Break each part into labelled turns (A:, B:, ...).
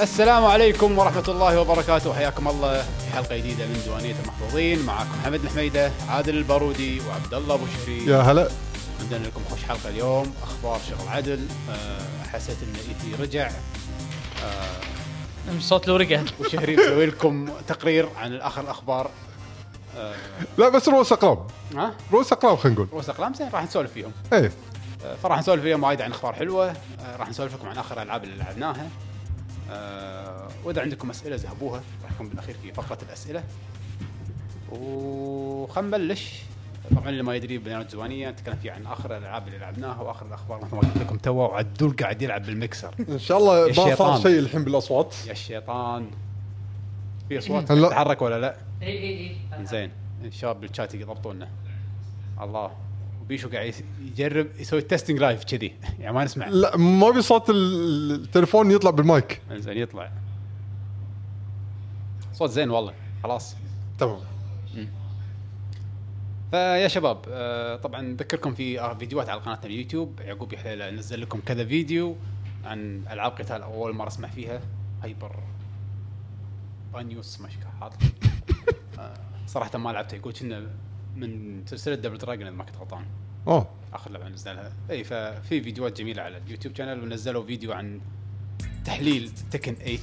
A: السلام عليكم ورحمة الله وبركاته حياكم الله في حلقة جديدة من ديوانية المحظوظين معاكم حمد الحميدة عادل البارودي وعبد الله أبو شفيق
B: يا هلا
A: عندنا لكم خوش حلقة اليوم أخبار شغل عدل آه، حسيت إن إيتي رجع آه،
C: صوت لو رقد
A: وشهري مسوي لكم تقرير عن آخر الأخبار آه،
B: لا بس رؤوس اقلام
A: ها
B: رؤوس اقلام خلينا نقول
A: رؤوس أقلام زين راح نسولف فيهم
B: ايه
A: آه، فراح نسولف اليوم وايد عن اخبار حلوه آه، راح نسولف لكم عن اخر الالعاب اللي لعبناها آه، واذا عندكم اسئله ذهبوها راح يكون بالاخير في فقره الاسئله وخلنا نبلش طبعا اللي ما يدري برنامج زوانيه نتكلم فيه عن اخر الالعاب اللي لعبناها واخر الاخبار مثل ما قلت لكم تو وعدول قاعد يلعب بالمكسر
B: ان شاء الله ما
A: الشيطان.
B: صار شيء الحين بالاصوات
A: يا الشيطان في اصوات
B: هلا.
A: تتحرك ولا لا؟
C: اي اي اي
A: زين الشباب بالشات يضبطونا الله وبيشو قاعد يس- يجرب يسوي تيستنج لايف كذي يعني ما نسمع
B: لا ما ابي صوت ال- التليفون يطلع بالمايك
A: انزين يطلع صوت زين والله خلاص
B: تمام
A: فيا شباب آه، طبعا اذكركم في آه، فيديوهات على قناتنا اليوتيوب يعقوب يحليله نزل لكم كذا فيديو عن العاب قتال اول مره اسمع فيها هايبر بانيوس ما شكله حاط آه، صراحه ما لعبته يقول كنا من سلسله دبل دراجون اذا ما كنت غلطان
B: اه
A: اخر لعبه نزلها اي ففي فيديوهات جميله على اليوتيوب شانل ونزلوا فيديو عن تحليل تكن 8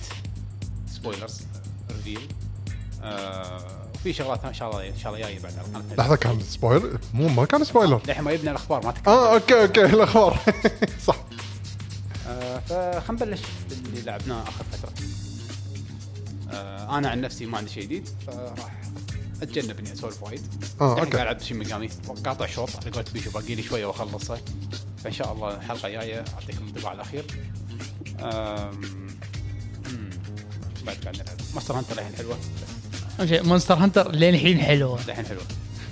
A: سبويلرز ريفيل آه في شغلات ان شاء الله ان شاء الله جايه بعد على قناتنا
B: لحظه كان سبويلر مو ما كان سبويلر
A: للحين ما جبنا الاخبار ما تكلم
B: اه اوكي اوكي الاخبار صح
A: آه فخلينا نبلش باللي لعبناه اخر فتره آه انا عن نفسي ما عندي شيء جديد فراح اتجنب اني اسولف وايد
B: آه،
A: الحين
B: أوكي.
A: قاعد العب شي ميجامي قاطع شوط على قولت بيشو باقي لي شويه واخلصه فان شاء الله الحلقه الجايه اعطيكم الانطباع الاخير آم، مم، بعد قاعد نلعب ماستر هانتر الحين حلوه
C: مونستر هانتر لين الحين حلوه
A: الحين حلوه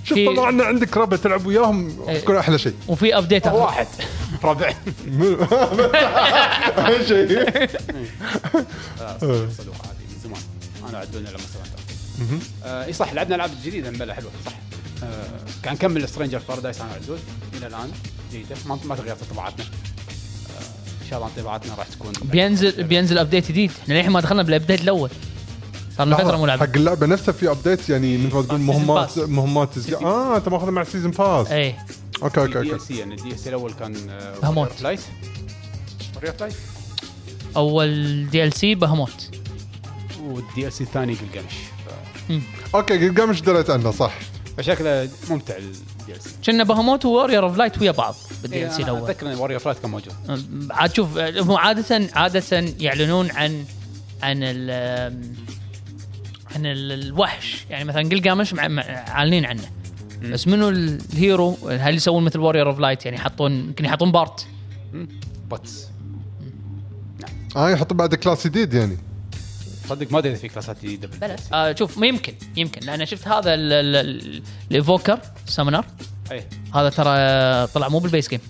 B: شوف
C: في-
B: طلع لنا عندك ربع تلعب وياهم
C: إيه.
B: تكون احلى شيء
C: وفي ابديت آخر.
A: واحد ربع
B: م- أحلى شيء
A: آه، صدوق عادي من زمان انا عدونا لما سوينا آه اي صح لعبنا العاب جديده ملا حلوه صح آه كان نكمل سترينجر بارادايس انا وعدول الى الان جديده ما, ما تغيرت انطباعاتنا آه ان شاء الله انطباعاتنا راح تكون
C: بينزل بينزل ابديت جديد احنا للحين ما دخلنا بالابديت الاول صار لنا فتره مو
B: حق
C: لعب
B: اللعبه نفسها في ابديت يعني مثل ما تقول
C: Season
B: مهمات
C: Pass. إيه.
B: مهمات تزج- اه انت ماخذها مع السيزون باس
C: اي
B: اوكي اوكي
A: الدي
B: اوكي
A: اس سي يعني الدي اس سي الاول كان إيه،
C: هموت.
A: لايت لايت
C: اول دي ال سي بهموت
A: والدي اس سي الثاني قلقمش ف-
B: اوكي قلقمش دريت عنه صح
A: فشكله ممتع الدي اس سي
C: كنا بهموت وورير اوف لايت ويا بعض
A: إيه،
C: بالدي ال سي الاول
A: اتذكر ان واريور فلايت كان موجود
C: أم، عاد شوف أه، هم عاده عاده يعلنون عن عن ال أم، عن ال- الوحش يعني مثلا قلقامش مع- مع- عالنين عنه بس منو الهيرو هل يسوون مثل وارير اوف لايت يعني يحطون يمكن يحطون بارت
A: باتس
B: اه يحط بعد كلاس جديد يعني
A: صدق ما ادري اذا في كلاسات جديده بال-
C: آه شوف ما يمكن يمكن لان شفت هذا ال- ال- ال- الايفوكر سامونر
A: اي
C: هذا ترى طلع مو بالبيس جيم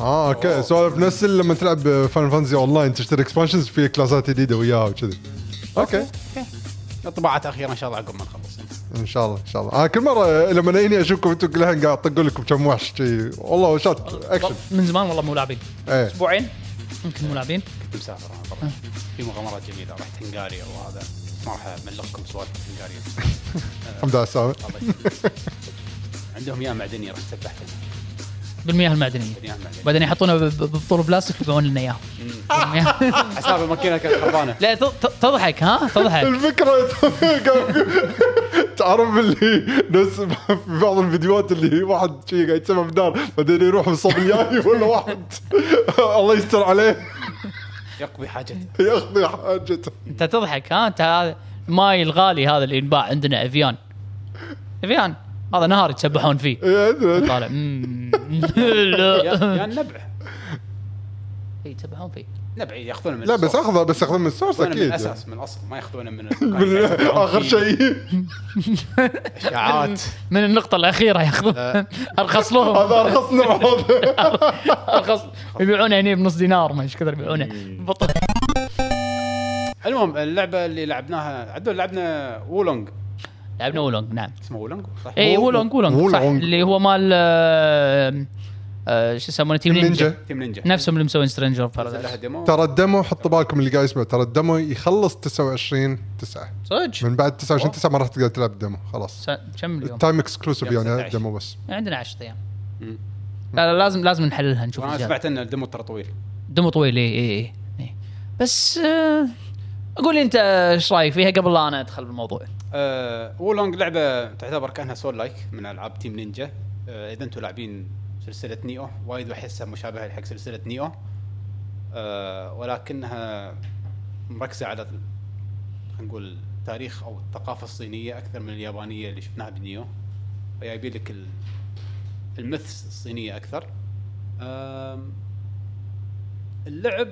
B: اه اوكي سوالف نفس اللي لما تلعب فان فانزي اون لاين تشتري اكسبانشنز في كلاسات جديده وياها وكذي اوكي
A: انطباعات اخيره ان شاء الله عقب ما نخلص
B: ان شاء الله ان شاء الله انا كل مره لما اني اشوفكم انتم كلهم قاعد اطق لكم كم وحش شي والله وشات اكشن
C: من زمان والله مو لاعبين
B: ايه
C: اسبوعين يمكن مو لاعبين
A: مسافر انا طبعا في مغامرات جميله رحت هنغاريا وهذا ما راح املقكم سوالف هنغاريا
B: الحمد لله على السلامه
A: الله يسلمك. عندهم يا معدنيه رحت سبحت
C: بالمياه المعدنيه
A: يا معدنيه
C: بعدين يحطونه ب- ب- ببطول بلاستيك ويبيعون لنا اياها
A: حساب الماكينه كانت خربانه
C: لا ت- ت- تضحك ها تضحك
B: الفكره تعرف اللي نفس في بعض الفيديوهات اللي واحد شي قاعد يتسمى بدار بعدين يروح مصاب الياي ولا واحد الله يستر عليه
A: يقضي حاجته
B: ياخذ حاجته
C: انت تضحك ها انت هذا الماي الغالي هذا اللي ينباع عندنا افيان افيان هذا نهار يتسبحون فيه
B: إيه، أدري.
C: طالع مم.
A: يا
C: لا.
A: يا النبع
C: يتسبحون فيه
A: نبع ياخذونه من
B: لا بس
A: الأصول.
B: اخذه بس اخذه من السورس
A: ياخذونه من
B: اكيد
A: الاساس من الاصل ما ياخذونه من
B: من
A: المكان.
B: اخر شيء
A: اشاعات
C: من النقطة الأخيرة ياخذون أرخص لهم
B: آه. هذا ارخص نوع هذا
C: أرخص يبيعونه هني بنص دينار ما ايش كثر يبيعونه
B: إيه.
C: بطل
A: المهم اللعبه اللي لعبناها عدول لعبنا وولونج
C: لعبنا ولونج نعم
A: اسمه وولونج صح
C: اي
B: وو-
C: ولونج ولونج صح
B: وولونج.
C: اللي هو مال آه، آه، شو يسمونه تيم نينجا
B: النينجا
A: تيم نينجا
C: نفسهم اللي مسوين سترينجر
A: نزل لها
C: بارادايس
A: ديمو
B: ترى الدمو حطوا بالكم اللي قاعد يسمع ترى الدمو يخلص 29 9
C: صدق
B: من بعد 29 9 ما راح تقدر تلعب الدمو خلاص
C: س- كم اليوم؟
B: التايم اكسكلوسيف
A: يوم
B: يعني
A: 16.
B: الدمو بس
C: عندنا 10 ايام
A: مم.
C: لا لا لازم لازم نحللها نشوف
A: انا
C: إيش جاب.
A: سمعت ان الديمو ترى طويل
C: دمو طويل إيه، اي اي اي إي. بس آه، اقول لي انت ايش رايك فيها قبل لا انا ادخل بالموضوع
A: آه وولونج لعبه تعتبر كانها سول لايك من العاب تيم نينجا آه اذا انتم لاعبين سلسله نيو وايد احسها مشابهه حق سلسله نيو آه ولكنها مركزه على خلينا نقول تاريخ او الثقافه الصينيه اكثر من اليابانيه اللي شفناها بنيو فجايبين لك ال- المثس الصينيه اكثر آم، اللعب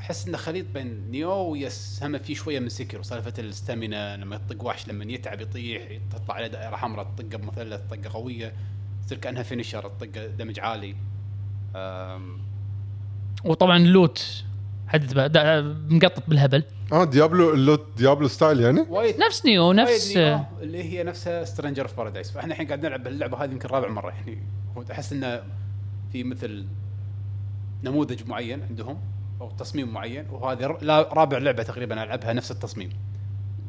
A: احس انه خليط بين نيو ويسهم فيه شويه من سكر سالفه الستامينا لما يطق وحش لما يتعب يطيح تطلع عليه دائره حمراء تطقه بمثلث طقه قويه تصير كانها فينشر تطقه دمج عالي أم،
C: وطبعا اللوت حدث بقى- دا- مقطط بالهبل
B: اه ديابلو اللوت ديابلو ستايل يعني
A: وايد
C: نفس نيو نفس آه،
A: وايد طيب، نيو اللي هي نفسها سترينجر اوف بارادايس فاحنا الحين قاعد نلعب اللعبه هذه يمكن رابع مره يعني هو احس انه في مثل نموذج معين عندهم او تصميم معين وهذه ر- لا- رابع لعبه تقريبا العبها نفس التصميم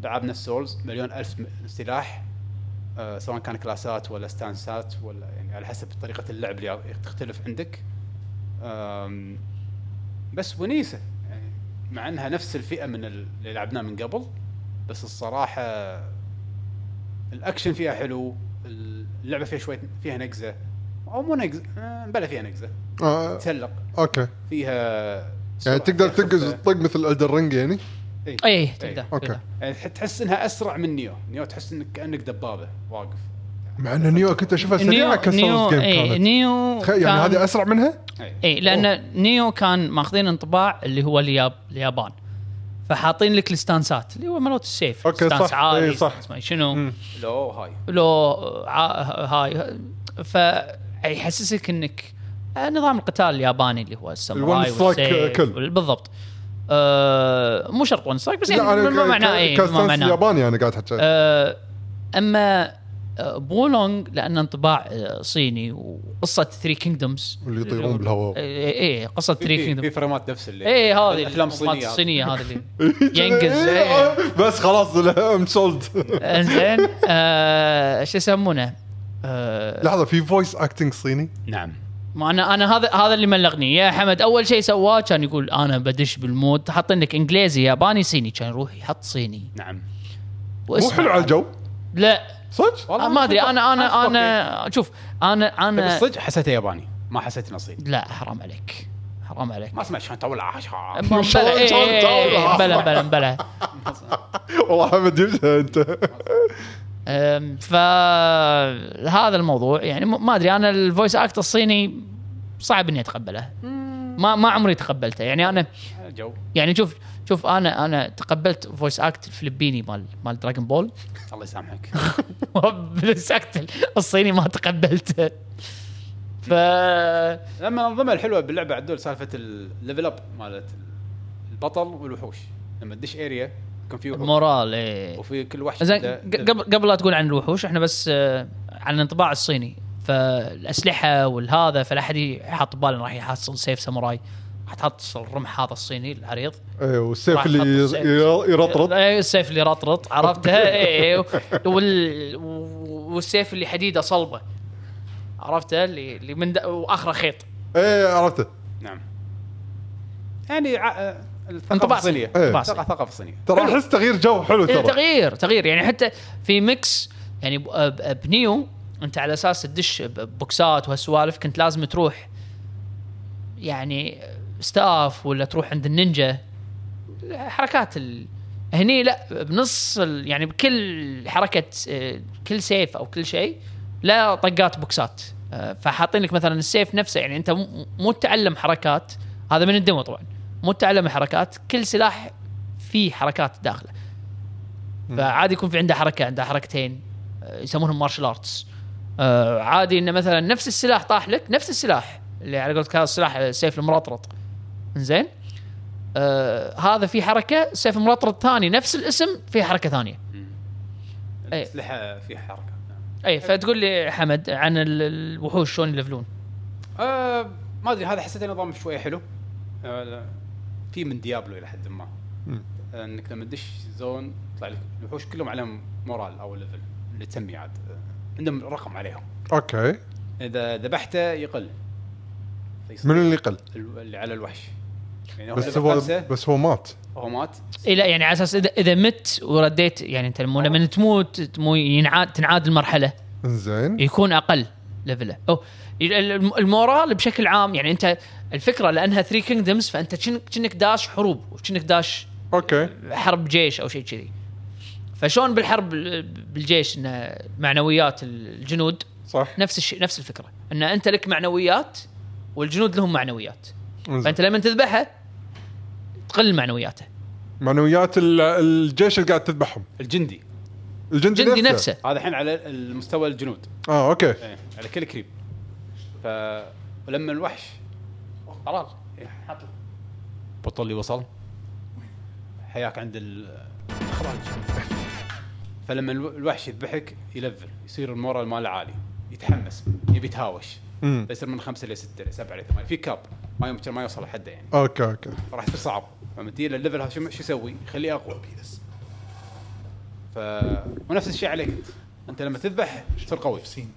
A: العاب نفس سولز مليون الف م- سلاح آه، سواء كان كلاسات ولا ستانسات ولا يعني على حسب طريقه اللعب اللي ي- تختلف عندك آم، بس ونيسه يعني مع انها نفس الفئه من ال- اللي لعبناه من قبل بس الصراحه الاكشن فيها حلو اللعبه فيها شويه فيها نقزه او مو نقزه آه، بلا فيها نقزه
B: آه
A: تسلق
B: اوكي
A: فيها سرعة،
B: يعني تقدر
A: فيها
B: تنقز
A: خفة.
B: وتطق مثل الدر رينج يعني
A: إي.
C: اي إيه، تقدر
B: أوكي.
C: تقدر.
A: يعني تح- تحس انها اسرع من نيو نيو تحس انك كانك دبابه واقف
B: مع ان نيو كنت اشوفها سريعه كسولز
C: نيو
B: جيم
C: اي
B: كانت
C: نيو
B: تخيل يعني
C: إيه، كان-
B: هذه اسرع منها؟
A: إي.
C: اي لان نيو كان ماخذين انطباع اللي هو الياب اليابان فحاطين لك الستانسات اللي هو مالوت السيف
B: أوكي،
C: ستانس
B: صح.
C: عالي
B: إي، صح.
C: ستانس ما- شنو
B: مم.
A: لو هاي
C: لو ع- هاي فيحسسك انك آه، نظام القتال الياباني اللي هو الساموراي
B: الون سترايك
C: والسيف
B: كل.
C: وال- بالضبط آه، مو شرط ون سترايك بس يعني
B: لا
C: ما معناه
B: انا
C: اي ما
B: كاستانس
C: معناه
B: ياباني انا قاعد احكي
C: آه، اما آه، بولونج لان انطباع آه، صيني وقصه ثري كينجدومز
B: واللي يطيرون
C: آه، إيه،
B: بالهواء
C: اي قصه
A: في-
C: ثري
A: في في
C: كينجدوم
A: فريمات نفس اللي
C: اي إيه، هذه
A: الافلام
C: الصينيه
A: الصينيه
C: الصينيه هذه اللي ينقز إيه. أه.
B: بس خلاص ام سولد
C: انزين آه، شو يسمونه آه،
B: لحظه في فويس اكتنج صيني
A: نعم
C: ما انا انا هذا هذا اللي ملغني يا حمد اول شيء سواه كان يقول انا بدش بالمود حاطين لك انجليزي ياباني صيني كان يروح يحط صيني
A: نعم
B: مو
C: واسمع.
B: حلو على الجو
C: لا
B: صدق؟
A: والله
C: آه، ما ادري
A: أشوفه-
C: انا انا
A: أشوفه
C: انا شوف انا
A: أوكي.
C: انا
A: بس صدق حسيته ياباني ما حسيت انه صيني
C: لا حرام عليك حرام عليك
A: ما اسمع شلون طول عشرة.
C: بلا
B: شاء
C: إيه،
B: الله،
C: إيه، إيه،
B: تعال.
C: بلا بلا بلا
B: والله حمد جبتها انت
C: أم، فهذا الموضوع يعني م- ما ادري انا الفويس اكت الصيني صعب اني اتقبله ما ما عمري تقبلته يعني انا
A: جو
C: يعني شوف شوف انا انا تقبلت فويس اكت الفلبيني مال مال دراجون بول
A: الله يسامحك
C: والفويس اكت الصيني ما تقبلته ف
A: لما الانظمه الحلوه باللعبه عدول سالفه الليفل اب مالت البطل والوحوش لما تدش اريا يكون في وحوش
C: المورال ايه
A: وفي كل وحش
C: زين
A: عنده-
C: ق- قبل قبل لا تقول عن الوحوش احنا بس آه، عن الانطباع الصيني فالاسلحه والهذا فلا احد يحط باله إنه راح يحصل سيف ساموراي راح تحصل الرمح هذا الصيني العريض
B: ايه والسيف
C: راح
B: اللي
C: أحط
B: يز-
C: السيف.
B: ير- يرطرط
C: اي آه، السيف اللي رطرط عرفته اي اي إيه. وال... والسيف اللي حديده صلبه عرفته اللي اللي من د... واخره خيط
B: ايه عرفته
A: نعم يعني ع- آه، الثقافه
C: انطباع
A: الصينيه
C: صيني.
B: إيه.
A: ثقافه ثقافة صينيه
B: ترى احس تغيير جو حلو
C: إيه،
B: ترى
C: تغيير تغيير يعني حتى في ميكس يعني ب- ب- بنيو انت على اساس تدش ب- بوكسات وهالسوالف كنت لازم تروح يعني ستاف ولا تروح عند النينجا حركات ال... هني لا بنص ال... يعني بكل حركه آه، كل سيف او كل شيء لا طقات بوكسات آه، فحاطين لك مثلا السيف نفسه يعني انت مو- مو تتعلم حركات هذا من الدمو طبعا مو تتعلم حركات كل سلاح فيه حركات داخله فعادي يكون في عنده حركه عنده حركتين آه، يسمونهم مارشال ارتس عادي انه مثلا نفس السلاح طاح لك نفس السلاح اللي على قولتك هذا السلاح آه، السيف المرطرط زين آه هذا في حركه سيف مرطرط ثاني نفس الاسم في حركه ثانيه إيه.
A: الاسلحه في حركه نعم.
C: اي فتقول لي حمد عن ال- الوحوش شلون يلفلون
A: آه ما ادري هذا حسيت نظام شويه حلو آه لا. في من ديابلو الى حد ما
B: مم.
A: آه، انك لما تدش زون يطلع لك الوحوش كلهم عليهم مورال او ليفل اللي تسميه عاد آه، عندهم رقم عليهم
B: اوكي
A: اذا ذبحته يقل فيصير
B: من اللي قل
A: ال- اللي على الوحش يعني هو
B: بس
A: ليفل
B: هو
A: خمسة،
B: بس هو مات
A: هو مات
C: إيه لا يعني على اساس اذا اذا مت ورديت يعني انت مو لما تموت مو يعني ينعاد تنعاد المرحله
B: زين
C: يكون اقل ليفله او ال- ال- المورال بشكل عام يعني انت الفكره لانها ثري كينجدمز فانت كأنك- كأنك داش حروب وكأنك داش
B: اوكي
C: حرب جيش او شيء كذي فشلون بالحرب بالجيش ان معنويات الجنود
B: صح
C: نفس الشيء نفس الفكره ان انت لك معنويات والجنود لهم معنويات
B: إنزين.
C: فانت لما تذبحه تقل معنوياته
B: معنويات ال- الجيش اللي قاعد تذبحهم
A: الجندي
B: الجندي,
C: جندي نفسه
A: هذا الحين على المستوى الجنود
B: اه اوكي
A: ايه على كل كريب ف ولما الوحش إيه،
C: قرار
A: بطل لي وصل حياك عند ال- الاخراج فلما الو- الوحش يذبحك يلفل يصير المورال ماله عالي يتحمس يبي يتهاوش
B: مم.
A: فيصير من خمسه لسته لسبعه لثمانيه في كاب ما يمكن ما يوصل لحده يعني
B: اوكي اوكي
A: راح يصير صعب لما تجي الليفل هذا شو شو يسوي؟ يخليه اقوى ف ونفس الشيء عليك انت انت لما تذبح تصير قوي
D: سين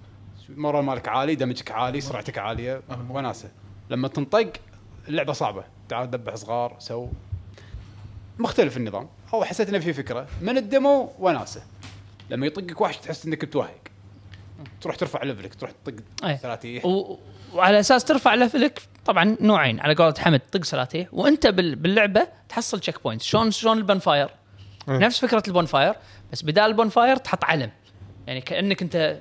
A: مرة مالك عالي دمجك عالي سرعتك عاليه وناسه لما تنطق اللعبه صعبه تعال ذبح صغار سو مختلف النظام او حسيت انه في فكره من الدمو وناسه لما يطقك وحش تحس انك بتوهق تروح ترفع ليفلك تروح تطق
C: أي.
A: ثلاثيه
C: و... وعلى اساس ترفع ليفلك طبعا نوعين على قولة حمد طق سلاتيه وانت بال... باللعبه تحصل تشيك بوينت شلون شلون البون فاير
B: إيه.
C: نفس فكره البون فاير بس بدال البون فاير تحط علم يعني كانك انت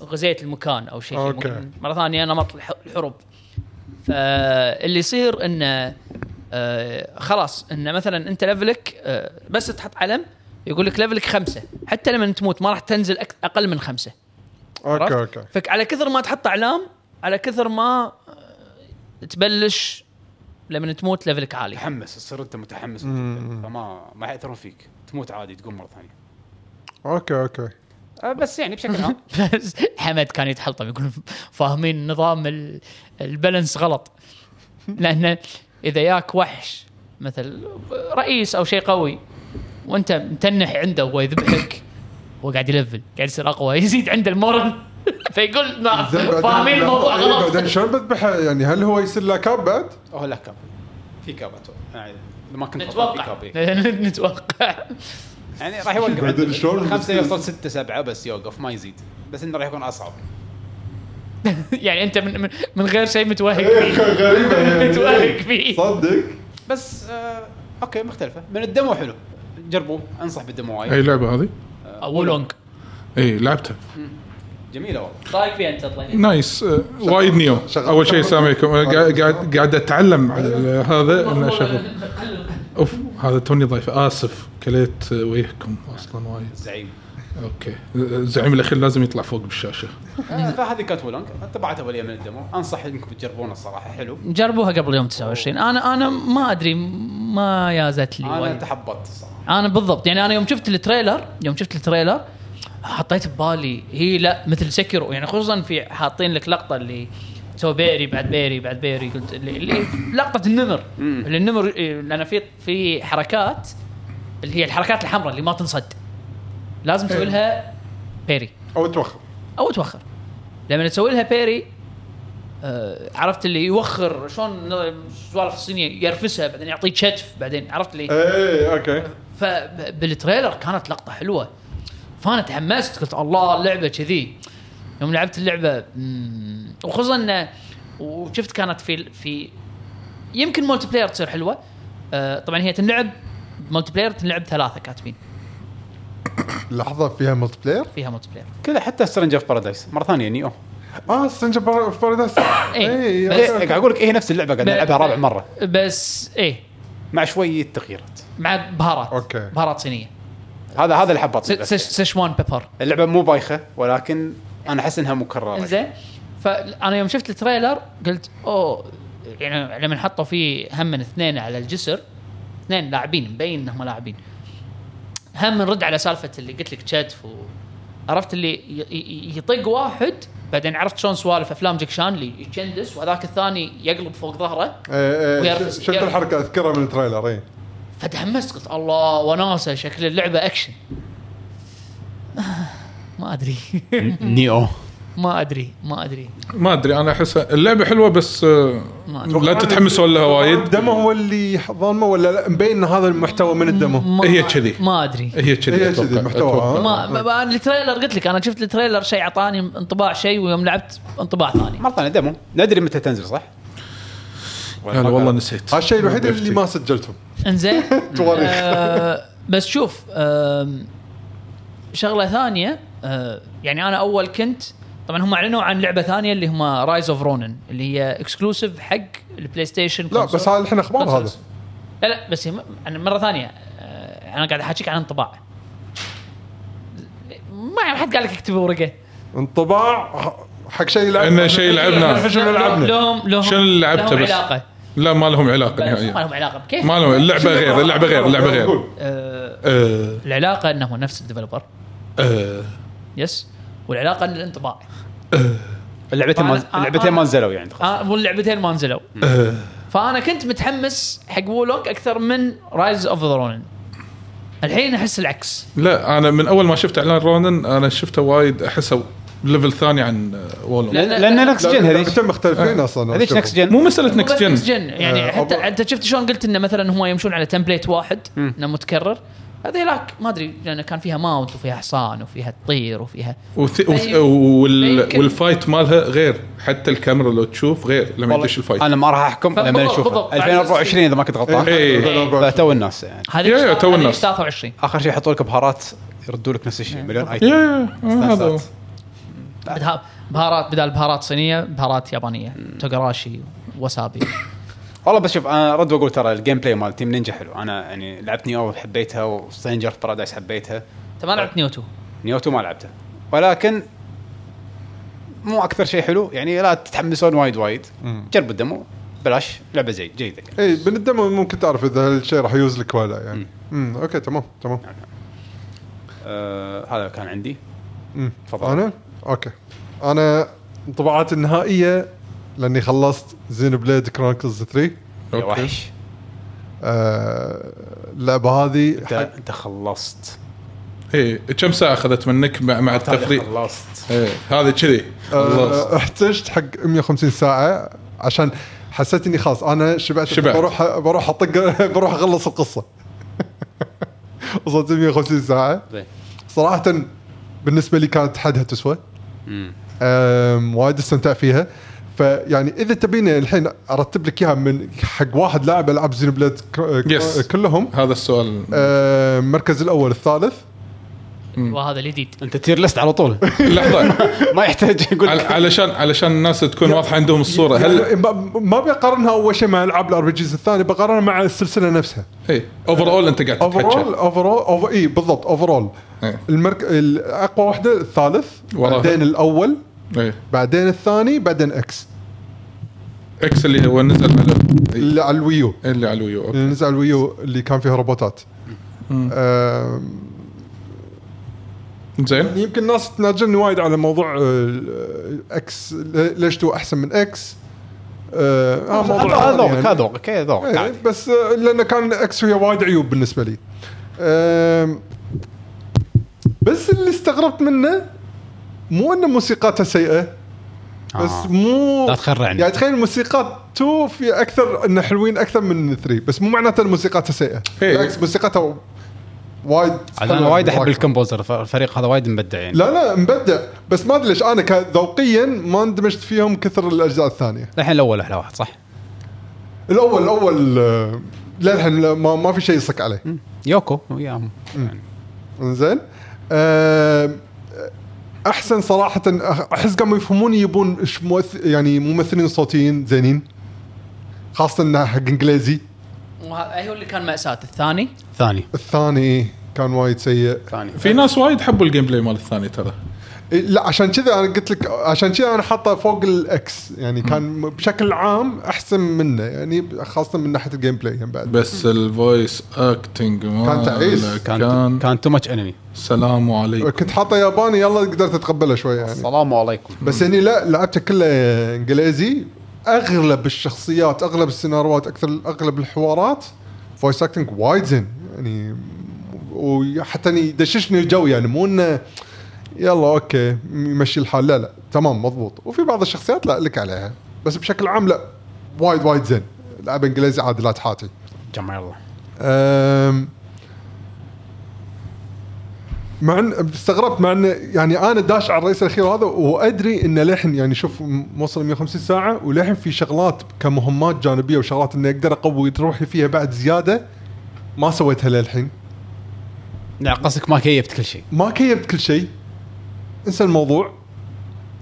C: غزيت المكان او شيء
B: أوكي.
C: ممكن- مره ثانيه نمط الح... الحروب فاللي يصير انه آه خلاص انه مثلا انت ليفلك آه بس تحط علم يقول لك ليفلك خمسه حتى لما تموت ما راح تنزل أك... اقل من خمسه
B: اوكي
C: عرفت؟
B: اوكي
C: فعلى كثر ما تحط اعلام على كثر ما آه، تبلش لما تموت ليفلك عالي
A: تحمس تصير انت متحمس
B: مم.
A: فما ما ياثرون فيك تموت عادي تقوم مره ثانيه
B: اوكي اوكي
A: أه، بس يعني بشكل عام
C: بس حمد كان يتحلطم يقول فاهمين نظام ال- البالانس غلط لانه اذا ياك وحش مثل رئيس او شيء قوي وانت متنح عنده وهو يذبحك هو قاعد يلفل قاعد يصير اقوى يزيد عنده المورال فيقول ما
B: زين، بعدين-
C: فاهمين الموضوع
B: إيه،
C: غلط
B: بعدين شلون بذبحه يعني هل هو يصير له كاب بعد؟
A: اوه لا كاب في كاب اتوقع يعني ما كنت أتوقع في
C: نتوقع
A: كاب إيه.
C: نتوقع
A: يعني راح يوقف
B: بعدين
A: عند
B: شلون
A: خمسه
B: بتصير؟
A: يوصل سته سبعه بس يوقف ما يزيد بس انه راح يكون اصعب
C: يعني انت من من- من غير شيء متوهق
B: إيه،
C: فيه
B: غريبه
C: متوهق
B: يعني
C: فيه
B: صدق
A: بس آه اوكي مختلفه من الدمو حلو جربوه انصح بالدمو وايد
D: اي لعبه هذه؟
C: اولونج
E: إيه،
D: اي لعبتها
A: جميله والله
C: رايك فيها انت
E: طيب.
C: طلعني
D: نايس آه، وايد نيو اول شيء السلام عليكم أنا قاعد قاعد- قاعد اتعلم على ال- هذا انه شغل اوف هذا توني ضيف اسف كليت آه، وجهكم اصلا وايد
A: الزعيم
D: اوكي آه، الزعيم الاخير لازم يطلع فوق بالشاشه
A: آه فهذه كانت ولونج تبعت اوليه من الدمو انصح انكم تجربونه الصراحه حلو
C: جربوها قبل يوم 29 انا انا ما ادري ما يازت لي
A: انا
C: وايد.
A: تحبطت الصراحه
C: انا بالضبط يعني انا يوم شفت التريلر يوم شفت التريلر حطيت ببالي هي لا مثل سكر يعني خصوصا في حاطين لك لقطه اللي سوى بيري بعد بيري بعد بيري قلت اللي, اللي لقطه النمر
A: مم.
C: اللي النمر إيه، لان في في حركات اللي هي الحركات الحمراء اللي ما تنصد لازم تسوي لها بيري
B: او توخر
C: او توخر لما تسوي لها بيري آه عرفت اللي يوخر شلون السوالف الصينيه يرفسها بعدين يعطيه كتف بعدين عرفت اللي
A: إيه.
B: اي ايه، اوكي
C: فبالتريلر كانت لقطه حلوه فانا تحمست قلت الله اللعبه كذي يوم لعبت اللعبه مم، وخصوصا إنه- وشفت كانت في في يمكن مولتي بلاير تصير حلوه آه، طبعا هي تنلعب مولتي بلاير تنلعب ثلاثه كاتبين
B: لحظه فيها ملتي بلاير
C: فيها مولتي بلاير
A: كذا حتى سترينج اوف بارادايس مره ثانيه نيو
B: اه سنجا في بارادايس اي
C: بس-
B: إيه،
C: إيه.
B: أوكي.
A: إيه، قاعد اقول لك هي نفس اللعبه قاعد
C: ب-
A: نلعبها رابع مره
C: بس ايه
A: مع شويه تغييرات
C: مع بهارات
B: أوكي.
C: بهارات صينيه
A: هذا هذا اللي حبطني
C: س-
A: بس.
C: سش- سشوان بيبر
A: اللعبه مو بايخه ولكن انا احس انها مكرره
C: انزين فانا يوم شفت التريلر قلت اوه يعني لما حطوا فيه هم من اثنين على الجسر اثنين لاعبين مبين انهم لاعبين هم نرد على سالفه اللي قلت لك كتف و عرفت اللي ي- ي- يطق واحد بعدين عرفت شلون سوالف افلام جاك شان اللي يجندس وهذاك الثاني يقلب فوق ظهره
B: إيه، إيه،
C: ويعرف-
B: ش-
C: يعرف-
B: شفت الحركه اذكرها من التريلر إيه. اي
C: فتحمست قلت الله وناسه شكل اللعبه اكشن ما ادري
A: نيو
C: ما ادري ما ادري
E: ما ادري انا احسها اللعبه حلوه بس آه،
C: ما أدري.
E: لا تتحمسون لها وايد
B: الدمو هو اللي ظالمه ولا لا مبين هذا المحتوى من الدمو
C: ما-
E: هي كذي.
C: ما ادري
E: هي كذي
B: هي
E: أتوقع-
B: كذي
E: أتوقع.
B: محتوى
C: ما ما- ما- التريلر قلت لك انا شفت التريلر شيء اعطاني انطباع شيء ويوم لعبت انطباع ثاني
A: مره ثانيه ديمو ندري متى تنزل صح؟
E: لا يعني والله نسيت
B: الشيء الوحيد اللي ما سجلتهم
C: انزين
B: تواريخ
C: آه، بس شوف آم، شغله ثانيه آه، يعني انا اول كنت طبعا هم اعلنوا عن لعبه ثانيه اللي هم رايز اوف رونن اللي هي اكسكلوسيف حق البلاي ستيشن
B: لا
C: console.
B: بس هذا الحين اخبار هذا
C: Consoles. لا لا بس هي م- انا مره ثانيه آه، انا قاعد احكيك عن انطباع ما حد قال لك اكتبوا ورقه
B: انطباع حق شيء
E: إنه شيء لعبناه.
B: شنو لعبنا
C: لهم لهم
E: شنو اللي لعبته
C: لهم
E: بس؟
C: علاقه
E: لا ما لهم علاقه
C: بس ما
E: نهائيا
C: لهم علاقه كيف؟
E: ما لهم اللعبه غير اللعبه غير اللعبه غير
C: آه،
E: آه،
C: العلاقه انه نفس الديفلوبر
E: آه،
C: يس والعلاقه ان الانطباع
A: اللعبتين ما
C: أنا-
A: اللعبتين ما نزلوا يعني خلاص.
C: آه، واللعبتين ما نزلوا
E: آه.
C: فانا كنت متحمس حق وولوك اكثر من رايز اوف ذا رونن الحين احس العكس
E: لا انا من اول ما شفت اعلان رونن انا شفته وايد احسه ليفل ثاني عن آه، وولو
A: لان لان نكس جن هذيك
B: هذيك مختلفين اصلا
A: هذيك نكس جن
E: مو مساله
C: مو بس
E: نكست
C: Next Gen،
E: جن
C: يعني
B: آه،
C: حتى
B: أبو-
C: انت شفت شلون قلت انه مثلا هم يمشون على تمبليت واحد انه متكرر هذه لاك ما ادري لان كان فيها ماونت وفيها حصان وفيها تطير وفيها
E: وث... وث...
C: أيوة.
E: وال...
C: يمكن.
E: والفايت مالها غير حتى الكاميرا لو تشوف غير لما يدش الفايت
A: انا ما راح احكم لما
C: بالضبط-
A: نشوف
C: بالضبط.
A: 2024 اذا ما كنت غلطان
E: اي
A: فتو الناس يعني
C: هذه
E: يا- يا،
C: إشتاط-
E: تو
C: هذه
E: الناس.
C: 23
A: اخر شيء يحطوا لك بهارات يردوا لك نفس
C: إيه.
A: الشيء مليون
E: يا
A: ايتم
E: يا آه، هذا هو.
C: بدها- بهارات بدال بهارات صينيه بهارات يابانيه توغراشي وسابي
A: والله بس شوف انا رد واقول ترى الجيم بلاي مال تيم نينجا حلو انا يعني لعبت نيو وحبيتها وسترينجر بارادايس حبيتها
C: انت ما لعبت نيوتو
A: نيو 2 ما لعبته ولكن مو اكثر شيء حلو يعني لا تتحمسون وايد وايد جربوا الدمو بلاش لعبه زي جيده يعني.
B: اي إيه، من الدمو ممكن تعرف اذا هالشيء راح يوز لك ولا يعني امم اوكي تمام تمام
A: آه هذا كان عندي
B: مم.
A: تفضل
B: انا اوكي انا انطباعاتي النهائيه لاني خلصت زين بليد كرونيكلز 3
A: يا
E: أوكي.
A: وحش
B: آه، اللعبه هذه
A: انت انت خلصت
E: اي إيه، كم ساعه اخذت منك مع, مع التفريغ
A: خلصت
E: إيه، هذا كذي خلاص.
B: آه، احتجت حق 150 ساعه عشان حسيت اني خلاص انا شبعت
E: شبعت.
B: بروح بروح اطق بروح اخلص القصه وصلت 150 ساعه
A: زين
B: صراحه بالنسبه لي كانت حدها تسوى
A: مم.
B: أم، وايد استمتع فيها فيعني اذا تبيني الحين ارتب لك اياها من حق واحد لاعب العاب زين بليد كر-
E: Yes.
B: كلهم
E: هذا السؤال
B: آه. أم، المركز الاول الثالث
C: وهذا الجديد
A: انت تير ليست على طول
E: لحظه
A: ما يحتاج يقول
E: على-
A: لك
E: علشان علشان الناس تكون واضحه عندهم الصوره طيب، هل
B: يعني ما- ما بقارنها اول شيء مع العاب الار بي جيز الثانيه بقارنها مع السلسله نفسها
E: اي اوفر اول انت إيه، قاعد
B: اوفرول
E: تتحكى
B: اوفرول أوفر اي بالضبط اوفرول
E: إيه.
B: المرك... اقوى واحده الثالث
E: وراها.
B: بعدين الاول
E: إيه.
B: بعدين الثاني بعدين اكس
E: اكس اللي هو نزل على إيه،
B: اللي على الويو
E: اللي على الويو أوكي.
B: اللي نزل على الويو اللي كان فيها روبوتات آم،
E: زين
B: يمكن الناس تناجلني وايد على موضوع آه، اكس ليش تو احسن من اكس آه آه، موضوع
A: هذا
B: ثاني
A: ذوقك
B: يعني.
A: هذا ذوقك إيه، ذوقك
B: إيه،
A: عادي.
B: بس آه، لانه كان اكس ويا وايد عيوب بالنسبه لي آم، بس اللي استغربت منه مو ان موسيقاتها سيئه بس
A: آه.
B: مو
A: لا تخرعني.
B: يعني تخيل موسيقات 2 في اكثر انه حلوين اكثر من 3 بس مو معناته ان موسيقاتها سيئه
E: إيه.
B: بالعكس موسيقاتها وايد
A: عاد انا وايد احب
B: وايد-
A: الكمبوزر ف- الفريق هذا وايد مبدع يعني
B: لا لا مبدع بس ما ادري ليش انا ذوقيا ما اندمجت فيهم كثر الاجزاء الثانيه
A: الحين الاول احلى واحد صح؟
B: الاول الاول آه، للحين لا- ما, ما في شيء يصك عليه
A: يوكو وياهم
B: انزين آم، احسن صراحه آه، أح- احس قاموا يفهمون يبون إيش ممث- يعني ممثلين صوتيين زينين خاصه انه حق انجليزي
C: وهذا هو اللي كان مأساة الثاني
A: ثاني
B: الثاني كان وايد سيء
A: ثاني
E: في ناس وايد حبوا الجيم بلاي مال الثاني ترى
B: إيه، لا عشان كذا انا قلت لك عشان كذا انا حاطه فوق الاكس يعني كان بشكل عام احسن منه يعني خاصه من ناحيه الجيم بلاي يعني بعد
D: بس الفويس اكتنج
B: كان تعيس.
A: كان كان تو ماتش انمي
D: سلام عليكم
B: كنت حاطه ياباني يلا قدرت اتقبله شويه يعني
A: السلام عليكم
B: بس يعني لا لعبته كله انجليزي اغلب الشخصيات اغلب السيناريوهات اكثر اغلب الحوارات فويس اكتنج وايد زين يعني وحتى إني يدششني الجو يعني مو انه يلا اوكي يمشي الحال لا لا تمام مضبوط وفي بعض الشخصيات لا لك عليها بس بشكل عام لا وايد وايد زين لعب انجليزي عادي لا تحاتي
A: جمع الله
B: أم، مع ان استغربت مع ان يعني انا داش على الرئيس الاخير هذا وادري ان للحين يعني شوف م- موصل 150 ساعه وللحين في شغلات كمهمات جانبيه وشغلات اني اقدر اقوي روحي فيها بعد زياده ما سويتها للحين
A: لا قصدك ما كيفت كل شيء
B: ما كيبت كل شيء انسى الموضوع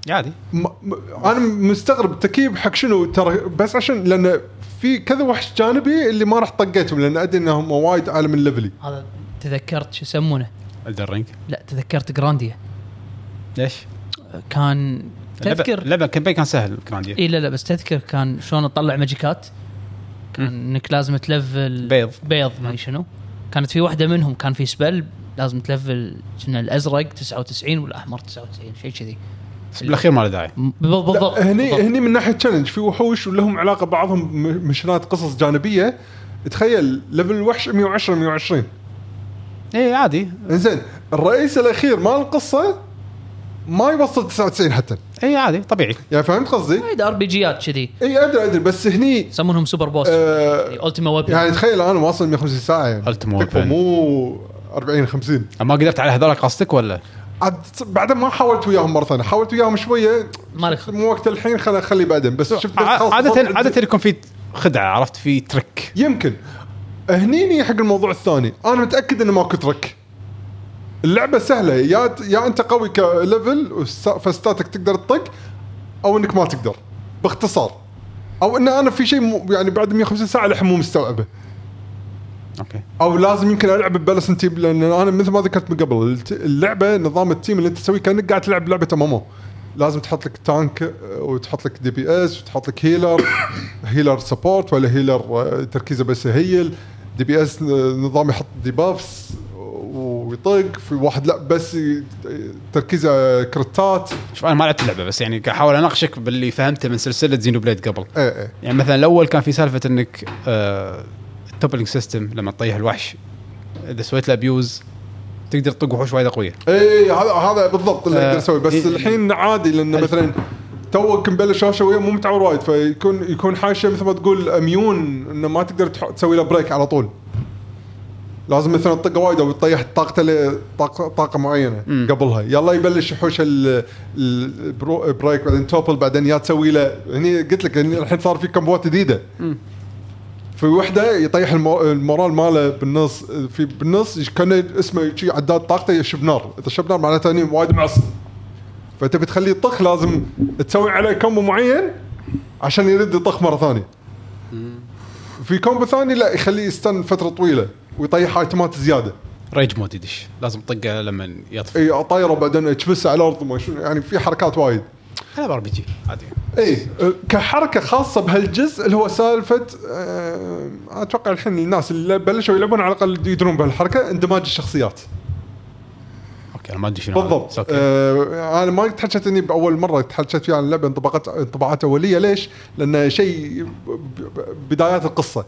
A: عادي
B: م- م- انا مستغرب التكييف حق شنو ترى بس عشان لان في كذا وحش جانبي اللي ما راح طقيتهم لان ادري انهم وايد اعلى من ليفلي
C: هذا تذكرت شو يسمونه
A: الدرينج
C: لا تذكرت جرانديا
A: ليش؟
C: كان تذكر
A: لعبه كان كان سهل كرانديا
C: اي لا لا بس تذكر كان شلون تطلع ماجيكات كان انك لازم تلفل
A: بيض.
C: بيض ما أدري شنو كانت في واحده منهم كان في سبل لازم تلفل كنا الازرق 99 والاحمر 99 شيء كذي
A: بس بالاخير ما له داعي
C: م- بالضبط بالضبط.
B: هني هني من ناحيه تشالنج في وحوش ولهم علاقه بعضهم م- مشنات قصص جانبيه تخيل ليفل الوحش 110 120
A: اي إيه، عادي
B: زين الرئيس الاخير مال القصه ما يوصل 99 حتى
A: اي إيه، عادي طبيعي
B: يعني فهمت قصدي؟
C: وايد ار بي جيات كذي
B: اي ادري ادري بس هني
C: يسمونهم سوبر بوس
B: آه
C: التيما ويبن
B: يعني تخيل انا واصل 150 ساعه يعني
A: Ultimate
B: تكفى،
A: Weapon.
B: مو 40 50
A: ما قدرت على هذول قصدك ولا؟
B: عاد بعدين ما حاولت وياهم مره ثانيه حاولت وياهم شويه
C: مالك خ-
B: مو وقت الحين خل اخليه بعدين بس شفت خلاص
A: عاده
B: وصلت-
A: عاده يكون في خدعه عرفت في ترك
B: يمكن هنيني حق الموضوع الثاني انا متاكد انه ماكو ترك اللعبه سهله يا يا انت قوي كليفل وس- فستاتك تقدر تطق او انك ما تقدر باختصار او ان انا في شيء مو- يعني بعد 150 ساعه للحين مو مستوعبه
A: اوكي
B: او لازم يمكن العب ببلسن تيم لان انا مثل ما ذكرت من قبل الت- اللعبه نظام التيم اللي انت تسويه كانك قاعد تلعب لعبه امامه لازم تحط لك تانك آه، وتحط لك دي بي اس وتحط لك هيلر هيلر سبورت ولا هيلر آه، تركيزه بس يهيل دي بي اس آه، نظام يحط ديبافس ويطق في واحد لا بس ي- تركيزه كرتات
A: شوف انا ما لعبت اللعبه بس يعني قاعد احاول اناقشك باللي فهمته من سلسله زينو بليد قبل
B: ايه ايه
A: يعني مثلا الاول كان في سالفه انك آه التوبلينج سيستم لما تطيح الوحش اذا سويت له ابيوز تقدر تطق وحوش وايد قويه
B: اي إيه، هذا هذا بالضبط اللي
A: إيه. آه،
B: اقدر اسويه بس
A: إيه.
B: الحين عادي لان مثلا توك مبلش شاشه وياه مو متعور وايد فيكون يكون حاشه مثل ما تقول اميون انه ما تقدر تح- تسوي له بريك على طول لازم مثلا تطقه وايد او تطيح طاقته لطاقه طاقه معينه
A: مم.
B: قبلها يلا يبلش يحوش ال- ال- البرو- البريك بعدين توبل بعدين يا تسوي له هني قلت لك هني الحين صار في كمبوات جديده في وحده يطيح المو- المورال ماله بالنص في بالنص كان اسمه شي عداد طاقته يشب نار اذا شب نار معناته اني وايد معصب فتبي تخليه يطخ لازم تسوي عليه كومبو معين عشان يرد يطخ مره ثانيه في كومبو ثاني لا يخليه يستن فتره طويله ويطيح ايتمات زياده
A: ريج مود يدش لازم تطقه لما يطفي
B: اي طايره إيه، بعدين يتفس على الارض وما شنو، يعني في حركات وايد
A: هذا ار بي جي عادي
B: اي أه، كحركه خاصه بهالجزء اللي هو سالفه أه، اتوقع الحين الناس اللي بلشوا يلعبون على الاقل يدرون بهالحركه اندماج الشخصيات
A: اوكي انا ما ادري شنو هذا.
B: بالضبط
A: اوكي
B: آه انا ما تحكيت اني باول مره تحكيت فيها عن اللعبه انطباعات انطباعات اوليه ليش؟ لان شيء ب- ب- بدايات القصه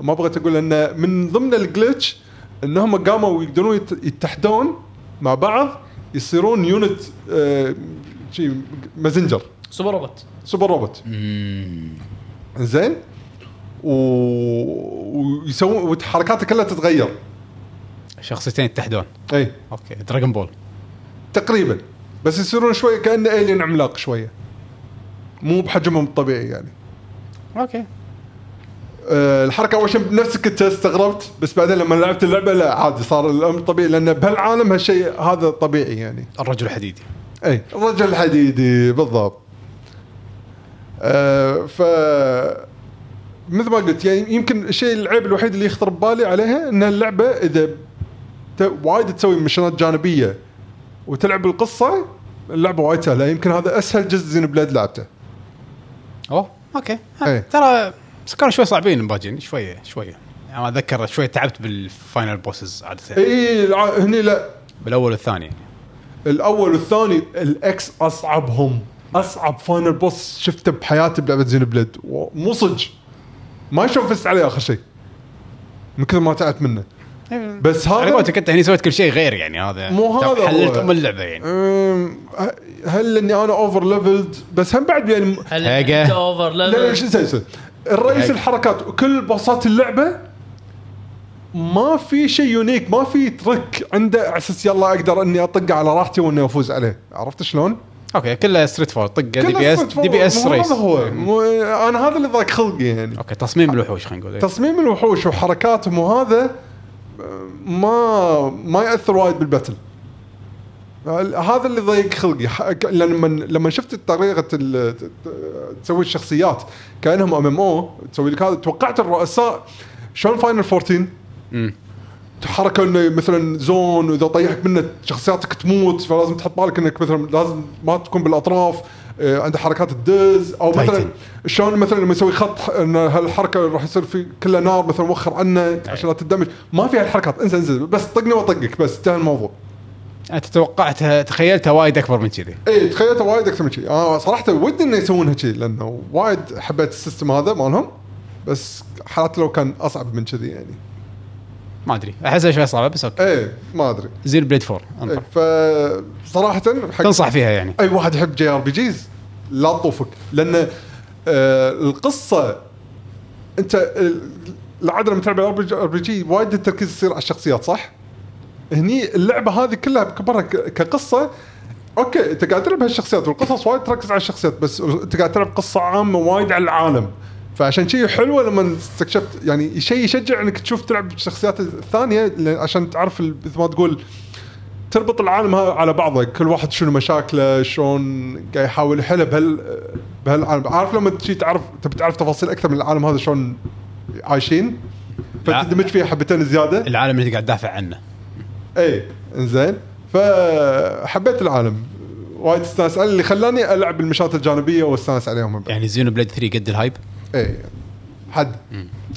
B: ما بغيت اقول ان من ضمن الجلتش انهم قاموا يقدرون يت- يتحدون مع بعض يصيرون يونت آه شيء مازنجر
C: سوبر روبوت
B: سوبر روبوت زين و... ويسوون وحركاته كلها تتغير إيه.
A: شخصيتين يتحدون
B: اي
A: اوكي دراجون بول
B: تقريبا بس يصيرون شوي كانه الين عملاق شويه مو بحجمهم الطبيعي يعني
A: اوكي
B: أه الحركه اول شيء بنفسك انت استغربت بس بعدين لما لعبت اللعبه لا عادي صار الامر طبيعي لان بهالعالم هالشيء هذا طبيعي يعني
A: الرجل الحديدي
B: اي الرجل الحديدي بالضبط أه ف مثل ما قلت يعني يمكن الشيء العيب الوحيد اللي يخطر ببالي عليها ان اللعبه اذا ت- وايد تسوي مشنات جانبيه وتلعب القصه اللعبه وايد سهله يمكن هذا اسهل جزء زين بلاد لعبته
A: اوه اوكي ها،
B: إيه.
A: ترى بس كانوا شوي صعبين باجين شويه شويه يعني أنا اتذكر شوي تعبت بالفاينل بوسز عاده
B: اي الع- هني لا
A: بالاول والثاني يعني.
B: الاول والثاني الاكس اصعبهم اصعب فاينل بوس شفته بحياتي بلعبه زين بلاد و- مو صج ما شلون فزت عليه اخر شيء من كثر ما تعبت منه بس
A: على
B: هذا
A: قولتك انت هني سويت كل شيء غير يعني هذا
B: مو هذا هو.
A: حللت ام اللعبه يعني
B: أم، ه- هل اني انا اوفر ليفلد بس هم بعد يعني
A: هاجة.
C: هل اوفر
B: لا لا شو اسوي- اسوي؟ الرئيس
A: هيك.
B: الحركات كل باصات اللعبه ما في شيء يونيك ما في ترك عنده على اساس يلا اقدر اني اطق على راحتي واني افوز عليه عرفت شلون؟
A: اوكي كله ستريت فور طقه دي
B: كله
A: بي اس
B: صدفة.
A: دي بي اس
B: مو
A: ريس
B: هذا هو مو- انا هذا اللي ضاق خلقي يعني
A: اوكي تصميم الوحوش خلينا نقول إيه.
B: تصميم الوحوش وحركاتهم وهذا ما ما ياثر وايد بالباتل هذا اللي ضيق خلقي ح- ك- لما لما شفت طريقه ال- ت- ت- تسوي الشخصيات كانهم ام ام او تسوي لك هذا توقعت الرؤساء شلون فاينل 14
A: أمم.
B: حركه انه مثلا زون واذا طيحك منه شخصياتك تموت فلازم تحط بالك انك مثلا لازم ما تكون بالاطراف آه، عنده حركات الدز او مثلا
A: تايتن.
B: شلون مثلا لما يسوي خط ح- ان هالحركه راح يصير في كلها نار مثلا وخر عنه عشان لا تدمج ما في هالحركات انزل انزل بس طقني واطقك بس انتهى الموضوع
A: انت توقعتها تخيلتها وايد اكبر من كذي
B: اي تخيلته إيه، وايد اكثر من شيء انا صراحه ودي انه يسوونها شيء لانه وايد حبيت السيستم هذا مالهم بس حالات لو كان اصعب من كذي يعني
A: ما ادري احسها شوي صعبه بس اوكي
B: ايه ما ادري
A: زير بليد فور
B: إيه
A: انطر
B: فصراحه حق
A: تنصح فيها يعني
B: اي واحد يحب جي ار بي جيز لا تطوفك لان آه القصه انت ال- العاده لما تلعب ار بي جي وايد التركيز يصير على الشخصيات صح؟ هني اللعبه هذه كلها كبرها ك- كقصه اوكي انت قاعد تلعب هالشخصيات والقصص وايد تركز على الشخصيات بس انت قاعد تلعب قصه عامه وايد على العالم فعشان شيء حلوه لما استكشفت يعني شيء يشجع انك تشوف تلعب الشخصيات الثانيه لأن- عشان تعرف ال- مثل ما تقول تربط العالم ها- على بعضه كل واحد شنو مشاكله شلون قاعد يحاول يحلها بهال بهالعالم عارف لما تجي تعرف تبي تعرف تفاصيل اكثر من العالم هذا شلون عايشين
A: لا.
B: فتندمج فيها حبتين زياده
A: العالم اللي قاعد تدافع عنه
B: اي انزين فحبيت العالم وايد استانس على- اللي خلاني العب المشات الجانبيه واستانس عليهم من بعد
A: يعني زينو بليد 3 قد الهايب
B: اي حد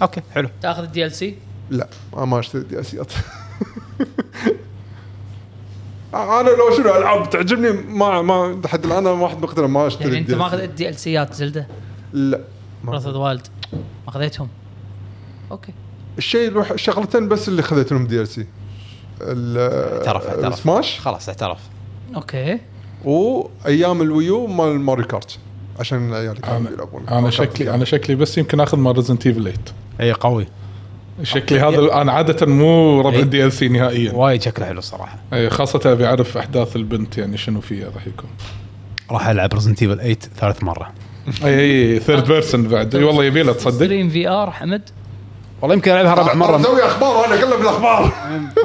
A: اوكي حلو
C: تاخذ الدي ال سي
B: لا أنا ما اشتري دي اسيات انا لو شنو العاب تعجبني ما ما لحد الان انا واحد مقتنع ما اشتري
C: يعني انت
B: DLC.
C: ماخذ الدي ال سيات زلده
B: لا
C: براذ اوف
B: ما.
C: وايلد ماخذتهم اوكي
B: الشيء الوح- الشغلتين بس اللي خذيت لهم دي ال سي
A: اعترف
B: آه،
A: اعترف
B: السماش
A: خلاص اعترف
C: اوكي
B: وايام الويو مال ماريو كارت عشان يعني العيال كانوا يلعبون
E: انا شكلي انا شكلي بس يمكن اخذ مال ريزنت ايفل 8
A: اي قوي
E: شكلي هذا انا عاده مو ربع
A: إيه.
E: الدي ال سي نهائيا
A: وايد شكله حلو الصراحه
E: إيه، خاصه ابي اعرف احداث البنت يعني شنو فيها راح يكون
A: راح العب ريزنت ايفل 8 ثالث مره
E: اي اي ثيرد بيرسون إيه، بعد اي والله يبي له تصدق
C: ستريم في ار حمد
A: والله يمكن العبها رابع مره
B: اسوي اخبار انا كله بالاخبار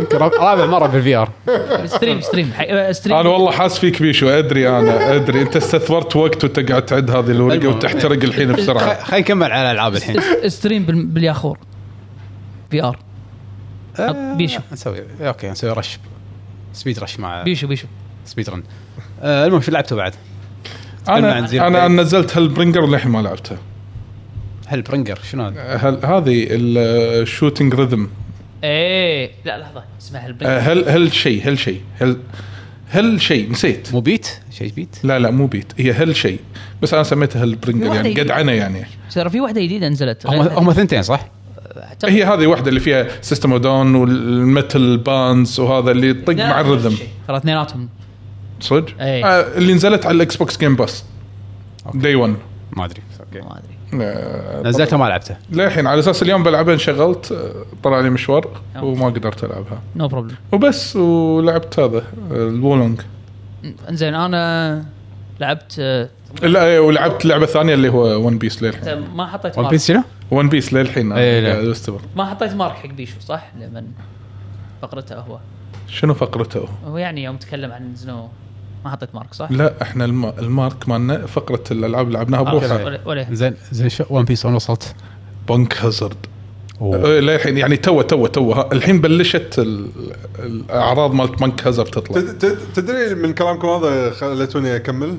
A: يمكن رابع- رابع مره بالفي ار
B: آه.
C: ستريم ستريم حي- آه، ستريم
E: انا والله حاس فيك بيشو ادري انا ادري انت استثمرت وقت وانت قاعد تعد هذه الورقه
A: المهم.
E: وتحترق الحين بسرعه
A: خلينا نكمل على الالعاب الحين
C: س- ستريم بال- بالياخور في ار حط بيشو.
A: نسوي اوكي نسوي رش سبيد رش مع
C: بيشو بيشو
A: سبيد رن آه، المهم شو لعبته بعد؟ تكلم عن زيرو
E: انا انا
A: بليد.
E: نزلت هالبرينجر للحين ما لعبتها
A: هل برنجر شنو هذا؟
E: هل هذه الشوتنج ريذم
C: ايه لا لحظه اسمها البنك
E: آه، هل هل شيء هل شيء هل هل شيء نسيت
A: مو بيت؟ شيء بيت؟
E: لا لا مو بيت هي هل شيء بس انا سميتها هالبرينجر يعني
C: واحدة
E: قد عنا يعني
C: ترى في واحده جديده نزلت
A: هم هم ثنتين صح؟
C: أعتقد-
E: هي هذه واحده اللي فيها سيستم اودون والمتل بانز وهذا اللي يطق
C: لا،
E: مع الرذم
C: ترى اثنيناتهم
E: صدق؟
C: إيه.
E: آه اللي نزلت على الاكس بوكس جيم باس دي 1
A: ما ادري اوكي
C: ما ادري
A: نزلته ما لعبته
E: آه، للحين على اساس اليوم بلعبها انشغلت آه، طلع لي مشوار وما قدرت العبها
C: نو بروبلم
E: وبس ولعبت هذا آه، الولونج
C: انزين انا لعبت آه،
E: لا آه، ولعبت لعبه ثانيه اللي هو ون بيس للحين
C: ما حطيت
A: ون
C: مارك
A: بيس شنو؟
E: ون بيس للحين أنا
A: إيه، لا.
E: قاعد أستمر.
C: ما حطيت مارك حق بيشو صح؟ لمن فقرته هو
E: شنو فقرته؟
C: هو يعني يوم تكلم عن زنو ما حطيت مارك صح؟
E: لا احنا الم... المارك مالنا فقره الالعاب اللي لعبناها
C: آه،
E: بروحها
A: أوكي.
C: ولا ولا
A: زين زين شو ون بيس وين وصلت؟
E: بنك هازارد
D: إيه، للحين يعني تو تو تو ها- الحين بلشت ال- الاعراض مالت مانك هازر تطلع
B: تد- تد- تدري من كلامكم هذا خلتوني اكمل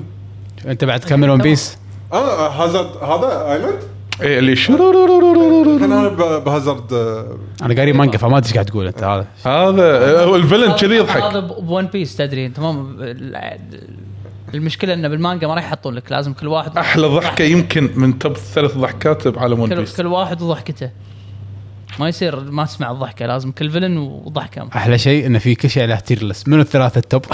A: انت بعد تكمل ون بيس
B: اه هازارد هذا ايلاند
D: إيه، اللي
B: كان
D: شرورورورورورورورورورورورورورورورورورورورورورورورورورورورورورورورورورورورورورورورورورورورورورورورورورورورور.
B: انا ب- بهازارد آه،
A: انا قاري مانجا فما ادري ايش قاعد تقول انت هذا
D: هذا هو الفيلن كذي
C: هذا
D: يضحك
C: بون بيس تدري انت ما المشكله انه بالمانجا ما راح يحطون لك لازم كل واحد
D: احلى ضحكه يمكن من توب ثلاث ضحكات بعالم ون
C: كل,
D: بيس
C: كل واحد وضحكته ما يصير ما تسمع الضحكه لازم كل فيلن وضحكه
A: احلى شيء انه في كل شيء له تير ليست من الثلاثه التوب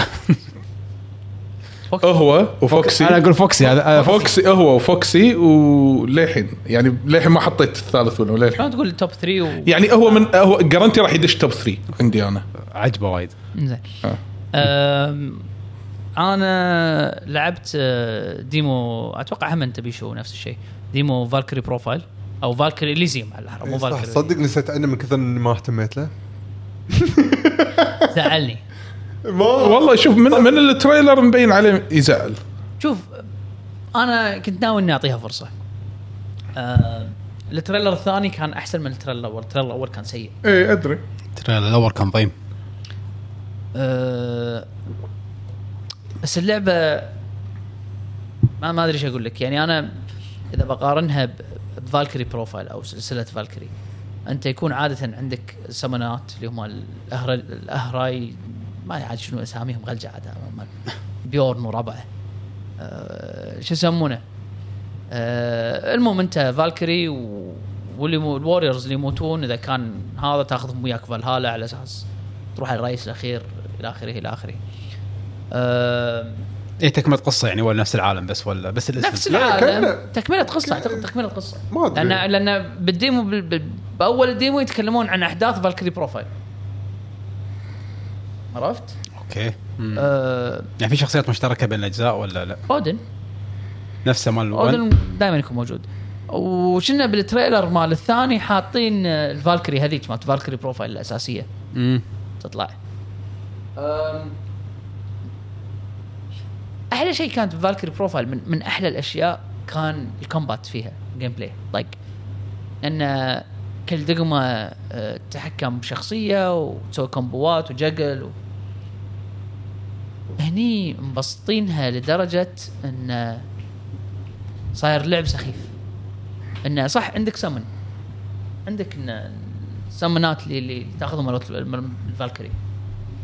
D: هو وفوكسي
A: انا اقول فوكسي هذا آه، فوكس
D: فوكسي هو وفوكسي وللحين يعني للحين ما حطيت الثالث ولا للحين
C: شلون تقول توب 3 و...
D: يعني هو من هو جرانتي راح يدش توب 3 عندي انا
A: عجبه وايد
C: زين
D: آه.
C: أم، انا لعبت آه، ديمو اتوقع هم انت بيشو نفس الشيء ديمو فالكري بروفايل او فالكري اليزيوم على الأحرى، مو
B: إيه، صح،
C: فالكري
B: صدق نسيت عنه من كثر اني ما اهتميت له
C: زعلني
B: ما
D: والله شوف من من التريلر مبين عليه يزعل
C: شوف انا كنت ناوي اني اعطيها فرصه آه، التريلر الثاني كان احسن من التريلر الاول التريلر الاول كان سيء
D: ايه ادري
A: ترى الاول كان طيب. ضيم
C: أه، بس اللعبه ما ما ادري ايش اقول لك يعني انا اذا بقارنها ب- بفالكري بروفايل او سلسله فالكري انت يكون عاده عندك سمنات اللي هم الاهرا الاهراي ما عاد شنو اساميهم غلجه عاد ما- بيورن وربعه أه، شو يسمونه أه، المهم انت فالكري و... واللي مو الوريورز اللي يموتون اذا كان هذا تاخذهم وياك فالهالا على اساس تروح على الرئيس الاخير الى اخره الى اخره. أه...
A: اي تكمله قصه يعني ولا نفس العالم بس ولا بس الاسم
C: نفس
B: لا،
C: العالم
B: كان-
C: تكمله قصه اعتقد تكمله قصه
B: ما أدري.
C: لان لان بالديمو بال... بال... باول الديمو يتكلمون عن احداث فالكري بروفايل. عرفت؟
A: اوكي مم.
C: أه...
A: يعني في شخصيات مشتركه بين الاجزاء ولا لا
C: اودن
A: نفسه مال
C: اودن
A: ون
C: دائما يكون موجود وشنا بالتريلر مال الثاني حاطين آه، الفالكري هذيك مالت فالكري بروفايل الاساسيه
A: مم.
C: تطلع أم، احلى شيء كانت فالكري بروفايل من من احلى الاشياء كان الكومبات فيها جيم بلاي طق ان آه، كل دقمه أه، تتحكم بشخصيه وتسوي كومبوات وجقل و... هني مبسطينها لدرجه ان صاير لعب سخيف انه صح عندك سمن عندك إن السمنات اللي اللي تاخذهم مالت الم- الفالكري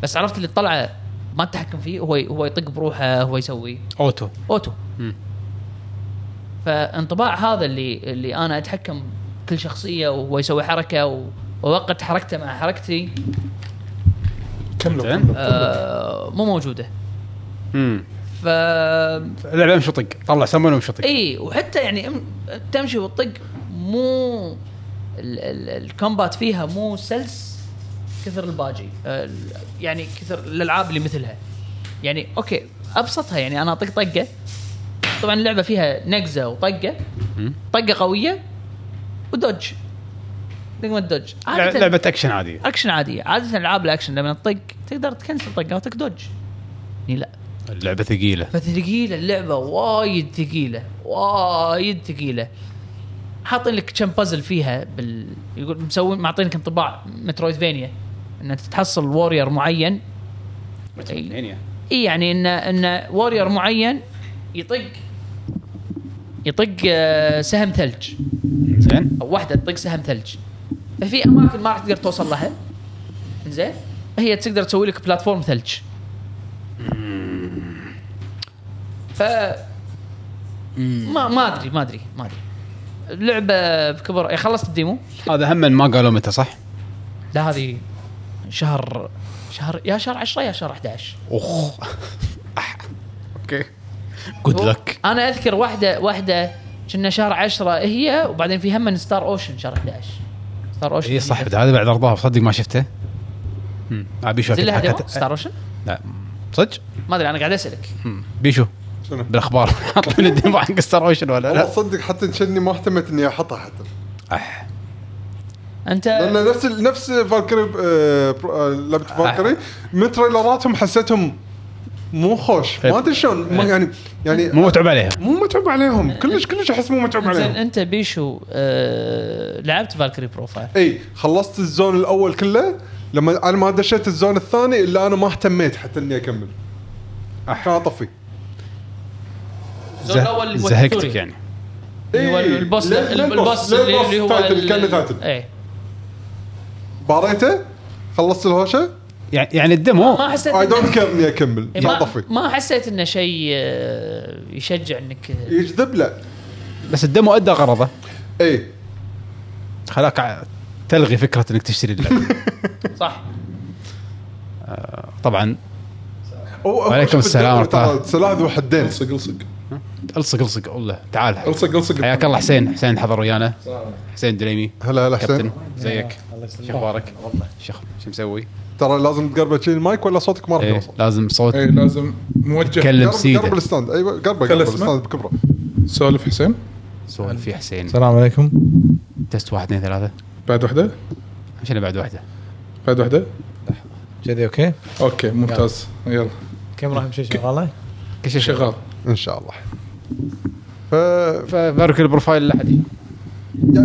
C: بس عرفت اللي طلعه ما تتحكم فيه هو هو يطق بروحه هو يسوي
A: اوتو
C: اوتو
A: مم.
C: فانطباع هذا اللي اللي انا اتحكم كل شخصيه وهو يسوي حركه و- واوقت حركته مع حركتي
A: زين
C: آه مو موجوده
A: مم.
C: ف
A: اللعبه مشطق طلع سمن ومشطق
C: اي وحتى يعني ام- تمشي وتطق مو ال- ال- الكومبات فيها مو سلس كثر الباجي ال- يعني كثر الالعاب اللي مثلها يعني اوكي ابسطها يعني انا اطق طقه طبعا اللعبه فيها نقزه وطقه
A: مم.
C: طقه قويه ودوج نقمه دوج
A: لع-
C: عادة-
A: لعبه اكشن عاديه
C: اكشن عاديه عاده العاب الاكشن لما تطق تقدر تكنسل طقه وتك دوج هني لا
A: اللعبه ثقيله
C: فثقيله اللعبه وايد ثقيله وايد ثقيله حاطين لك كم بازل فيها بال يقول مسوي معطينك انطباع مترويدفينيا ان انت تحصل وورير معين اي يعني ان ان وورير معين يطق يطق آه، سهم ثلج
A: زين
C: او واحده تطق سهم ثلج ففي اماكن ما راح تقدر توصل لها زين هي تقدر تسوي لك بلاتفورم ثلج ف ما ما ادري ما ادري ما ادري اللعبه بكبر إيه، خلصت الديمو
A: هذا هم ما قالوا متى صح؟
C: لا هذه شهر شهر يا شهر 10 يا شهر 11
A: اخ اوكي جود لك
C: انا اذكر واحده واحده كنا شهر 10 هي وبعدين في هم ستار اوشن شهر 11 ستار اوشن
A: اي إيه، صح بعد- هذا بعد عرضها صدق ما شفته امم آه، بيشو
C: نزل
A: أكيد
C: لها ديمو
A: حكت-
C: ستار اوشن
A: لا صدق
C: ما ادري انا قاعد اسالك
A: مم. بيشو
B: شنو؟
A: بالاخبار حاط لي الديمو حق ستار اوشن ولا
B: والله
A: لا؟
B: صدق حتى اني ما اهتميت اني احطها حتى
A: أح.
C: انت
B: لان نفس
C: آه.
B: نفس فالكري آه، برو- آه، لعبه فالكري من تريلراتهم حسيتهم مو خوش
C: طيب.
B: ما ادري شلون
C: آه.
B: ما يعني يعني
A: مو متعب عليها
B: مو متعب عليهم كلش كلش احس مو متعب
C: زين
B: عليهم
C: انت بيشو آه لعبت فالكري بروفايل
B: اي خلصت الزون الاول كله لما انا ما دشيت الزون الثاني الا انا ما اهتميت حتى اني اكمل كان اطفي
C: الزون الأول اللي هو
A: زهقتك
C: التوتوريال.
A: يعني
C: اللي هو
B: إي،
C: البوس
B: إيه، لا- لا
C: البوس
B: لا
C: اللي اللي هو
B: تايتل،
C: ال-
B: كان تايتل
C: ايه
B: باريته خلصت الهوشه
A: يعني يعني الدمو
C: ما حسيت
B: اي
C: إنه-
B: دونت كير اني اكمل
C: إيه،
B: ما
C: ما,
B: اطفي
C: ما حسيت انه شيء آه، يشجع انك آه،
B: يجذب له
A: بس الدمو ادى غرضه
B: اي
A: خلاك ع- تلغي فكره انك تشتري اللعبه
C: صح
A: طبعا
B: أو- أو-
A: وعليكم
B: شوف
A: السلام
B: الدمو ترى
A: ورحمة الله.
B: سلاح ذو حدين
D: الصق الصق
A: الصق الصق الله تعال
D: الصق الصق
A: حياك الله حسين حسين حضر ويانا حسين دليمي
B: هلا هلا
A: كابتن
B: حسين
A: زيك شو اخبارك؟ آه. والله شو شو مسوي؟
B: ترى لازم تقرب تشيل المايك ولا صوتك ما راح
A: ايه
B: يوصل
A: لازم صوت
D: اي إيه، لازم موجه
A: تكلم
B: قرب- قرب
A: سيده
B: الستاند ايوه قربه
D: خل
B: قرب
D: اسمه.
B: الستاند بكبره
D: سولف حسين
A: سؤال في حسين
F: السلام عليكم
A: تست واحد اثنين ثلاثه
D: بعد واحده
A: مشينا بعد واحده
D: بعد واحده
F: كذي اوكي
D: اوكي ممتاز يلا
F: كم راح نمشي شغاله؟
A: كل شيء
D: شغال
B: ان شاء الله ف
A: فبارك البروفايل لحد
B: يعني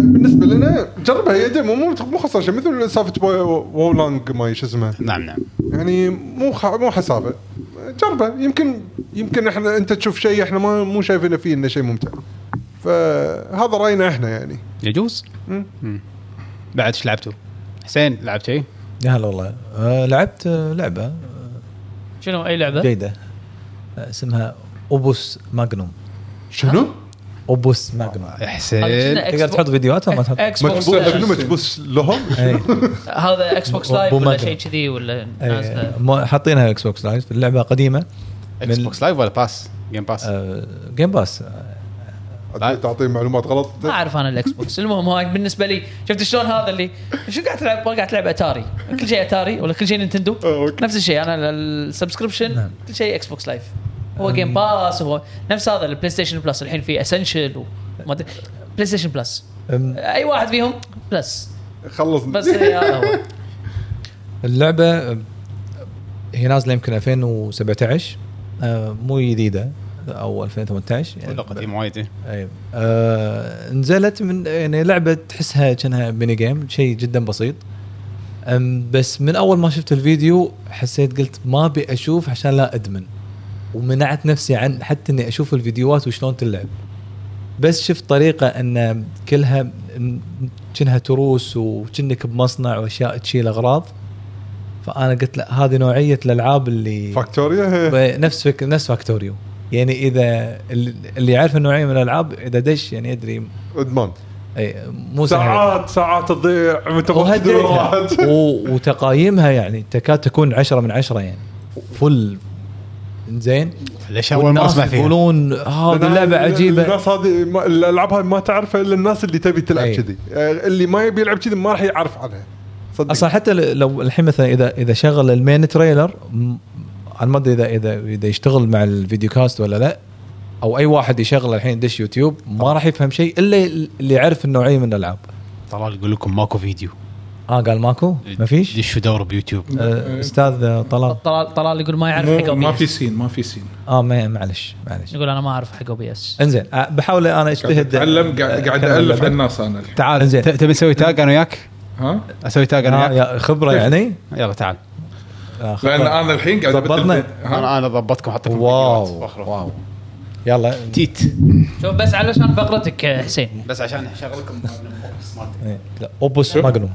B: بالنسبه لنا جربها هي ديمو مو مو خسران شيء مثل سالفه وو- وو لانج ما شو اسمها
A: نعم نعم
B: يعني مو خ... مو حسابه جربه يمكن يمكن احنا انت تشوف شيء احنا ما مو شايفينه فيه انه شيء ممتع فهذا راينا احنا يعني
A: يجوز
B: مم.
A: مم. بعد ايش لعبتوا؟ حسين لعبت شيء؟
F: يا هلا والله آه، لعبت آه، لعبه آه،
C: شنو اي لعبه؟
F: جيده آه، اسمها اوبوس ماجنوم
B: شنو؟
F: اوبوس ماجنوم
A: حسين
F: تقدر تحط فيديوهات
C: إيه،
F: ولا ما تحط؟ إيه،
C: اكس بوكس
B: مكبوس
C: لايف.
B: شنو مكبوس لهم؟
F: إي.
C: هذا اكس بوكس
F: بو-
C: لايف
F: بو
C: ولا
F: ماجرا.
C: شيء كذي ولا
F: إي،
C: نازله
F: إيه، مو- حاطينها اكس بوكس لايف اللعبه قديمه
A: اكس
F: من-
A: بوكس لايف ولا باس؟ جيم باس
F: آه، جيم باس آه،
B: عاد تعطيه معلومات غلط
C: ما
D: طيب.
C: اعرف انا الاكس بوكس المهم هاي بالنسبه لي شفت شلون هذا اللي شو قاعد تلعب ما قاعد تلعب اتاري كل شيء اتاري ولا كل شيء نينتندو
D: آه،
B: أوكي.
C: نفس الشيء انا السبسكربشن
F: نعم.
C: كل شيء اكس بوكس لايف هو جيم باس هو نفس هذا البلاي ستيشن بلس الحين في اسنشل وما ادري بلاي ستيشن بلس
F: أم،
C: اي واحد فيهم بلس
B: خلص
C: بس هي هذا هو
F: اللعبه آه، هي نازله يمكن 2017 آه، مو جديده او 2018 يعني
A: ولا قديم وايد إيه.
F: ايوه آه نزلت من يعني لعبه تحسها كانها ميني جيم شيء جدا بسيط أم بس من اول ما شفت الفيديو حسيت قلت ما ابي اشوف عشان لا ادمن ومنعت نفسي عن حتى اني اشوف الفيديوهات وشلون تلعب بس شفت طريقه ان كلها إن كأنها تروس وكأنك بمصنع واشياء تشيل اغراض فانا قلت لا هذه نوعيه الالعاب اللي
B: فاكتوريا هي.
F: نفس فك... نفس فاكتوريو يعني اذا ال- اللي يعرف النوعيه من الالعاب اذا دش يعني يدري
B: ادمان
F: اي مو سهل
B: ساعات ساعات تضيع متى ما تدري
F: وهديتها.
B: واحد.
F: و... وتقايمها يعني تكاد تكون عشرة من عشرة يعني فل زين
A: ليش اول مره اسمع فيها؟
F: يقولون هذه
B: لأن
F: اللعبه
B: ال-
F: عجيبه
B: الناس هذه ما- الالعاب هاي ما تعرفها الا الناس اللي تبي تلعب
F: أي.
B: كذي آه، اللي ما يبي يلعب كذي ما راح يعرف عنها صدق
F: اصلا حتى ل- لو الحين مثلا اذا اذا شغل المين تريلر م- انا ما ادري اذا اذا اذا يشتغل مع الفيديو كاست ولا لا او اي واحد يشغل الحين دش يوتيوب ما راح يفهم شيء الا اللي يعرف النوعيه من الالعاب
A: طلال يقول لكم ماكو فيديو
F: اه قال ماكو؟ ما فيش؟
A: دشوا دور بيوتيوب
F: آه، استاذ طلال
C: طلال طلال يقول ما يعرف حق
D: مو ما في
C: OBS.
D: سين ما في سين
F: اه ما- معلش معلش
C: يقول انا ما اعرف حق او بي اس
F: انزين آه، بحاول انا اجتهد
D: اتعلم قاعد قاعد الف على الناس انا الحين
F: تعال
A: ت-
F: انزين
A: تبي نسوي تاج انا وياك؟
D: ها
A: اسوي تاج انا
F: آه،
A: وياك؟
F: يا خبره يعني
A: يلا تعال
F: آه،
D: لان
F: خبرة.
D: انا الحين قاعد أبدل-
F: ظبطنا؟
D: ها؟
A: انا انا ضبطكم حطيت لكم
F: واو
A: فيديوهات فخرة.
F: واو يلا
A: تيت
C: شوف بس علشان فقرتك آه، حسين
A: بس عشان اشغلكم البوكس مالتي.
F: إيه، لا، اوبوس ماجنوم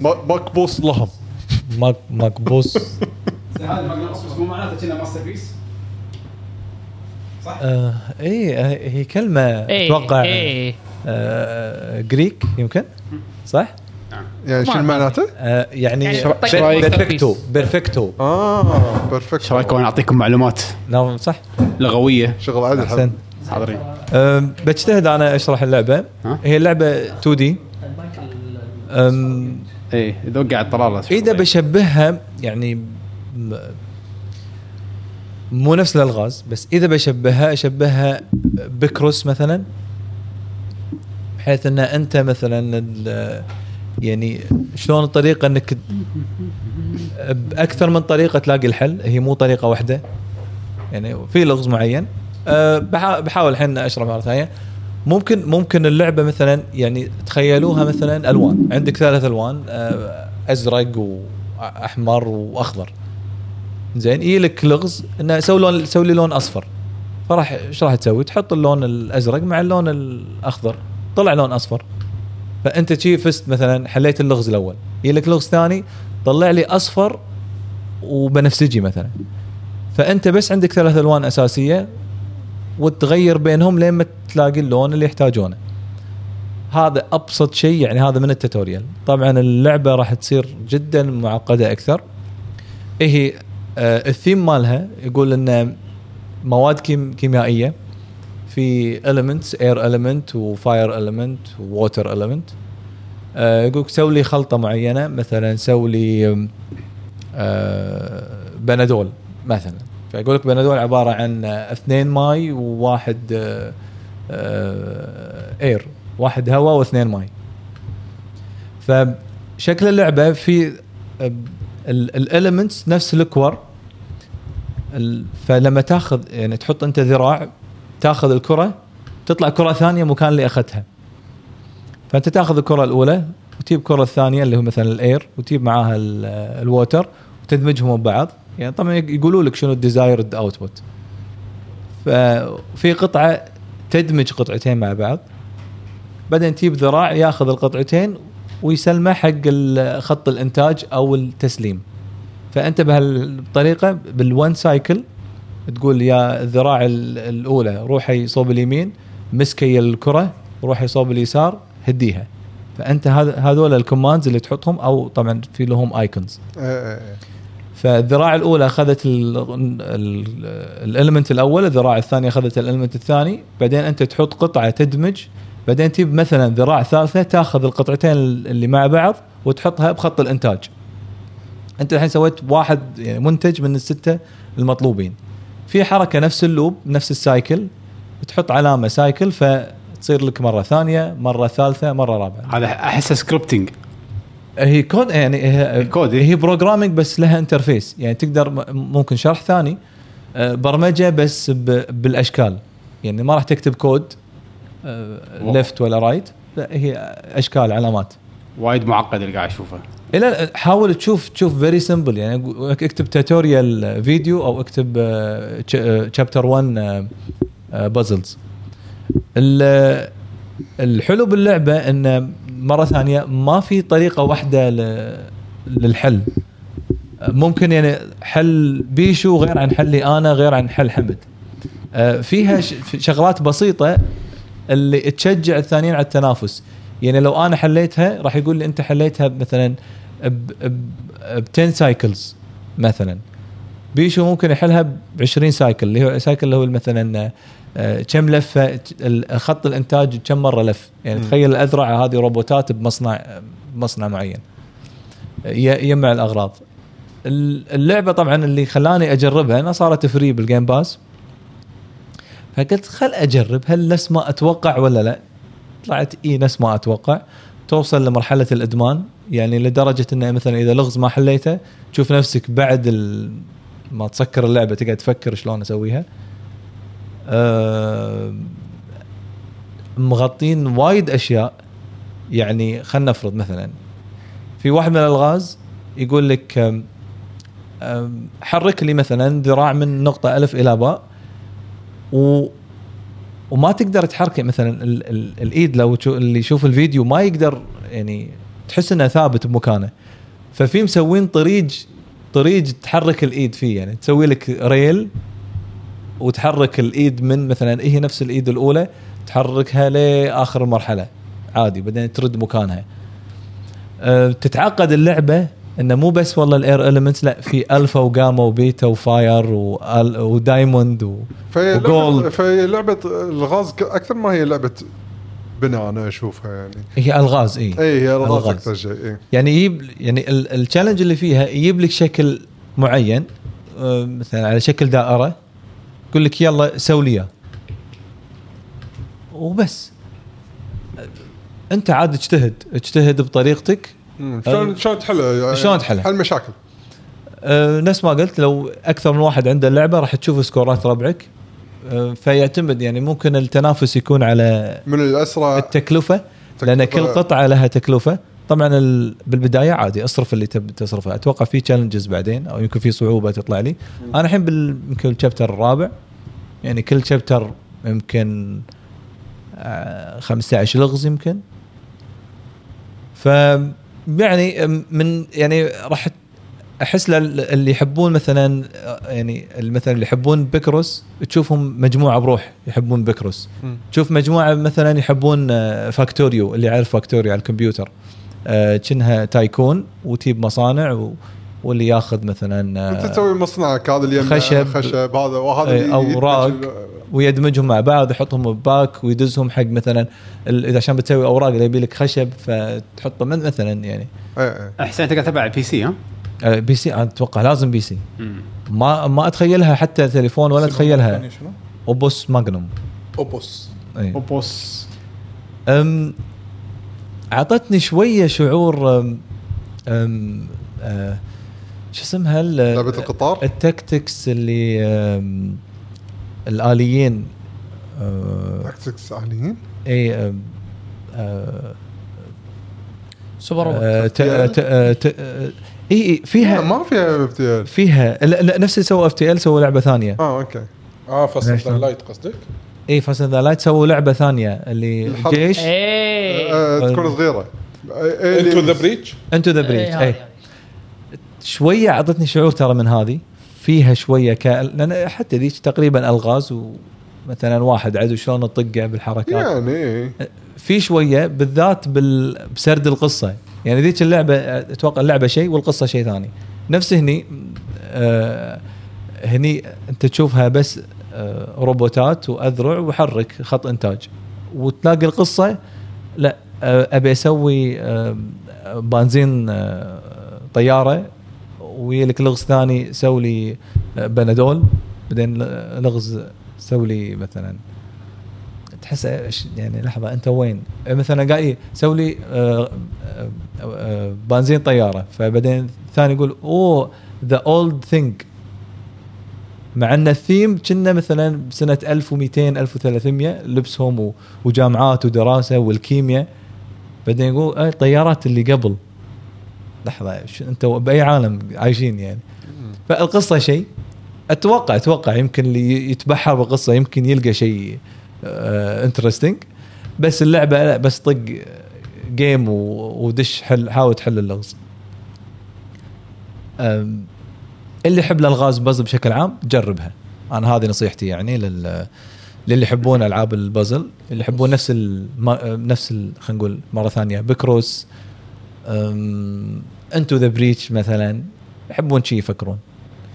B: ما- مكبوس لهم
F: ماك ماكبوس
A: هذا المقناطيس بس مو معناته كنا ماستر بيس
F: آه، اي آه، هي كلمه
C: اي
F: اتوقع
C: اي
F: آه، جريك يمكن صح؟
B: يعني شو
C: ما-
B: معناته؟
F: آه، يعني
C: يعني شو-
A: شو رأيك؟
F: بيرفكتو بيرفكتو
A: آه.
B: اه بيرفكت
A: ايش رايكم انا اعطيكم معلومات
F: نعم، صح؟
A: لغويه
B: شغل عادي الحين.
F: احسنت
A: حاضرين
F: أم، بجتهد انا اشرح اللعبه
A: ها؟
F: هي اللعبه 2 دي
A: ايه اذا قاعد طلاله
F: اذا إيه، بشبهها يعني م- مو نفس الالغاز بس اذا بشبهها اشبهها بكروس مثلا بحيث ان انت مثلا ال- يعني شلون الطريقه انك باكثر من طريقه تلاقي الحل هي مو طريقه واحده يعني في لغز معين أه بحا- بحاول الحين اشرح مره ثانيه ممكن ممكن اللعبه مثلا يعني تخيلوها مثلا الوان عندك ثلاث الوان أه ازرق واحمر واخضر زين يجي لك لغز انه سوي لون سوي لي لون اصفر فراح ايش راح تسوي؟ تحط اللون الازرق مع اللون الاخضر طلع لون اصفر فانت شي فزت مثلا حليت اللغز الاول يجي لك لغز ثاني طلع لي اصفر وبنفسجي مثلا فانت بس عندك ثلاث الوان اساسيه وتغير بينهم لين ما تلاقي اللون اللي يحتاجونه هذا ابسط شيء يعني هذا من التوتوريال طبعا اللعبه راح تصير جدا معقده اكثر إيه هي آه الثيم مالها يقول ان مواد كيم كيميائيه في elements اير element وفاير element ووتر element آه يقول لك سوي لي خلطه معينه مثلا سوي لي آم، آه، بنادول مثلا فيقول لك بنادول عباره عن آه، اثنين ماي وواحد آه، آه، اير واحد هواء واثنين ماي فشكل اللعبه في الاليمنتس نفس الكور ال- فلما تاخذ يعني تحط انت ذراع تاخذ الكره تطلع كره ثانيه مكان اللي اخذتها فانت تاخذ الكره الاولى وتجيب الكره الثانيه اللي هو مثلا الاير وتجيب معاها ال- الووتر وتدمجهم ببعض يعني طبعا يقولوا لك شنو الديزايرد اوتبوت ففي قطعه تدمج قطعتين مع بعض بعدين تجيب ذراع ياخذ القطعتين ويسلمه حق ال- خط الانتاج او التسليم فانت بهالطريقه بالون سايكل تقول يا الذراع ال- الاولى روحي صوب اليمين مسكي الكره روحي صوب اليسار هديها فانت هذ- هذول الكوماندز اللي تحطهم او طبعا في لهم ايكونز
B: آه،
F: فالذراع الاولى اخذت الالمنت الاول الذراع الثانيه اخذت الالمنت الثاني بعدين انت تحط قطعه تدمج بعدين تجيب مثلا ذراع ثالثه تاخذ القطعتين اللي مع بعض وتحطها بخط الانتاج انت الحين سويت واحد يعني منتج من السته المطلوبين في حركه نفس اللوب نفس السايكل تحط علامه سايكل فتصير لك مره ثانيه مره ثالثه مره رابعه
A: هذا احسه سكريبتنج
F: هي كود يعني هي
A: كود، إيه.
F: هي بروجرامينج بس لها انترفيس يعني تقدر م- ممكن شرح ثاني آه، برمجه بس ب- بالاشكال يعني ما راح تكتب كود
A: واو.
F: ليفت ولا رايت لا هي اشكال علامات
A: وايد معقد اللي قاعد اشوفه
F: الى حاول تشوف تشوف فيري سمبل يعني أقو- اكتب توتوريال فيديو او اكتب آه، تشابتر 1 آه، بازلز الحلو باللعبه انه مره ثانيه ما في طريقه واحده ل- للحل ممكن يعني حل بيشو غير عن حلي انا غير عن حل حمد آه، فيها ش- في شغلات بسيطه اللي تشجع الثانيين على التنافس يعني لو انا حليتها راح يقول لي انت حليتها مثلا ب ب- ب 10 سايكلز مثلا بيشو ممكن يحلها ب 20 سايكل اللي هو سايكل اللي هو مثلا آه، كم لفه ال- خط الانتاج كم مره لف يعني تخيل الاذرع هذه روبوتات بمصنع بمصنع معين ي- يجمع الاغراض ال- اللعبه طبعا اللي خلاني اجربها انا صارت فري بالجيم باس فقلت خل اجرب هل نفس ما اتوقع ولا لا طلعت اي نفس ما اتوقع توصل لمرحله الادمان يعني لدرجه انه مثلا اذا لغز ما حليته تشوف نفسك بعد ال- ما تسكر اللعبه تقعد تفكر شلون اسويها أه مغطين وايد اشياء يعني خلينا نفرض مثلا في واحد من الالغاز يقول لك أم، أم، حرك لي مثلا ذراع من نقطه الف الى باء و وما تقدر تحركه مثلا ال ال الايد لو تشو- اللي يشوف الفيديو ما يقدر يعني تحس انه ثابت بمكانه ففي مسوين طريق طريق تحرك الايد فيه يعني تسوي لك ريل وتحرك الايد من مثلا هي نفس الايد الاولى تحركها لاخر مرحله عادي بعدين ترد مكانها أه، تتعقد اللعبه انه مو بس والله الاير المنتس لا في الفا وجاما وبيتا وفاير وال- ودايموند و...
B: فهي لعبة-
F: وجولد.
B: فهي لعبه الغاز ك- اكثر ما هي لعبه بناء انا اشوفها يعني
F: هي الغاز اي
B: اي هي الغاز
F: الغاز.
B: اكثر شيء إيه.
F: يعني يجيب يعني ال- التشالنج اللي فيها يجيب لك شكل معين أه، مثلا على شكل دائره يقول لك يلا سوي لي إياه. وبس أه، انت عاد اجتهد اجتهد بطريقتك
B: مم. شلون شلون تحل يعني
F: شلون تحلها؟
B: حل مشاكل
F: أه، نفس ما قلت لو اكثر من واحد عنده اللعبه راح تشوف سكورات ربعك أه، فيعتمد يعني ممكن التنافس يكون على
B: من الاسرع
F: التكلفه لان كل قطعه لها تكلفه طبعا ال- بالبدايه عادي اصرف اللي تب تصرفه اتوقع في تشالنجز بعدين او يمكن في صعوبه تطلع لي انا الحين بال- يمكن الشابتر الرابع يعني كل شابتر يمكن آه، 15 لغز يمكن ف يعني أم، من يعني راح احس لل- اللي يحبون مثلا آه، يعني مثلا اللي يحبون بكروس تشوفهم مجموعه بروح يحبون بكروس
B: مم.
F: تشوف مجموعه مثلا يحبون آه، فاكتوريو اللي يعرف فاكتوريو على الكمبيوتر آه، كأنها تايكون وتجيب مصانع و... واللي ياخذ مثلا
B: انت
F: آه،
B: تسوي مصنعك هذا اللي يمنع
F: خشب.
B: خشب هذا وهذا
F: إيه،
B: اللي
F: أوراق.
B: يتنجل-
F: ويدمجهم مع بعض يحطهم بباك ويدزهم حق مثلا ال- اذا عشان بتسوي اوراق اللي يبي لك خشب فتحطه من- مثلا يعني
B: إيه، إيه.
A: احسن انت قاعد تبع على البي سي ها؟
F: آه، بي سي انا اتوقع لازم بي سي
A: مم.
F: ما ما اتخيلها حتى تليفون ولا اتخيلها
D: شنو؟
F: اوبوس ماجنوم
B: اوبوس
F: أي.
A: اوبوس
F: أم عطتني شويه شعور أم أم أه شو اسمها ال-
B: لعبه القطار
F: التكتكس اللي أم، الاليين أه،
B: تاكتكس عاليين
F: اي إيه، أم، أه،
C: سوبر روبوت
F: أه، ت- ت- أه، ت- أه، اي إي،
B: لا،
F: فيها
B: ما فيها افتيال
F: فيها لا لا نفس اللي سووا اف تي ال سووا لعبه ثانيه
B: اه اوكي
E: آه،
D: اه فاست
F: ليش؟
D: لايت قصدك؟
F: اي فاست ذا إيه، لايت سووا لعبه ثانيه اللي
B: الحرب.
F: جيش
C: ايه
D: أه.
B: آه، تكون صغيره
D: انتو
B: إيه.
D: ذا بريتش
F: انتو ذا بريج
C: إيه،
F: اي
C: هذه-
F: شويه اعطتني شعور ترى من هذه فيها شويه ك لان حتى ذيك تقريبا الغاز ومثلا واحد عدو شلون تطقه بالحركات
B: يعني إيه.
F: في شويه بالذات بال... بسرد القصه يعني ذيك اللعبه اتوقع اللعبه شيء والقصه شيء ثاني نفس هني آه هني انت تشوفها بس آه روبوتات واذرع وحرك خط انتاج وتلاقي القصه لا آه ابي اسوي آه بنزين آه طياره ويلك لغز ثاني سوي لي آه، بنادول بعدين ل- لغز سوي لي مثلا تحس إيش- يعني لحظه انت وين؟ مثلا قاعد إيه، سوي لي آه، آه، آه، بنزين طياره فبعدين الثاني يقول اوه ذا اولد ثينج مع ان الثيم كنا مثلا بسنه 1200 1300 لبسهم و- وجامعات ودراسه والكيمياء بعدين يقول آه الطيارات اللي قبل لحظه ش- انت باي عالم عايشين يعني فالقصه شيء اتوقع اتوقع يمكن اللي يتبحر بالقصه يمكن يلقى شيء انترستنج آه، بس اللعبه لا بس طق جيم ودش حل حاول تحل اللغز أم، اللي يحب الالغاز بازل بشكل عام جربها انا هذه نصيحتي يعني لل للي يحبون العاب البازل اللي يحبون نفس ال نفس ال خلينا نقول مره ثانيه بكروس انتو ذا بريتش مثلا يحبون شي يفكرون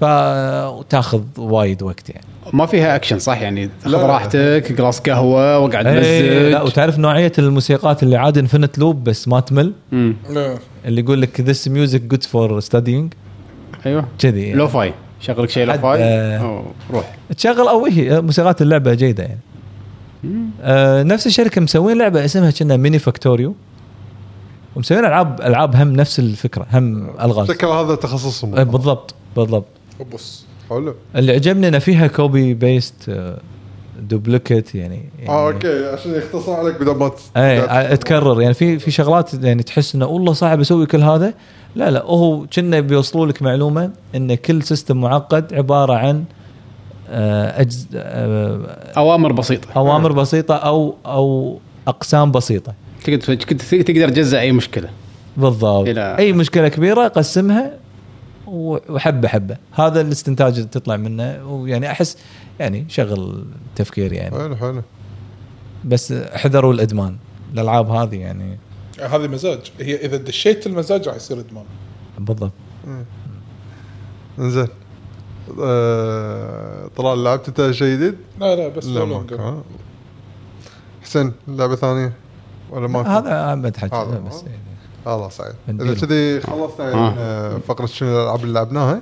F: فتاخذ وايد وقت يعني
A: ما فيها اكشن صح يعني خذ
B: لا.
A: راحتك جلاس قهوه واقعد
F: إيه، لا
A: مزج
F: وتعرف نوعيه الموسيقات اللي عاد انفنت لوب بس ما تمل
A: مم.
D: لا
F: اللي يقول لك ذس ميوزك جود فور ستادينج
A: ايوه
F: كذي يعني.
A: لو فاي شغلك شيء لو
F: حد-
A: فاي
F: آه.
A: أو روح
F: تشغل او هي موسيقات اللعبه جيده يعني
A: مم.
F: آه نفس الشركه مسوين لعبه اسمها كنا ميني فاكتوريو ومسوين العاب العاب هم نفس الفكره هم الغاز
B: شكل هذا
F: آه،
B: تخصصهم
F: بالضبط بالضبط
D: اوبوس
B: حلو
F: اللي عجبني انه فيها كوبي بيست دوبليكت يعني, يعني
B: اه اوكي عشان يختصر عليك بدل ما تس-
F: اي إيه، تكرر يعني في في شغلات يعني تحس انه والله صعب اسوي كل هذا لا لا هو كنا بيوصلوا لك معلومه ان كل سيستم معقد عباره عن آه، أجز... آه،
A: اوامر بسيطه
F: اوامر بسيطه او او اقسام بسيطه
A: تقدر تقدر تجزء اي مشكله
F: بالضبط
A: إلى-
F: اي مشكله كبيره قسمها و- وحبه حبه هذا الاستنتاج اللي تطلع منه ويعني احس يعني شغل تفكير يعني
B: حلو حلو
F: بس احذروا الادمان الالعاب هذه يعني
D: هذه مزاج هي اذا دشيت المزاج راح يصير ادمان
F: بالضبط
B: انزين آه، طلال لعبت انت شيء جديد؟
D: لا لا بس
B: لا
D: لونجا.
B: ماكو ها؟ حسين لعبه ثانيه ولا ماكو؟
F: هذا ما تحكي
B: هذا
F: لا
B: هو.
F: بس يعني
B: الله سعيد
F: نديله.
B: اذا كذي خلصنا
A: آه.
B: آه، فقره شنو الالعاب اللي لعبناها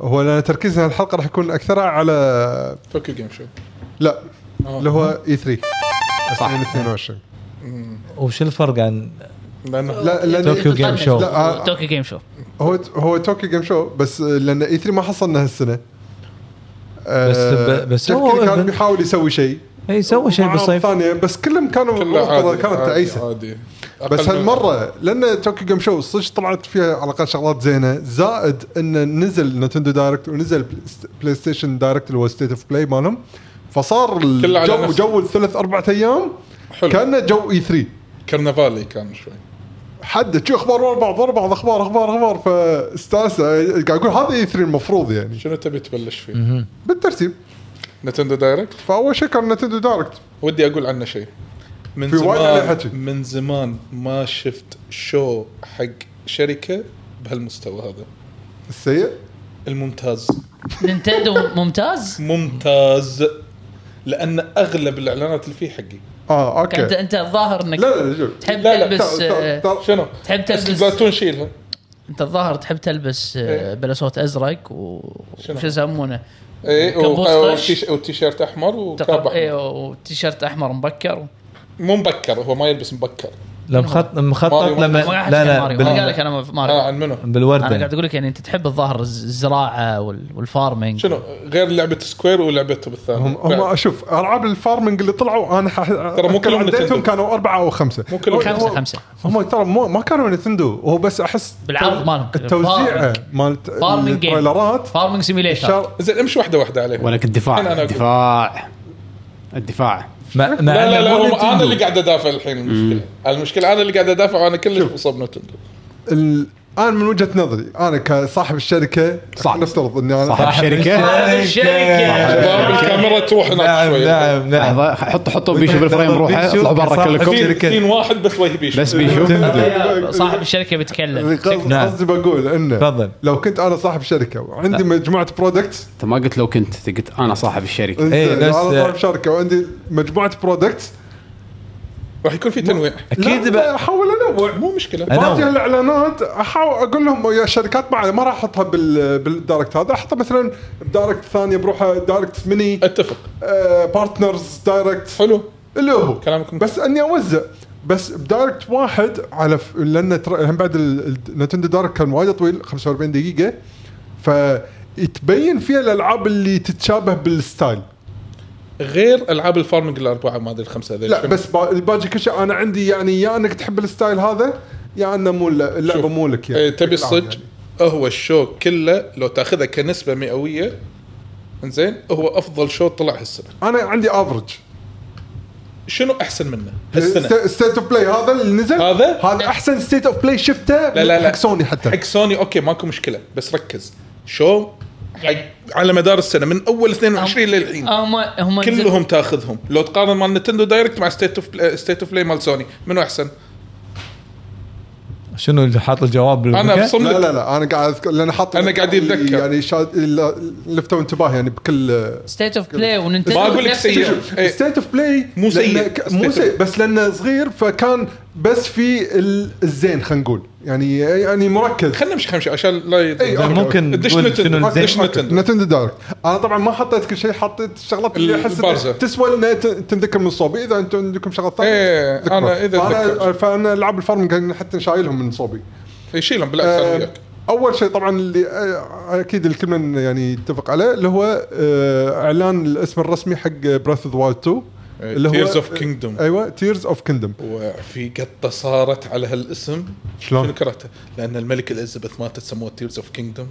B: هو لان تركيزنا الحلقه راح يكون اكثر على
D: طوكيو جيم شو
B: لا
D: آه.
B: اللي هو E اي 3 2022
F: وش الفرق عن
D: لانه
B: لا لأن-
C: إيه،
F: طوكيو جيم شو
C: طيب،
B: لا آه،
C: توكي جيم شو
B: هو هو توكيو جيم شو بس لان اي 3 ما حصلنا هالسنه
F: بس- ب- بس هو
B: هو كان
F: event.
B: بيحاول يسوي شيء
F: اي إيه، سوى شيء
B: معارض
F: بالصيف
B: ثانيه بس كلهم كانوا معارضة آه، كانت تعيسه
E: عادي
B: بس هالمره لان توكي جيم شو صدق طلعت فيها على الاقل شغلات زينه زائد ان نزل نتندو دايركت ونزل بلاي ستيشن دايركت اللي هو ستيت اوف بلاي مالهم فصار
E: كله على
B: الجو
E: نفس-
B: جو الثلاث اربع ايام
E: حلو.
B: كانه جو اي 3
E: كرنفالي كان شوي
B: حدد شو اخبار ورا بعض ورا بعض اخبار اخبار اخبار فاستانسه قاعد اقول هذا اي 3 المفروض يعني
E: شنو تبي تبلش فيه؟
B: بالترتيب
E: نتندو دايركت
B: فاول شيء كان نتندو دايركت
E: ودي اقول عنه شيء من
B: في وايد عليه
E: زمان
B: حكي.
E: من زمان ما شفت شو حق شركه بهالمستوى هذا
B: السيء
E: الممتاز
C: نينتندو ممتاز
E: ممتاز لان اغلب الاعلانات اللي فيه حقي
B: اه
C: انت
B: اوكي
C: انت الظاهر انك
B: لا لا شوف
C: تحب
E: لا، لا،
C: تلبس
B: تعال، تعال،
C: آه،
B: تعال.
E: شنو؟
C: تحب
E: بس
C: تلبس
E: البلاتون شيلها
C: انت الظاهر تحب تلبس آه، بلسوت ازرق و-
E: شنو؟
C: وش يسمونه
E: اي
C: كابوس خش.
E: والتيشيرت احمر وكاب
C: تقب اي
E: احمر
C: إيه، وتيشيرت احمر مبكر
E: مو مبكر هو ما يلبس مبكر
F: لا مخط- مخطط
E: ماريو.
F: لما
C: ما قاعد
F: لا
C: أحكي عن
F: لا
C: ماريو انا قاعد
F: بال-
C: لك انا ماريو
E: اه عن منو؟
F: بالورده
C: انا قاعد اقول لك يعني انت تحب الظاهر الز- الزراعه وال- والفارمينج
E: شنو غير لعبه سكوير ولعبتهم الثانيه
B: هم هم اشوف العاب الفارمنج اللي طلعوا انا ح... ترى
E: مو كلهم
B: عديتهم
E: نتندو.
B: كانوا اربعه او خمسه
E: مو كلهم
C: إيه، خمسة- خمسة.
B: هم ترى مو ما كانوا نتندو هو بس احس
C: بالعرض مالهم.
B: التوزيع
C: فارمنج.
B: مال
C: فارمنج جيم.
B: التريلرات
C: فارمينج سيميليشن
B: شار...
E: زين امشي واحده واحده عليه
A: ولكن
E: أنا-
A: الدفاع
E: أنا أقول.
A: الدفاع الدفاع
F: مع مع
E: لا لا
F: إنه
E: لا
F: مو
E: هم
F: نينتندو.
E: انا اللي قاعد ادافع الحين المشكله المشكله انا اللي قاعد ادافع وانا كلش مصاب نتندو
B: ال... انا من وجهه نظري انا كصاحب الشركه
A: صح.
B: نفترض اني انا
A: صاحب الشركه
C: الشركه
E: شباب الكاميرا تروح هناك
F: نعم
E: شوي
F: نعم نعم
A: لحظه حطوا حطوا بيشو بالفريم روحه
F: بيشو
A: اطلعوا برا
F: صاحب
A: كلكم
F: الشركة.
E: اثنين اثنين واحد بس وهبيش
A: بس بيشو
C: صاحب الشركه بيتكلم
B: قصدي
F: نعم.
B: قصدي بقول انه
F: تفضل.
B: لو كنت انا صاحب شركه وعندي مجموعه برودكتس
A: انت ما قلت لو كنت أنت قلت انا صاحب الشركه
B: إنزين،
F: إيه،
B: لو انا
F: نفس-
B: صاحب شركه وعندي مجموعه برودكتس
E: راح يكون في تنويع
F: اكيد
B: لا،
F: بقى-
B: احاول انوع
E: مو مشكله
F: أنا-
B: باجي الاعلانات احاول اقول لهم يا شركات ما ما راح احطها بال بالدايركت هذا احطها مثلا بدايركت ثانيه بروحه دايركت ميني
E: اتفق
B: آه بارتنرز دايركت
E: حلو
B: اللي هو
E: كلامكم
B: بس اني اوزع بس بدايركت واحد على ف... لان ترى هم بعد ال- ال- نتندو دايركت كان وايد طويل 45 دقيقه فيتبين فيها الالعاب اللي تتشابه بالستايل
E: غير العاب الفارمنج الاربعه ما ادري الخمسه هذول
B: لا
E: شنو؟
B: بس با... الباجي كل شيء انا عندي يعني يا انك تحب الستايل هذا يا انه مو الل- اللعبه
E: شوف،
B: مو لك يعني.
E: إيه، تبي
B: بالعام
E: الصج هو الشو كله لو تاخذه كنسبه مئويه زين هو افضل شو طلع هالسنه
B: انا عندي افرج
E: شنو احسن منه هالسنه
B: ستيت اوف بلاي هذا اللي نزل
E: هذا؟
B: هذا احسن ستيت اوف بلاي شفته
E: لا لا لا
B: حق سوني حتى
E: حق سوني اوكي ماكو مشكله بس ركز شو حق على مدار السنه من اول 22 للحين
C: هم هم
E: كلهم تاخذهم لو تقارن مال نتندو دايركت مع ستيت اوف ستيت اوف بلاي مال سوني منو احسن؟
F: شنو اللي حاط الجواب بالمكان؟
E: انا بصمت
B: لا لا لا انا قاعد أذكر لان حاط
E: أنا قاعد أتذكر.
B: يعني شاد ال- لفتوا انتباهي يعني بكل
C: ستيت اوف بلاي ونينتندو
E: ما أقول لك
C: نفس
E: سيء.
C: الشيء.
E: إيه.
B: ستيت اوف بلاي
E: مو سيء.
B: مو
E: State of-
B: سيء بس لانه صغير فكان بس في ال- الزين خلينا نقول يعني يعني مركز
E: خلينا نمشي خمشي عشان لا
B: إي،
E: يض-
B: إيه، أوكي.
F: ممكن
E: دش
F: تقول
E: نتندو،
F: شنو
E: دش
F: الزين؟
E: نتندو.
B: نتندو دايركت انا طبعا ما حطيت كل شيء حطيت الشغلات اللي احس
E: البارزة.
B: إن تسوى ان ت- تنذكر من صوبي اذا انتم عندكم شغلات ثانيه
E: إيه،
B: ذكروا.
E: أنا إذا
B: فانا
E: تذكرت.
B: فانا العاب الفارمنج كان حتى شايلهم من صوبي
E: يشيلهم بالعكس أنا
B: آه،
E: وياك.
B: اول شيء طبعا اللي آه، اكيد الكل يعني يتفق عليه اللي هو آه، اعلان الاسم الرسمي حق براث اوف وايلد 2 اللي
E: إيه، Tears of Kingdom.
B: ايوه تيرز اوف كيندم
E: وفي قطه صارت على هالاسم
B: شلون؟
E: شنو كرهته؟ لان الملك اليزابيث ماتت سموها تيرز اوف كينجدوم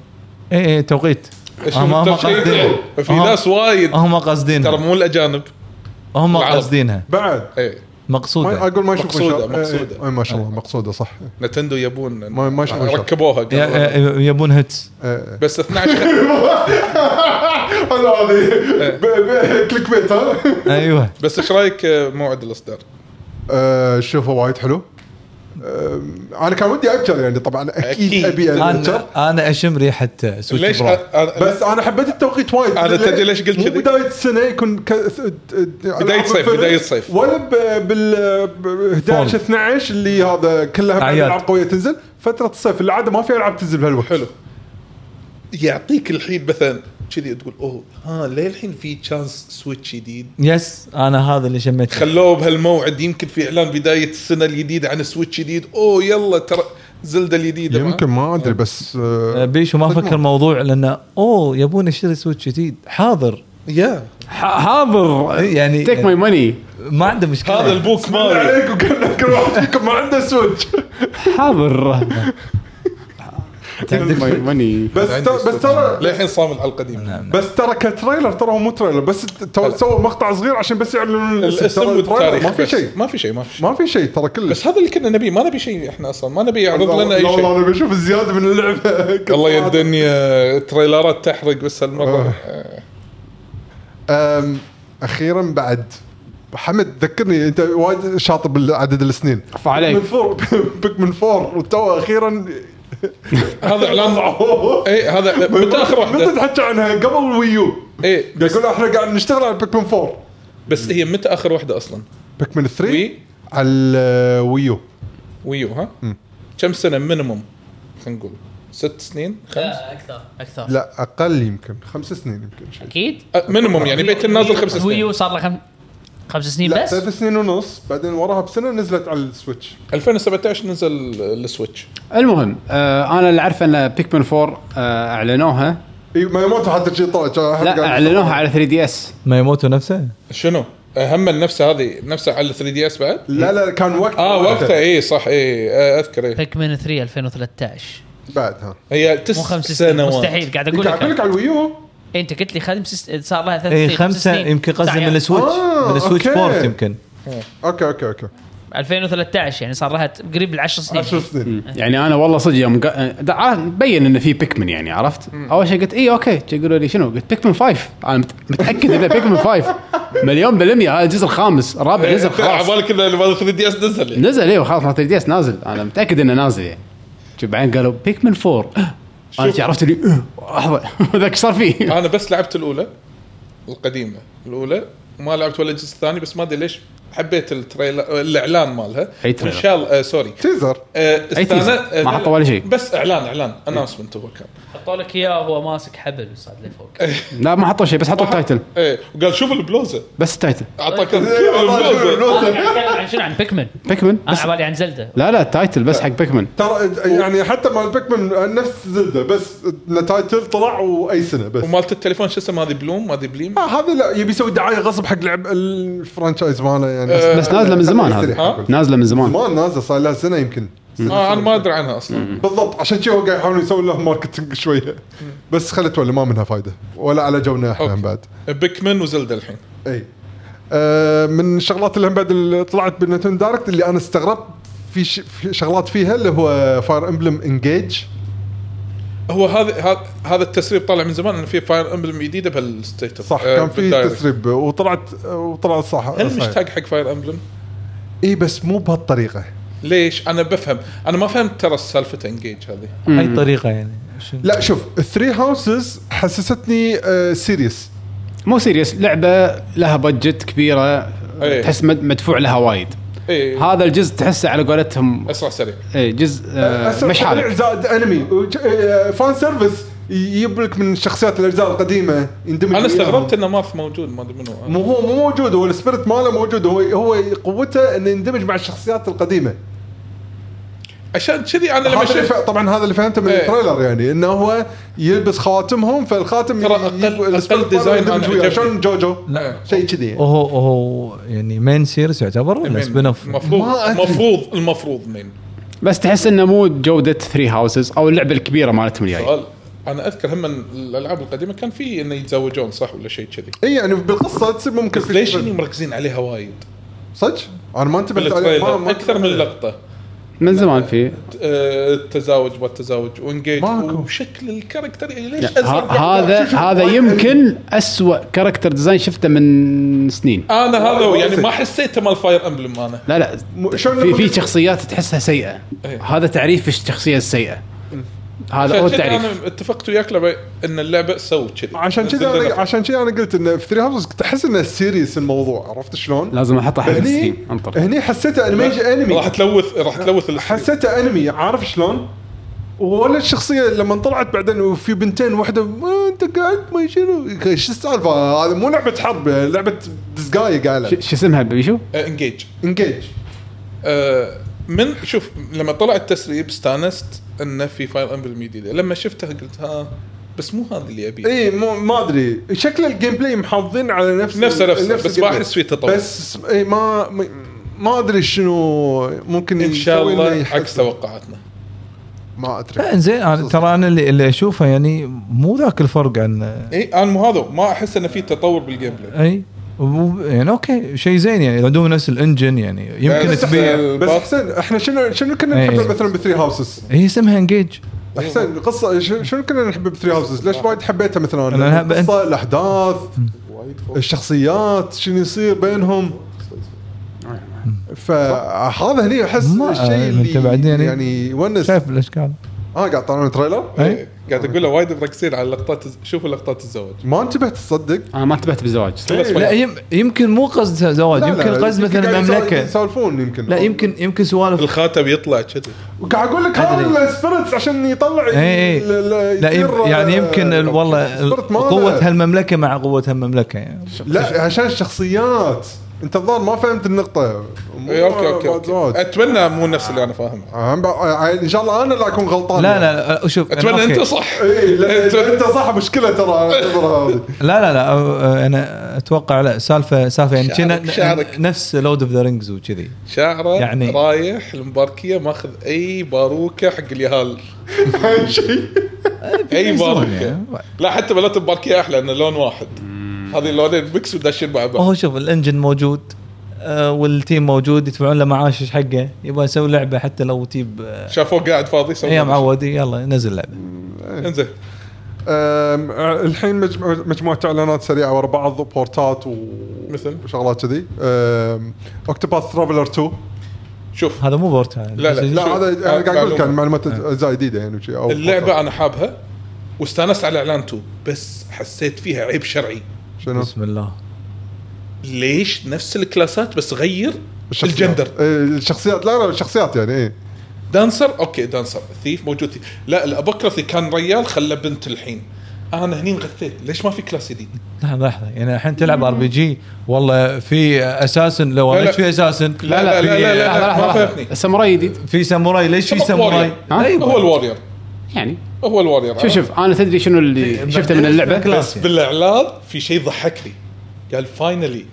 F: اي اي إيه، توقيت هم هم قاصدين
E: في ناس وايد
F: هم
E: ترى
F: قاصدينها
E: مو الاجانب
F: هم
E: العرب.
F: قاصدينها
B: بعد
E: ايه
B: ما
F: مقصوده
B: اقول ما يشوفون
E: مقصودة،
B: شغل. إيه،
E: مقصودة.
B: إيه، ما شاء الله مقصوده صح
E: نتندو يبون
B: ما- ما شافوا شر.
E: ركبوها
F: ي-
E: قالوا.
F: ي- يبون هيتس
B: إيه،
E: بس 12
B: هلا هذه ب- ب- كليك بيت ها
F: ايوه
E: بس ايش رايك موعد الاصدار؟
B: آه، شوفه وايد حلو آه، انا كان ودي ابكر يعني طبعا اكيد
E: أكيد.
B: ابي ابكر
F: انا انا اشم ريحه سويتش
E: ليش
F: برو
E: أنا-
B: بس انا حبيت التوقيت وايد
E: أنا تدري ليش قلت
B: مو
E: كذي؟
B: بدايه السنه يكون ك... بدايه
E: صيف، بداية صيف.
B: ولا ب... بال ب- 11 12 اللي هذا كلها بعد
F: أعياد.
B: العاب قويه تنزل فتره الصيف العاده ما في العاب تنزل بهالوقت
E: حلو يعطيك الحين مثلا كذي تقول اوه ها ليه الحين في تشانس سويتش جديد
F: يس انا هذا اللي شميته
E: خلوه بهالموعد يمكن في اعلان بدايه السنه الجديده عن سويتش جديد اوه يلا ترى زلده الجديده
B: يمكن ما ادري بس آه،
F: أه، بيشو ما
B: صدمة.
F: فكر الموضوع لانه اوه يبون يشتري سويتش جديد حاضر
E: يا
A: حاضر
F: يعني
A: تيك ماي ماني
F: ما عنده مشكله
E: هذا البوك مالي
B: عليكم كنا كل واحد فيكم ما عنده سويتش
A: حاضر تيك ماي
B: بس
A: ماني
B: ت- بس ترى
E: للحين صامد على القديم
F: نعم.
B: بس ترى كتريلر ترى هو مو تريلر بس تو- سووا مقطع صغير عشان بس يعلنون
E: الاسم
B: ترى تريلر
E: والتاريخ
B: ما في
E: بس.
B: شيء
E: ما في شيء ما في شيء
B: ما في شيء ترى كله
E: بس هذا اللي كنا نبيه ما نبي شيء احنا اصلا ما نبي يعرض لنا اي
B: لا والله
E: شيء
B: انا بشوف الزياده من اللعبه كل
E: الله يا
B: واحد.
E: الدنيا تريلرات تحرق بس هالمره
B: أم، اخيرا بعد حمد ذكرني انت وايد شاطر بعدد السنين
A: عفا عليك.
B: من فور بيك من فور وتو اخيرا
E: هذا اعلان اي إيه، هذا متى اخر
B: متى
E: واحده؟
B: تحكي عنها قبل الويو
E: اي بس,
B: يقول احنا قاعد نشتغل على بيكمن 4
E: بس هي متى اخر واحده اصلا؟
B: بيكمن 3
E: وي
B: على الويو
E: ويو ها؟ كم سنه مينيموم خلينا نقول ست سنين خمس
C: لا اكثر اكثر
B: لا اقل يمكن خمس سنين يمكن شيء
C: اكيد
E: أه، مينيموم يعني بيت النازل خمس سنين
C: ويو صار له خم... خمس سنين
B: لا
C: بس
B: ثلاث سنين ونص بعدين وراها بسنه نزلت على السويتش
E: 2017 نزل السويتش
A: المهم آه انا اللي اعرفه ان بيكمن 4 آه اعلنوها
B: اي ما يموت حتى شيء طلع كان أحد
A: لا
B: قاعد-
A: اعلنوها على 3 دي اس
F: ما يموتوا نفسه
E: شنو؟ هم نفسها هذه نفسها على 3 دي اس بعد؟
B: لا لا كان وقت
E: اه وقتها اي صح إيه، آه، اي اذكر اي
C: بيك مان 3 2013
B: بعد ها
E: هي
C: مو
E: تسع
C: خمس سنين
E: سنوات
C: مستحيل قاعد اقول
B: إيه، قاعد اقول لك
C: لك
B: على الويو
C: انت قلت لي خمس س- صار لها ثلاث
F: اي
C: سنين خمس
F: خمسه
C: سنين
F: إيه، يمكن قصده
C: تعال.
F: من السويتش
B: آه،
F: من السويتش
B: أوكي.
F: بورت يمكن
B: اوكي اوكي اوكي
C: 2013 يعني صار لها ت- قريب العشر سنين
B: 10 سنين
A: يعني انا والله صدق يوم قا- دا- عا- بين انه في بيكمن يعني عرفت؟ اول شيء قلت اي اوكي يقولوا لي شنو؟ قلت بيكمن 5 انا مت- متاكد انه بيكمن 5 مليون بالميه هذا الجزء الخامس الرابع
E: إيه،
A: نزل
E: على
A: خلاص
E: بالك كذا اللي مال 3 دي اس نزل يعني.
A: نزل ايوه خلاص مال 3 دي اس نازل انا متاكد انه نازل يعني شوف بعدين قالوا بيكمن 4 انا شي عرفت اللي آه، لحظه ذاك ايش صار فيه؟
E: انا بس لعبت الاولى القديمه الاولى ما لعبت ولا الجزء الثاني بس ما ادري ليش حبيت التريلر الاعلان مالها
A: أي تريلر؟
E: ان شاء الله آه سوري
B: تيزر
E: آه
A: تيزر؟
E: استانست-
A: ما حطوا ولا شيء.
E: بس اعلان اعلان اناونسمنت هو كان
C: حطوا لك اياه وهو ماسك حبل وصعد لفوق
A: لا ما حطوا شيء بس حطوا التايتل
E: ايه وقال شوف البلوزه
A: بس التايتل
E: اعطاك شوف
B: طيب،
E: البلوزه
C: أنا قاعد أتكلم عن شنو عن بيكمن
A: بيكمن
C: انا
A: بس
C: على بالي عن زلده
A: لا لا التايتل بس حق بيكمن
B: ترى يعني حتى مال بيكمن نفس زلده بس التايتل طلع واي سنه بس
E: ومالت التليفون شو اسمه هذه بلوم هذه بليم
B: آه هذا لا يبي يسوي دعايه غصب حق لعب الفرانشايز ماله يعني
E: أه،
A: بس نازله من زمان
B: ها؟
A: هذا نازله من زمان
B: زمان نازل صار لها سنه يمكن
E: آه انا ما ادري عنها اصلا
B: بالضبط عشان كذا هو قاعد يحاولون يسوون له ماركتنج شويه بس خلت ولا ما منها فايده ولا على جونا احنا
E: أوكي.
B: هم بعد
E: بيكمن وزلدا الحين
B: اي آه من الشغلات اللي هم بعد اللي طلعت بالنتن دايركت اللي انا استغربت في, ش... في شغلات فيها اللي هو فاير امبلم انجيج
E: هو هذا هذا- هذا التسريب طالع من زمان انه في فاير امبلم جديده بهالستيتس
B: صح
E: آه،
B: كان في
E: بالدايركت.
B: تسريب وطلعت وطلع صح
E: هل مشتاق حق فاير امبلم؟
B: اي بس مو بهالطريقه
E: ليش؟ انا بفهم، انا ما فهمت ترى سالفه انجيج هذه.
F: اي طريقه يعني شو-
B: لا شوف ثري هاوسز حسستني آه سيريس
A: مو سيريس لعبه لها بادجت كبيره
E: إيه.
A: تحس مد- مدفوع لها وايد
E: ايه
A: هذا الجزء تحسه على قولتهم
E: اسرع سريع.
A: إيه، جزء آه،
B: أسرع
A: مش
B: سريع
A: حالك
B: زائد انمي وج- آه، فان سيرفيس يجيب لك من شخصيات الاجزاء القديمه يندمج
E: انا
B: وياهم.
E: استغربت انه مارث موجود ما ادري منو
B: مو هو مو موجود هو السبيرت ماله موجود هو هو قوته انه يندمج مع الشخصيات القديمه
E: عشان كذي انا لما
B: هذا اللي
E: شفت
B: ف... طبعا هذا اللي فهمته من
E: إيه.
B: التريلر يعني انه هو يلبس خواتمهم فالخاتم
E: ترى
B: ي-
E: أقل-
B: يجيب
E: أقل
B: السبيرت ماله
E: ديزاين
B: يندمج
E: أنا
B: وياه.
E: عجبني.
B: شلون جوجو
E: لا.
B: شيء كذي يعني
F: وهو وهو يعني مين سيريس يعتبر ولا سبين اوف؟
E: المفروض
B: ما أدري.
E: المفروض المفروض مين؟
A: بس تحس انه مو بجوده ثري هاوسز او اللعبه الكبيره مالتهم الجايه
E: سؤال انا اذكر هم الالعاب القديمه كان في انه يتزوجون صح ولا شيء كذي.
B: اي يعني بالقصه تصير ممكن
E: بس ليش إني مركزين عليها وايد؟
B: صدق انا ما انتبهت عليه. ما-
E: بالتريلر
B: ما-
E: اكثر من لقطه
A: من زمان في
E: آه، التزاوج ما التزاوج وانجيج
B: ماكو.
E: وشكل الكاركتر يعني ليش
A: ه-
E: ازرق
A: هذا هذا يمكن اسوء كاركتر ديزاين شفته من سنين
E: انا هذا هو، يعني
B: أوسك.
E: ما حسيته مال فاير امبلم انا
A: لا لا
B: م- شلون
A: في
B: نقول-
A: في شخصيات تحسها سيئه
E: إيه.
A: هذا تعريف الشخصيه السيئه هذا هو
E: عشان كذا
A: التعريف
E: انا اتفقت وياك لما ان اللعبه سوت كذي
B: عشان كذا
E: نزل
B: انا
E: لنا-
B: عشان كذا انا قلت انه في ثري هاوسز تحس انه سيريس الموضوع عرفت شلون؟
A: لازم احطها حق
B: هني
A: الستيم انطر
B: هني حسيته انميج انمي
E: راح تلوث راح تلوث الستريم.
B: حسيته انمي عارف شلون؟ ولا الشخصيه لما طلعت بعدين وفي بنتين واحده ما انت قاعد ما شنو شو السالفه هذا مو لعبه حرب لعبه دزقايه قاعد
A: شو شو اسمها بيشو؟
E: آه، انجيج
B: انجيج
E: آه، من شوف لما طلع التسريب استانست انه في فاير امبلم جديده لما شفتها قلت ها بس مو هذا اللي ابيه
B: اي إيه، مو ما ادري شكل الجيم بلاي محافظين على نفس
E: نفسه نفسه، بس
B: الجيم
E: ما
B: بلاي.
E: أحس فيه تطور.
B: بس اي ما ما- ما ادري شنو ممكن
E: ان شاء
B: يسوي إنه
E: الله
B: يحسن.
E: عكس توقعاتنا
B: ما ادري
F: لا انزين أنا- ترى انا اللي, اللي اشوفه يعني مو ذاك الفرق عن
E: اي انا إيه، مو هذا ما احس انه في تطور بالجيم بلاي
F: اي و- يعني اوكي شيء زين يعني عندهم نفس الانجن يعني يمكن
E: بس-
F: تبيع
B: بس حسين احنا شنو شنو كنا
F: إيه.
B: نحبه مثلا بثري هاوسز
F: هي اسمها انجيج
B: حسين القصه ش- شنو كنا نحبه بثري هاوسز ليش وايد حبيتها مثلا
F: أنا
B: انا
F: أحب-
B: القصه الاحداث الشخصيات شنو يصير بينهم فهذا هني احس
F: ما-
B: الشيء
F: أنت بعدين
B: اللي
F: إيه؟
B: يعني يونس اه
F: شايف إيه. الاشكال
B: قاعد طالعون تريلر
F: اي
E: قاعد اقول له وايد مركزين على لقطات شوفوا لقطات الزواج
B: ما انتبهت تصدق
F: طيب،
A: انا ما انتبهت بالزواج
B: إيه،
E: كلها
F: لا
E: سوالف.
F: يم يمكن مو قصد زواج
B: لا، لا،
F: يمكن قصد
B: يمكن
F: مثلا
B: قاعد يسا-
F: مملكه
B: يسولفون يمكن
F: لا يمكن يمكن سوالف
E: الخاتم يطلع كذي
B: قاعد اقول لك هذا
F: أدري.
B: السبيرتس عشان يطلع
E: إيه،
F: إي إي. إيه، لا يم يعني
B: آه،
E: آه،
F: يمكن ال- والله ال- قوه
B: قوه
F: هالمملكه مع قوه هالمملكه يعني
B: لا عشان الشخصيات انت الظاهر ما فهمت النقطه مو-
E: اي اوكي اوكي,
B: ما-
E: إيه، أوكي.
B: ما-
E: اتمنى مو نفس اللي انا فاهمه
B: أهم بع- ان شاء الله انا اللي اكون غلطان
F: لا لا لا شوف
E: اتمنى
F: أوكي.
E: انت صح
B: اي لا
E: أنت-
B: إذا انت صح مشكله ترى اعتبرها هذه
F: لا لا لا أو- انا اتوقع لا سالفه سالفه يعني
E: شعرك-
F: كنا-
E: شعرك.
F: نفس لود اوف ذا رينجز وكذي
E: شعره يعني
F: يعني-
E: رايح المباركيه ماخذ اي باروكه حق اليهال اي باروكه
F: يعني.
E: لا حتى بلات المباركيه احلى انه لون واحد هذه اللونين ميكس وداشين مع بعض
F: وهو شوف الانجن موجود آه، والتيم موجود يدفعون له معاش ايش حقه يبغى يسوي لعبه حتى لو تيب آه،
E: شافوه قاعد فاضي سوى
F: يا معود يلا نزل لعبه
E: انزين
B: أم، الحين مجموعة مجموعة اعلانات سريعة ورا بعض وبورتات و-
E: مثل؟
B: وشغلات كذي اوكتوباث ترافلر 2
E: شوف
F: هذا مو بورت هذا.
E: لا، لا.
B: لا
E: شو؟
B: هذا انا قاعد اقول
E: معلومة.
B: لك عن معلومات اجزاء جديدة يعني وشي، او
E: اللعبه
B: بورتات.
E: انا حابها واستانست على اعلان 2 بس حسيت فيها عيب شرعي
B: شنو؟
F: بسم الله
E: ليش نفس الكلاسات بس غير
B: الشخصيات.
E: الجندر
B: إيه، الشخصيات لا لا الشخصيات يعني ايه
E: دانسر اوكي دانسر ثيف موجود ثيف. لا الابوكرافي كان ريال خلى بنت الحين انا هني انغثيت ليش ما في كلاس جديد
F: لحظه لحظه يعني الحين تلعب ار بي جي والله في اساسن لو
E: لا، لا.
F: ليش في اساسن
E: لا، لا،
F: في-
E: لا، لا، لا.
A: لحظه
E: ما
A: لحظه
E: فهمتني.
A: لحظه الساموراي جديد
F: في ساموراي ليش في
E: شبك
F: ساموراي؟
E: warrior.
A: ها؟
F: أيوة.
E: هو الوارير
A: يعني
E: هو الوارير
A: شوف شوف انا تدري شنو اللي شفته من اللعبه
F: كلاس
E: إيه، بس بالاعلان في شيء ضحكني قال فاينلي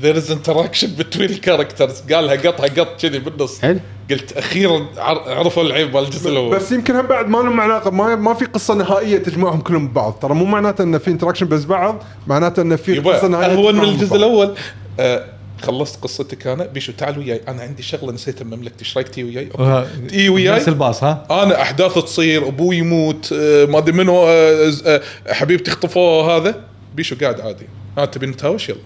E: ذير از انتراكشن بتوين الكاركترز قالها قطها قط كذي بالنص
A: حلو.
E: قلت اخيرا عر- عرفوا العيب مال الجزء الاول
B: بس يمكن هم بعد ما لهم علاقة ما ما في قصة نهائية تجمعهم كلهم ببعض ترى مو معناته انه في انتراكشن بس بعض معناته انه في قصة
E: يبا
B: نهائية
E: هو من
B: تجمعهم
E: الجزء
B: ببعض.
E: الاول آه خلصت قصتك انا بيشو تعال وياي انا عندي شغله نسيتها بمملكتي ايش رايك تي وياي؟
F: آه،
E: اوكي تي وياي
F: نفس الباص ها
E: انا احداث تصير ابوي يموت آه، ما ادري منو آه، ز- آه، حبيبتي اخطفوه هذا بيشو قاعد عادي ها تبي نتهاوش يلا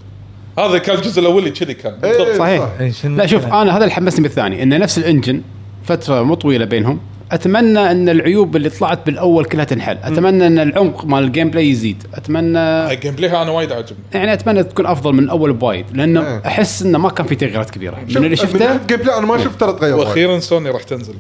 E: هذا كان الجزء الاولي كذي كان بالضبط.
B: إيه،
A: صحيح.
F: إيه، شنو
A: لا شوف
F: المشكلة؟
A: انا هذا اللي حمسني بالثاني انه نفس الانجن فتره مو طويله بينهم اتمنى ان العيوب اللي طلعت بالاول كلها تنحل اتمنى ان العمق مال الجيم بلاي يزيد اتمنى
E: الجيم بلاي انا آه، وايد عاجبني
A: يعني اتمنى تكون افضل من اول بوايد لانه
B: إيه.
A: احس انه ما كان في تغييرات كبيره من
B: شوف،
A: اللي شفته
B: ناحية جيم بلاي انا ما شفت ترى تغير وايد.
E: واخيرا سوني راح تنزل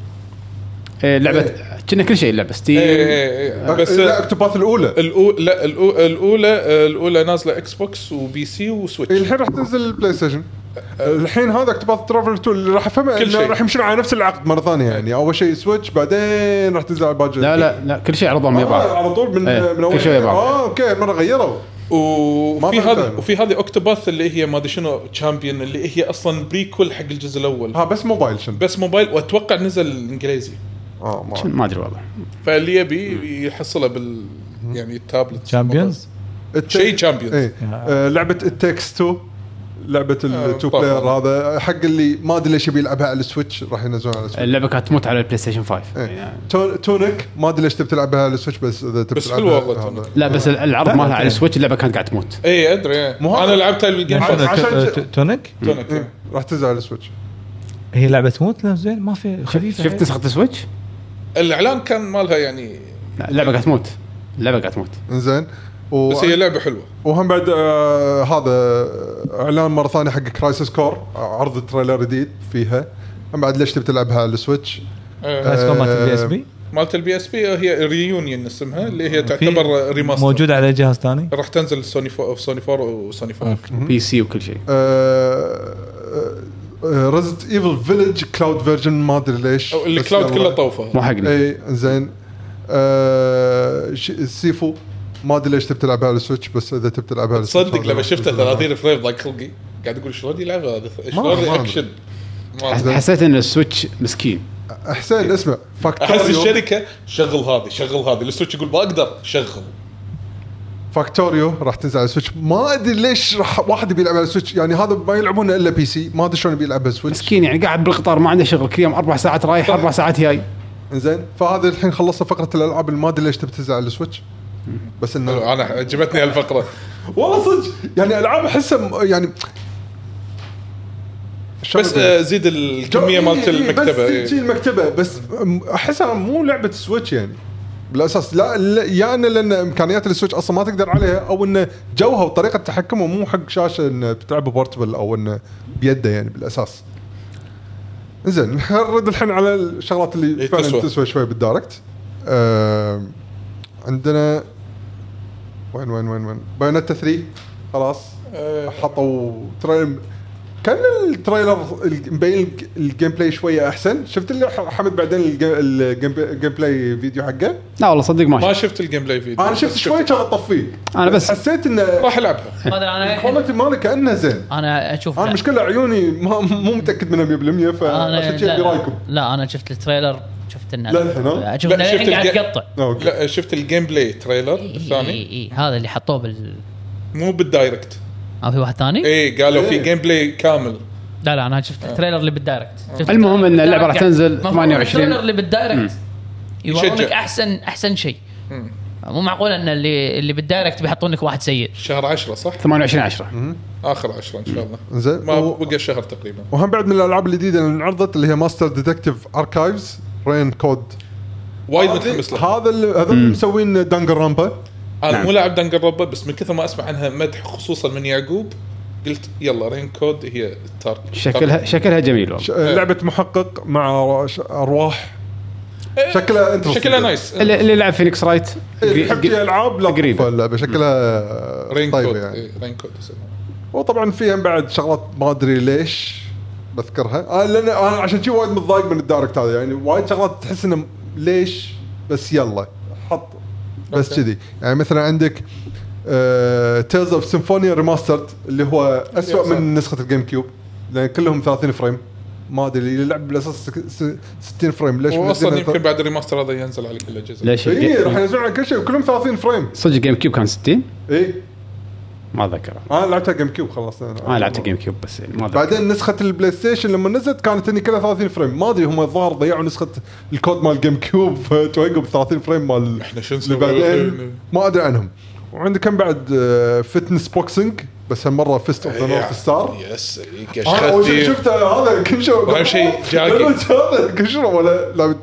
A: إيه، لعبه كنا كل شيء لعبه ستيم
E: إيه، إيه، إيه. بس
B: بس لا اكتوباث الاولى
E: الأولى لا الأو- الاولى آه، الاولى نازله اكس بوكس وبي سي وسويتش
B: الحين راح تنزل البلاي ستيشن الحين هذا اقتباس ترافل 2 اللي راح افهمه
E: كل
B: انه
E: شيء.
B: راح يمشون على نفس العقد مره ثانيه يعني اول شيء سويتش بعدين راح تنزل على الباجر
A: لا لا لا كل شيء عرضهم ويا
B: آه
A: بعض
B: على طول من
A: إيه،
B: من اول
A: كل شيء ويا بعض.
B: اه اوكي مره غيروا ما
E: وفي
B: فهمت
E: هذه
B: أنا.
E: وفي هذه اوكتوباث اللي هي ما ادري شنو تشامبيون اللي هي اصلا بريكول حق الجزء الاول
B: ها بس موبايل شن
E: بس موبايل واتوقع نزل الانجليزي
B: اه ما أعرف.
A: ما ادري والله
E: فاللي يبي يحصلها بال يعني التابلت
F: شامبيونز
B: الت-
E: شيء champions.
B: إيه. آه، لعبه التكست 2 لعبه
E: آه،
B: التو
E: طبعاً.
B: بلاير هذا حق اللي ما ادري ليش يبي يلعبها على السويتش راح ينزلونها على السويتش
A: اللعبه كانت تموت على البلاي ستيشن 5
B: إيه.
A: يعني
B: تون- تونك ما ادري ليش تبي تلعبها على السويتش بس اذا تبي
E: بس
B: تلعبها-
E: حلوة والله
B: هذا.
E: تونك.
A: لا بس ال- العرض مالها على
F: يعني.
A: السويتش اللعبه كانت قاعده تموت
E: اي ادري إيه.
B: مو
E: انا
B: هذا-
E: لعبتها بالجيم
F: يعني
E: باس
F: شنو،
B: عشان-
F: ت- تونيك
E: تونك
B: إيه،
E: إيه.
B: راح تنزل على السويتش
F: هي لعبه موت لا زين ما في خفيفه
A: شفت نسخه السويتش؟
E: الاعلان كان مالها يعني
A: لا، اللعبه قاعده تموت اللعبه قاعده تموت
B: انزين
E: بس هي لعبه حلوه
B: وهم بعد آه هذا آه، اعلان مره ثانيه حق كرايسس كور عرض تريلر جديد فيها هم بعد ليش تبي تلعبها على السويتش
E: آه،
F: بس مالت البي اس بي
E: مالت البي اس بي هي ريونيون اسمها اللي هي تعتبر ريماستر
F: موجود على جهاز ثاني
E: راح تنزل سوني فور سوني فور وسوني فور
A: بي سي وكل شيء
B: آه آه، ريزنت ايفل فيلج كلاود فيرجن ما ادري ليش
E: أو
B: بس
E: الكلاود
B: يلا.
E: كله طوفه
A: مو حقنا
B: اي زين آه ش- سيفو ما ادري ليش تبي تلعبها على السويتش بس اذا تبي تلعبها على السويتش
E: تصدق
B: هذا
E: لما شفته
B: بتلعبها.
E: 30 فريم ضاق خلقي قاعد اقول شلون يلعب هذا
B: ما
E: شلون
B: أدري.
E: رياكشن ما أدري.
A: حسيت ان السويتش مسكين
B: حسين اسمع فاكتوريو
E: احس الشركه شغل هذه شغل هذه السويتش يقول ما اقدر شغل
B: فاكتوريو راح تنزل على السويتش ما ادري ليش راح واحد يبي يلعب على السويتش يعني هذا ما يلعبونه الا بي سي ما ادري شلون بيلعب على السويتش
A: مسكين يعني قاعد بالقطار ما عنده شغل كل يوم اربع ساعات رايح اربع ساعات جاي
B: زين فهذا الحين خلصنا فقره الالعاب اللي ما ادري ليش تبي تنزل على السويتش بس انه
E: انا عجبتني هالفقره
B: والله صدق يعني العاب احسها م- يعني شلون
E: بس
B: أقول؟
E: آه، زيد الكميه
B: إي-
E: مالت إيه.
B: إي- إي،
E: المكتبه
B: إيه، بس
E: إي.
B: تجي المكتبه بس أم- احسها مو لعبه سويتش يعني بالاساس لا, لا يا انه لان امكانيات السويتش اصلا ما تقدر عليها او انه جوها وطريقه تحكمه مو حق شاشه انه بتلعبه بورتبل او انه بيده يعني بالاساس. زين نرد الحين على الشغلات اللي
E: إي،
B: فعلا
E: إيه، تسوى.
B: تسوى, شوي بالدايركت. آه عندنا وين وين وين وين بايونيتا 3 خلاص
E: آه،
B: حطوا تريلر كان التريلر الج- مبين الج- الجيم بلاي شويه احسن شفت اللي ح- حمد بعدين الج- الجيم بلاي- الجيم بلاي فيديو حقه
A: لا والله صدق ما
E: ما
A: شفت
E: شفت الجيم بلاي فيديو
B: انا شفت
E: بس
B: شوي كان اطفيه
A: أنا بس-
B: حسيت انه
E: راح العبها
C: ما ادري انا
B: الكواليتي ماله كانه زين
C: انا اشوف
B: انا
C: لا.
B: المشكله عيوني ما مو متاكد منها 100%
C: انا
B: فعشان كذي
C: لا,
B: ابي رايكم
C: لا انا شفت التريلر شفت انه
B: لا، الحين، ها؟
C: اشوف
E: لا،
C: انه
E: شفت
C: الحين قاعد
E: الج-
C: يقطع
B: آه، اوكي
E: لا شفت الجيم بلاي تريلر
C: إي-
E: الثاني
C: إي- إي، إيه، هذا اللي حطوه بال
E: مو بالدايركت
C: ما في واحد ثاني؟
E: اي قالوا في
B: إيه.
E: جيم بلاي كامل
C: لا لا انا شفت التريلر اللي بالدايركت شفت
A: المهم ان اللعبه
C: التريلر
A: راح
C: قاعد-
A: تنزل
C: المفروض
A: 28
C: التريلر اللي بالدايركت يورونك
E: يشجع.
C: احسن احسن شيء مو معقول ان اللي اللي بالدايركت بيحطون لك واحد سيء
E: شهر 10 صح؟
A: 28 10
E: اخر 10 ان شاء الله
B: زين
E: ما
B: و-
E: بقى شهر تقريبا
B: وهم بعد من الالعاب الجديده اللي انعرضت اللي هي ماستر ديتكتيف اركايفز رين كود
E: وايد متحمس لها
B: هذا اللي هذا اللي مسوين دانجر رامبا
E: انا
A: نعم.
E: مو لاعب دنجر ربا بس من كثر ما اسمع عنها مدح خصوصا من يعقوب قلت يلا رين كود هي التارجت
A: شكلها شكلها جميل والله
B: ش- لعبة محقق مع ر- أرواح شكلها انترستنج
E: إيه، شكلها نايس
A: اللي اللي لعب فينيكس رايت
B: يحب شي العاب لا
A: قريبة.
B: تطفى اللعبة شكلها
E: رين
B: طيبة
E: كود
B: يعني
E: إيه، رين كود يسمونها.
B: وطبعا فيها بعد شغلات ما ادري ليش بذكرها انا لان انا آه، عشان شي وايد متضايق من الدايركت هذا يعني وايد شغلات تحس انه ليش بس يلا حط بس
E: أوكي.
B: كذي يعني مثلا عندك آه، تيلز اوف سيمفونيا ريماسترد اللي هو اسوء من نسخه الجيم كيوب لان كلهم 30 فريم ما ادري اللي لعب بالاساس سك- س- 60 فريم ليش
E: واصلا
B: منزلها
E: يمكن
B: ثل-
E: بعد الريماستر هذا ينزل على كل الاجهزه
A: ليش
B: اي
A: الجي-
B: إيه، راح ينزلون على كل شيء كلهم 30 فريم إيه.
A: صدق جيم كيوب كان 60
B: اي
A: ما اتذكر
B: انا لعبتها جيم كيوب خلاص
A: انا لعبت جيم كيوب بس يعني ما اتذكر
B: بعدين نسخه البلاي ستيشن لما نزلت كانت اني كلها 30 فريم ما ادري هم الظاهر ضيعوا نسخه الكود مال جيم كيوب فتوقعوا ب 30 فريم مال
E: احنا شو
B: اللي
E: نسوي يعني.
B: بعدين ما ادري عنهم وعندك كم بعد فتنس بوكسنج بس هالمره فيست اوف ذا
E: إيه.
B: نورث ستار
E: يس
B: انا اول آه، شيء
E: كشختي
B: شفت هذا كل شيء
E: وأهم شيء جاكي.
B: هذا كل شيء ولا لعبة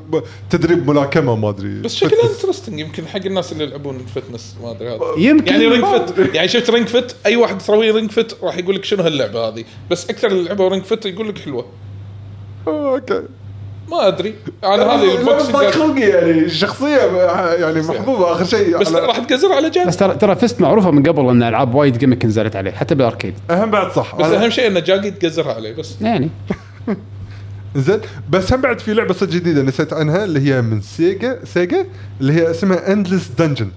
B: تدريب ملاكمه ما ادري
E: بس شكلها انترستنج يمكن حق الناس اللي يلعبون الفتنس ما ادري هذا
A: يمكن
E: يعني رينج
A: ما-
E: فت يعني شفت رينج فت اي واحد تسوي رينج فت راح يقول لك شنو هاللعبه هذه بس اكثر اللي لعبوا رينج فت يقول لك حلوه
B: اوكي
E: ما ادري انا هذه البوكسنج
B: ضاق
E: قاعد-
B: خلقي يعني شخصيه يعني محبوبه اخر شيء
E: بس
B: على-
E: راح تقزر على جنب
A: بس ترى ترى فيست معروفه من قبل ان العاب وايد جيمك نزلت عليه حتى بالاركيد
B: اهم بعد صح
E: بس
B: أنا-
E: اهم شيء انه جاقي تقزرها عليه بس
A: يعني
B: زين بس هم بعد في لعبه صدق جديده نسيت عنها اللي هي من سيجا سيجا اللي هي اسمها اندلس دنجن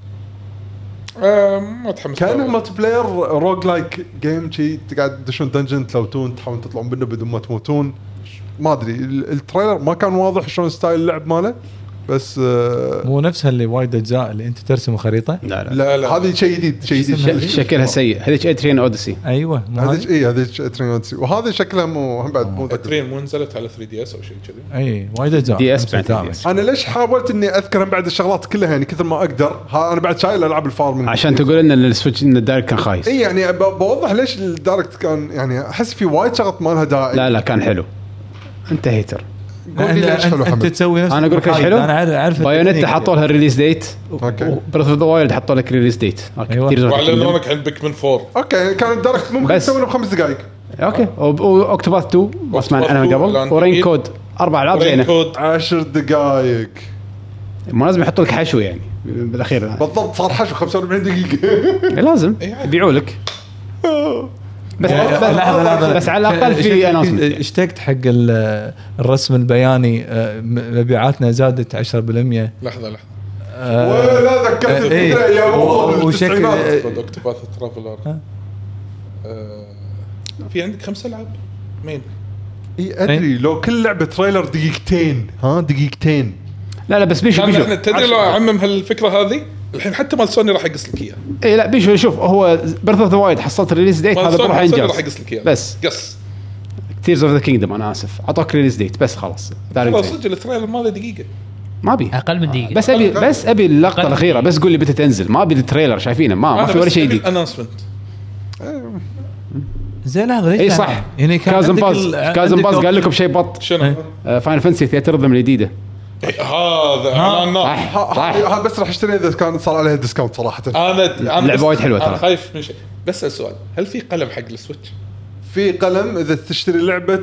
E: آه ما تحمس
B: كانها
E: لها.
B: ملتي بلاير روج لايك جيم شي تقعد تدشون دنجن تلوتون تحاولون تطلعون منه بدون ما تموتون ما ادري ال- التريلر ما كان واضح شلون ستايل اللعب ماله بس آه
F: مو نفسها اللي وايد اجزاء اللي انت ترسم خريطه
A: لا لا
B: لا
E: لا.
B: هذه شيء جديد شيء جديد
F: اسمها؟
B: شيء-
A: شكلها سيء هذيك ادريان اوديسي
F: ايوه مو
B: هذه
F: هذه؟
B: اي هذه ترينوتسي وهذا شكلها مو هم بعد مو ذكر.
E: ترين مو نزلت على 3 دي اس او شيء كذي
F: اي وايد اجزاء
A: دي اس
F: خمسة
A: بعد
F: أجزاء.
A: دي اس.
B: انا ليش حاولت اني اذكر هم بعد الشغلات كلها يعني كثر ما اقدر ها انا بعد شايل العاب الفارمنج
A: عشان تقول ان السويتش ان الدايركت كان خايس
B: اي يعني ب- بوضح ليش الدايركت كان يعني احس في وايد شغلات ما لها داعي
A: لا لا كان حلو انت هيتر
B: قول لي
F: أنا-
B: ليش حلو
F: أنت- انت
B: حمد
F: تسوي نفس
A: انا اقول لك ايش
F: المقايض.
A: حلو
F: انا عارف عارف
A: بايونيتا
F: التكنيك.
A: حطوا لها ريليز ديت
B: أوكي.
A: بريث اوف ذا وايلد حطوا لك ريليز ديت
F: أيوة.
E: واعلنوا لك عن بيكمن 4
B: اوكي كان الدايركت ممكن
A: بس.
B: يسوي له بخمس دقائق
A: اوكي واوكتوباث 2 ما سمعنا عنها من
E: Octopath 2
A: قبل
E: الآن
A: ورين
E: جديد.
A: كود اربع العاب
E: رين
A: زينه
E: كود
B: عشر دقائق
A: ما لازم يحطوا لك حشو يعني بالاخير
B: بالضبط صار حشو 45 دقيقه
A: لازم
E: إي عادي.
A: يبيعوا لك بس
F: لحظة، لحظة،
A: بس على الاقل في
F: اشتقت-
A: اناونسمنت
F: اشتقت حق ال- الرسم البياني آه، م- مبيعاتنا زادت 10%
E: لحظه لحظه
F: آه،
B: ولا ذكرت
F: إيه.
B: الفكره يا
F: و-
B: ابو
F: وشكل- إيه.
B: التسعينات.
E: خذ اوكتوباث ترافلر
F: ها؟
E: آه، في عندك خمس العاب مين
B: اي ادري إيه، لو كل لعبه تريلر دقيقتين ها دقيقتين
A: لا لا بس بيشو
E: كان
A: بيشو
E: احنا تدري لو اعمم هالفكره هذه الحين حتى مال سوني راح اقص لك اياه
A: اي إيه، لا بيشو شوف هو بيرث اوف ذا وايلد حصلت ريليز ديت
E: مال
A: إيه، هذا
E: سوني
A: بروح
E: مال سوني طيب، راح
A: انجاز
E: اقص لك اياه
A: بس
E: قص
A: تيرز اوف ذا كينجدم انا اسف اعطوك ريليز ديت بس خلاص ذا
E: والله
A: ريليز ديت.
E: صدق التريلر ماله دقيقه
A: ما ابي
C: اقل من دقيقه
A: آه، بس ابي بس ابي اللقطه
C: أقل.
A: الاخيره بس قول لي متى تنزل ما ابي التريلر شايفينه ما ما في ولا شيء جديد
E: انونسمنت
F: زين لحظه ليش
A: اي
F: لا؟
A: إيه، صح
F: يعني كان
A: كازم
F: عندك
A: باز
F: ال-
A: كازم
F: عندك
A: باز قال
F: أوبشن.
A: لكم شيء بط آه،
E: شنو؟ إيه،
A: فاين فانسي ثياترزم الجديده
E: هذا اعلان نار.
A: صح
B: ها-
A: صح
B: ها- ها بس راح اشتريها اذا كان صار عليها ديسكاونت صراحه
F: آه.
E: انا
A: لعبة
E: بس-
A: وايد حلوة
E: أنا
A: ترى.
E: خايف من شيء بس السؤال هل في قلم حق السويتش؟
B: في قلم اذا تشتري آه، لعبه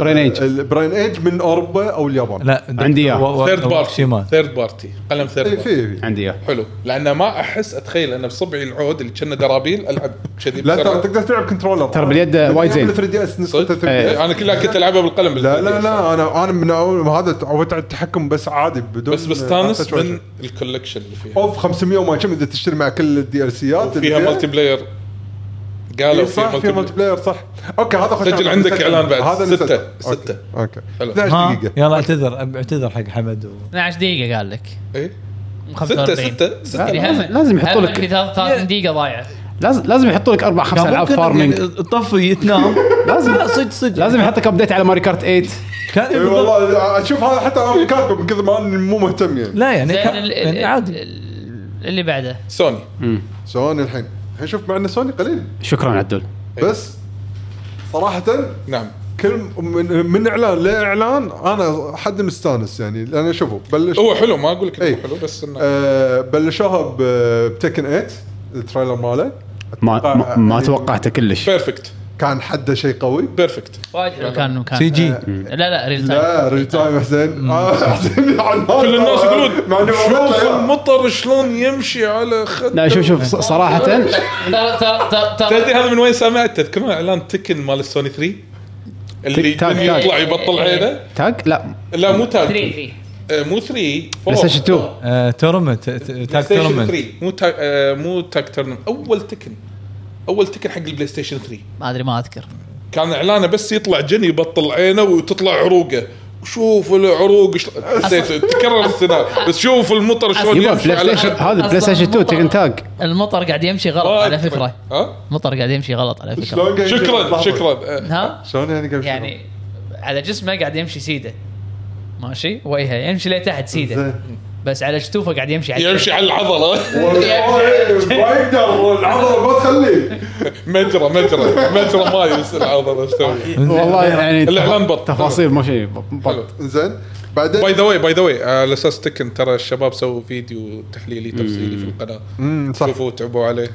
A: برين إيج.
B: براين ايج من اوروبا او اليابان
F: لا
A: عندي إياه.
E: ثيرد بارتي
F: شيما
E: ثيرد بارتي قلم ثيرد
B: اي
E: بارتي
B: إيه، في في.
A: عندي اياه
E: حلو لان ما احس اتخيل ان بصبعي العود اللي كنا درابيل العب كذي
B: لا ترى
E: بسرعة.
B: تقدر تلعب كنترولر
A: ترى باليد وايد زين.
B: 3 دي اس نسخه
E: صدق؟
B: 3
A: إيه.
B: دي
E: انا كلها كنت العبها بالقلم
B: لا لا لا انا انا من اول هذا تعودت على التحكم بس عادي بدون آه،
E: بس بستانس
B: touch
E: من
B: motion.
E: الكولكشن اللي فيها
B: اوف 500 وما كم اذا تشتري مع كل الدي ال سيات
E: فيها مالتي بلاير قالوا
B: إيه، صح في
E: فيها
B: مالتي
E: مالتي
B: بلاير صح اوكي هذا خش
E: سجل
B: على-
E: عندك
B: سجل.
E: إعلان بعد.
B: هذا
E: ستة.
B: نسجل. أوكي.
E: ستة.
B: اوكي
E: حلو.
B: 11
F: ها
B: دقيقه
F: يلا اعتذر اعتذر حق حمد و...
C: 12 دقيقه قال لك
E: بلاير ستة
C: 45
E: ستة ستة
C: يعني
A: لازم-
C: هم-
A: لازم يحطوا
C: هم
A: لك-
C: في ثلاث- 30 دقيقه ضايعه
A: لازم لازم يحطوا لك اربع خمس
F: كان
A: العاب
F: ممكن
A: فارمنج
F: يعني تطفي تنام
A: لازم.
F: لا صدق صدق
A: لازم يحط لك ابديت على ماري كارت 8
F: كان
B: اي إيه، والله اشوف هذا حتى انا كاتبه من كثر ما اني مو مهتم يعني
F: لا يعني,
C: زين
F: كان
C: ال- ال-
F: يعني عادي
C: ال- اللي بعده
E: سوني
B: سوني الحين الحين شوف مع ان سوني قليل
A: شكرا عدول
E: إيه.
B: بس صراحه
E: نعم
B: كل من, من اعلان لاعلان انا حد مستانس يعني لان شوفوا بلش
E: هو حلو ما اقول لك
B: إيه.
E: انه حلو بس انه
B: آه بلشوها ب- بتكن 8 التريلر ماله
F: آه،
A: ما ما, ما
F: يعني-
A: توقعته كلش
F: طيب.
E: بيرفكت
B: كان حده شيء قوي
E: بيرفكت
C: وايد حلو كان كان
F: سي جي
C: لا لا ريل
B: لا ريل تايم حسين آه، حسين عن هذا.
E: كل الناس يقولون
B: مع إنه والله
E: شوف
B: يا-
E: المطر شلون يمشي على خد
A: لا شوف شوف ص- صراحه
F: طيب.
C: ترى ترى ترى-
E: تدري
C: ترى
E: هذا من وين سمعت تذكرون اعلان تكن مال السوني 3 اللي
A: تك- تاك-
E: من
A: تاك.
E: يطلع يبطل عينه
A: تاج لا
E: لا مو
C: 3
E: تاج
C: 3
E: آه، مو 3
A: بلاي ستيشن 2
F: آه، تورمنت آه،
E: بلاي
F: تاك
E: ستيشن
F: تورمنت
E: 3 مو تاك آه، مو تاك تورنمنت اول تكن اول تكن حق البلاي ستيشن 3
C: ما ادري ما اذكر
E: كان اعلانه بس يطلع جني يبطل عينه وتطلع عروقه وشوف العروق شل- حسيت تكرر السيناريو بس شوف المطر شلون
A: يبا
E: يمشي
A: بلاي
E: على
A: ستيشن
E: خد
A: هذا بلاي ستيشن 2 تكن تاج
C: المطر قاعد يمشي غلط على فكره
E: آه، ها
C: المطر قاعد يمشي غلط على فكره
B: شلون قاعد-
E: شكرا
B: لحظة.
E: شكرا آه.
C: ها
B: شلون يعني قاعد-
C: يعني على جسمه قاعد يمشي سيده ماشي وجهه يمشي لتحت سيده
B: زين.
C: بس على شتوفه قاعد يمشي على
E: آه، يمشي على آه. العضله
B: والله ما يقدر العضله ما تخليه
E: مجرى مجرى مجرى ما يوصل العضله ايش تسوي؟
A: والله يعني
E: الإعلان بط.
A: تفاصيل مو شيء بط.
E: حلو.
B: زين بعدين
E: باي ذا واي باي ذا واي آه، على اساس تكن ترى الشباب سووا فيديو تحليلي تفصيلي في القناه
B: امم صح
E: شوفوا تعبوا عليه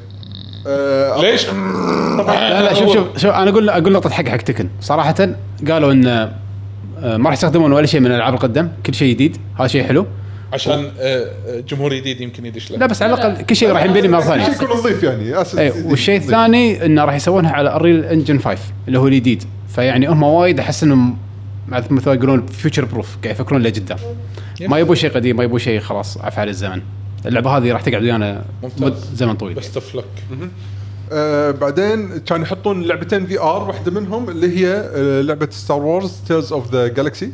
B: آه،
E: ليش؟
A: لا لا شوف شوف شوف انا اقول اقول نقطه حق حق تكن صراحه قالوا ان آه، ما راح يستخدمون ولا شيء من الالعاب القدم كل شيء جديد هذا شيء حلو
E: عشان آه، آه، جمهور جديد يمكن يدش
A: لا
E: له
A: بس على الاقل كل شيء راح ينبني مره ثانيه
B: شيء يكون نظيف يعني اساس
A: اي
B: جديد.
A: إيه، والشيء الثاني انه راح يسوونها على الريل انجن 5 اللي هو الجديد فيعني هم وايد احس انهم مثل مثل ما يقولون فيوتشر بروف قاعد يفكرون لقدام ما يبون شيء قديم ما يبون شيء خلاص عفى على الزمن اللعبه هذه راح تقعد ويانا
E: ممتاز.
A: مد زمن طويل
E: بس تفلك
B: آه بعدين كانوا يحطون لعبتين في ار واحده منهم اللي هي آه لعبه ستار وورز تيلز اوف ذا جالكسي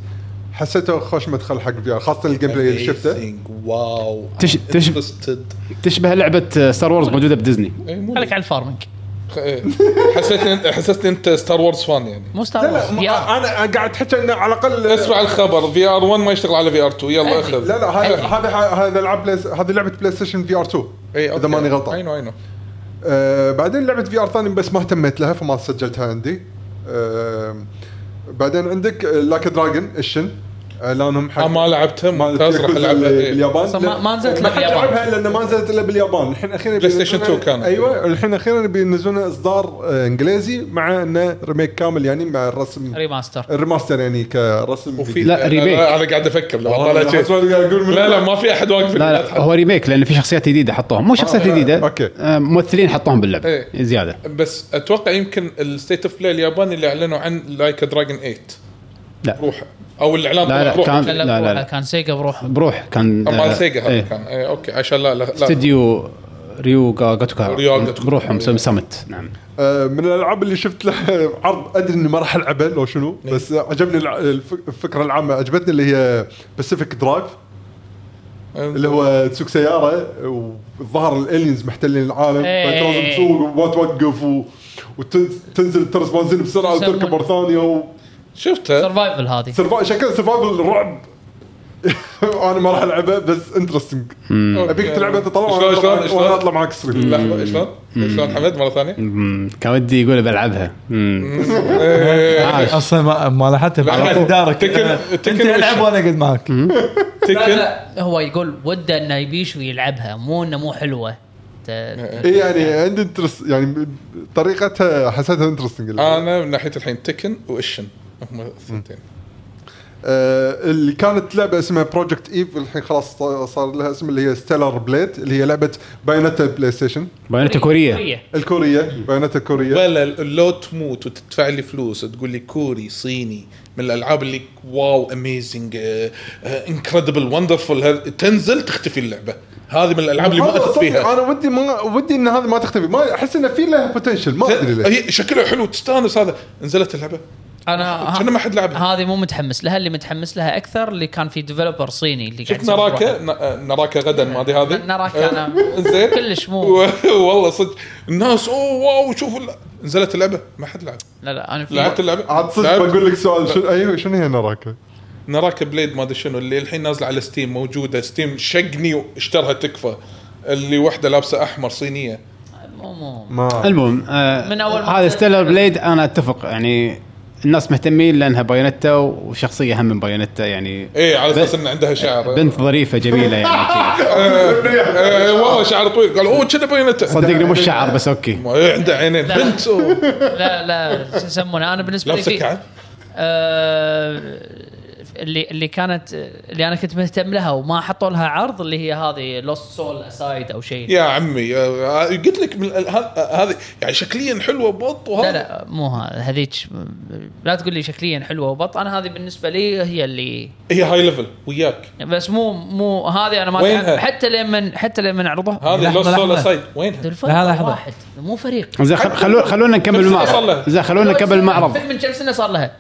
B: حسيته خوش مدخل حق في ار خاصه الجيم بلاي اللي شفته
E: Amazing. واو
A: تش- تش- تشبه آه، لعبه ستار وورز موجوده بديزني
E: إيه،
C: خليك على الفارمنج
E: حسيت حسيت انت ستار وورز فان يعني
C: مو
B: لا
C: ستار
B: لا
C: وورز
B: ما- انا قاعد احكي انه على الاقل
E: اسمع الخبر في ار 1 ما يشتغل على في ار 2 يلا اخذ
B: لا لا هذا
C: أي.
B: هذا هذا العاب بلاي- هذه لعبه بلاي ستيشن في ار 2
E: إيه،
B: اذا ماني غلطان
E: اينو اينو
B: آه بعدين لعبه في ار ثانيه بس ما اهتميت لها فما سجلتها عندي آه بعدين عندك لاك دراجون اشن اعلانهم حق
E: آه، ما لعبتها ممتاز راح
B: ياكوزا
E: العبها
B: اللي
E: إيه.
B: باليابان
C: أصلاً ما- ما نزلت
B: ما حد
C: باليابان.
B: لعبها لان ما نزلت الا باليابان الحين اخيرا
E: بلاي ستيشن
B: بينزلونها-
E: 2 كانت.
B: ايوه الحين اخيرا بينزلونها اصدار آه، انجليزي مع انه ريميك كامل يعني مع الرسم
C: ريماستر
B: الريماستر يعني كرسم
E: إيه. وفي
A: لا،
E: أنا-
A: ريميك.
E: انا قاعد افكر لو طالع شيء. لا لا ما في احد واقف
A: لا لا هو ريميك لان في شخصيات جديده حطوهم مو شخصيات جديده
B: أوكي.
A: آه، ممثلين حطوهم باللعبه
E: إيه.
A: زياده
E: بس اتوقع يمكن الستيت اوف بلاي الياباني اللي اعلنوا عن لايك دراجون 8
A: لا.
E: روحه او الاعلان
A: لا،
E: طلع
A: لا،
E: روحه.
A: كان-
C: كان
A: لا، لا،
C: بروحه،
A: لا.
C: كان سيجا بروحه
A: بروح كان
E: أو
A: آه،
E: مال سيجا هذا
A: إيه.
E: كان إيه، اوكي عشان لا لا لا.
A: استديو ريو إيه. جاتوكا
E: ريو غاتوكا.
A: بروحهم مسوي سمت نعم
B: آه، من الالعاب اللي شفت له عرض ادري اني ما راح العبها لو شنو
E: إيه.
B: بس آه، عجبني الع- الف- الفكره العامه عجبتني اللي هي باسيفيك درايف اللي هو تسوق سياره والظهر الالينز محتلين العالم
C: إيه.
B: فانت لازم تسوق وما توقف و... وتنزل ترس بنزين بسرعه
C: يسمون-
B: وتركب مره ثانيه
E: شفته
C: سرفايفل هذه
B: وسرفا... شكل سرفايفل رعب انا ما راح العبها بس انترستنج
E: أوكي.
B: ابيك تلعبها انت طلع
E: شلون شلون
B: وانا اطلع
E: شلون
B: معك ستريم
E: لحظه شلون شلون حمد مره ثانيه
A: مم. كان ودي يقول بلعبها مم.
E: آه،
A: عاش.
F: اصلا ما ما لاحظت
E: لا،
F: بعد دارك
E: تكن-
F: انت
E: تكن
F: العب
E: وش-
F: وانا اقعد معك
C: لا
E: تكن
C: لا هو يقول وده انه يبيشو يلعبها مو انه مو حلوه ت-
B: اي يعني عندي انترست يعني طريقتها حسيتها انترستنج
E: انا من ناحيه الحين تكن واشن هم الثنتين
B: آه، اللي كانت لعبه اسمها بروجكت ايف الحين خلاص صا- صار لها اسم اللي هي ستيلر بليد اللي هي لعبه بايونتا بلاي ستيشن
A: بايونيتا كوريه
B: الكوريه بايونتا الكوريه
E: ولا لو تموت وتدفع لي فلوس تقول لي كوري صيني من الالعاب اللي واو آه، اميزنج انكريدبل وندرفول تنزل تختفي اللعبه هذه من الالعاب اللي ما
B: هذا
E: اثق
B: صدق،
E: فيها
B: انا ودي ما ودي ان هذا ما تختفي ما احس انه في لها بوتنشل ما ادري ليش
E: هي شكلها حلو تستانس هذا نزلت اللعبه
C: انا
E: كنا ما حد لعبها
C: هذه مو متحمس لها اللي متحمس لها اكثر اللي كان في ديفلوبر صيني اللي قاعد
E: شفت
C: يسوي
E: نراكا
C: بروحه.
E: ن- نراكا غدا الماضي هذه
C: نراكا أنا
E: زين
C: كلش مو.
E: و- والله صدق الناس اوه واو شوفوا الل- نزلت اللعبه ما حد لعب
C: لا لا انا في
E: لعبت
B: عاد
E: اللعبه
B: صدق
E: لعبت.
B: بقول لك سؤال شنو ايوه شنو هي نراكا؟
E: نراكا بليد ما ادري شنو اللي الحين نازله على ستيم موجوده ستيم شقني واشترها تكفى اللي واحده لابسه احمر صينيه
C: مو مو
B: ما
A: المهم آه
C: من أول ما
A: هذا
C: نزلت
A: ستيلر
C: اللعبة.
A: بليد انا اتفق يعني الناس مهتمين لانها بايونيتا وشخصيه هم من بايونيتا يعني
E: ايه على
A: ب-
E: اساس ان عندها شعر
A: بنت ظريفه جميله يعني كذي.
E: إيه والله شعر طويل قال اوه كنا بينته
A: صدقني مو الشعر بس اوكي
E: ايه عندها عينين
C: لا.
E: بنت أوه.
C: لا لا شو يسمونه انا بالنسبه لي
E: لابسه
C: في-
E: كعب
C: آه، اللي اللي كانت اللي انا كنت مهتم لها وما حطوا لها عرض اللي هي هذه لوست سول اسايد او شيء
E: يا عمي آه، آه، قلت لك من ال- ه- آه، هذه يعني شكليا حلوه بط
C: لا
E: وهذا
C: لا مو هذا هذيك لا تقول لي شكليا حلوه وبط انا هذه بالنسبه لي هي اللي
E: هي هاي ليفل وياك
C: بس مو مو هذه انا ما
E: وينها؟
C: تعرف- حتى لما حتى لما عرضوها
E: هذه
F: لحظة،
E: لوست سول
F: لحظة.
E: اسايد وينها؟
C: الفريق
F: لا، لحظة.
C: واحد مو فريق
A: زين خل- خلو خلونا نكمل
E: نفس
A: المعرض
E: الفصل.
A: زين خلونا نكمل المعرض
C: من كم سنه صار لها؟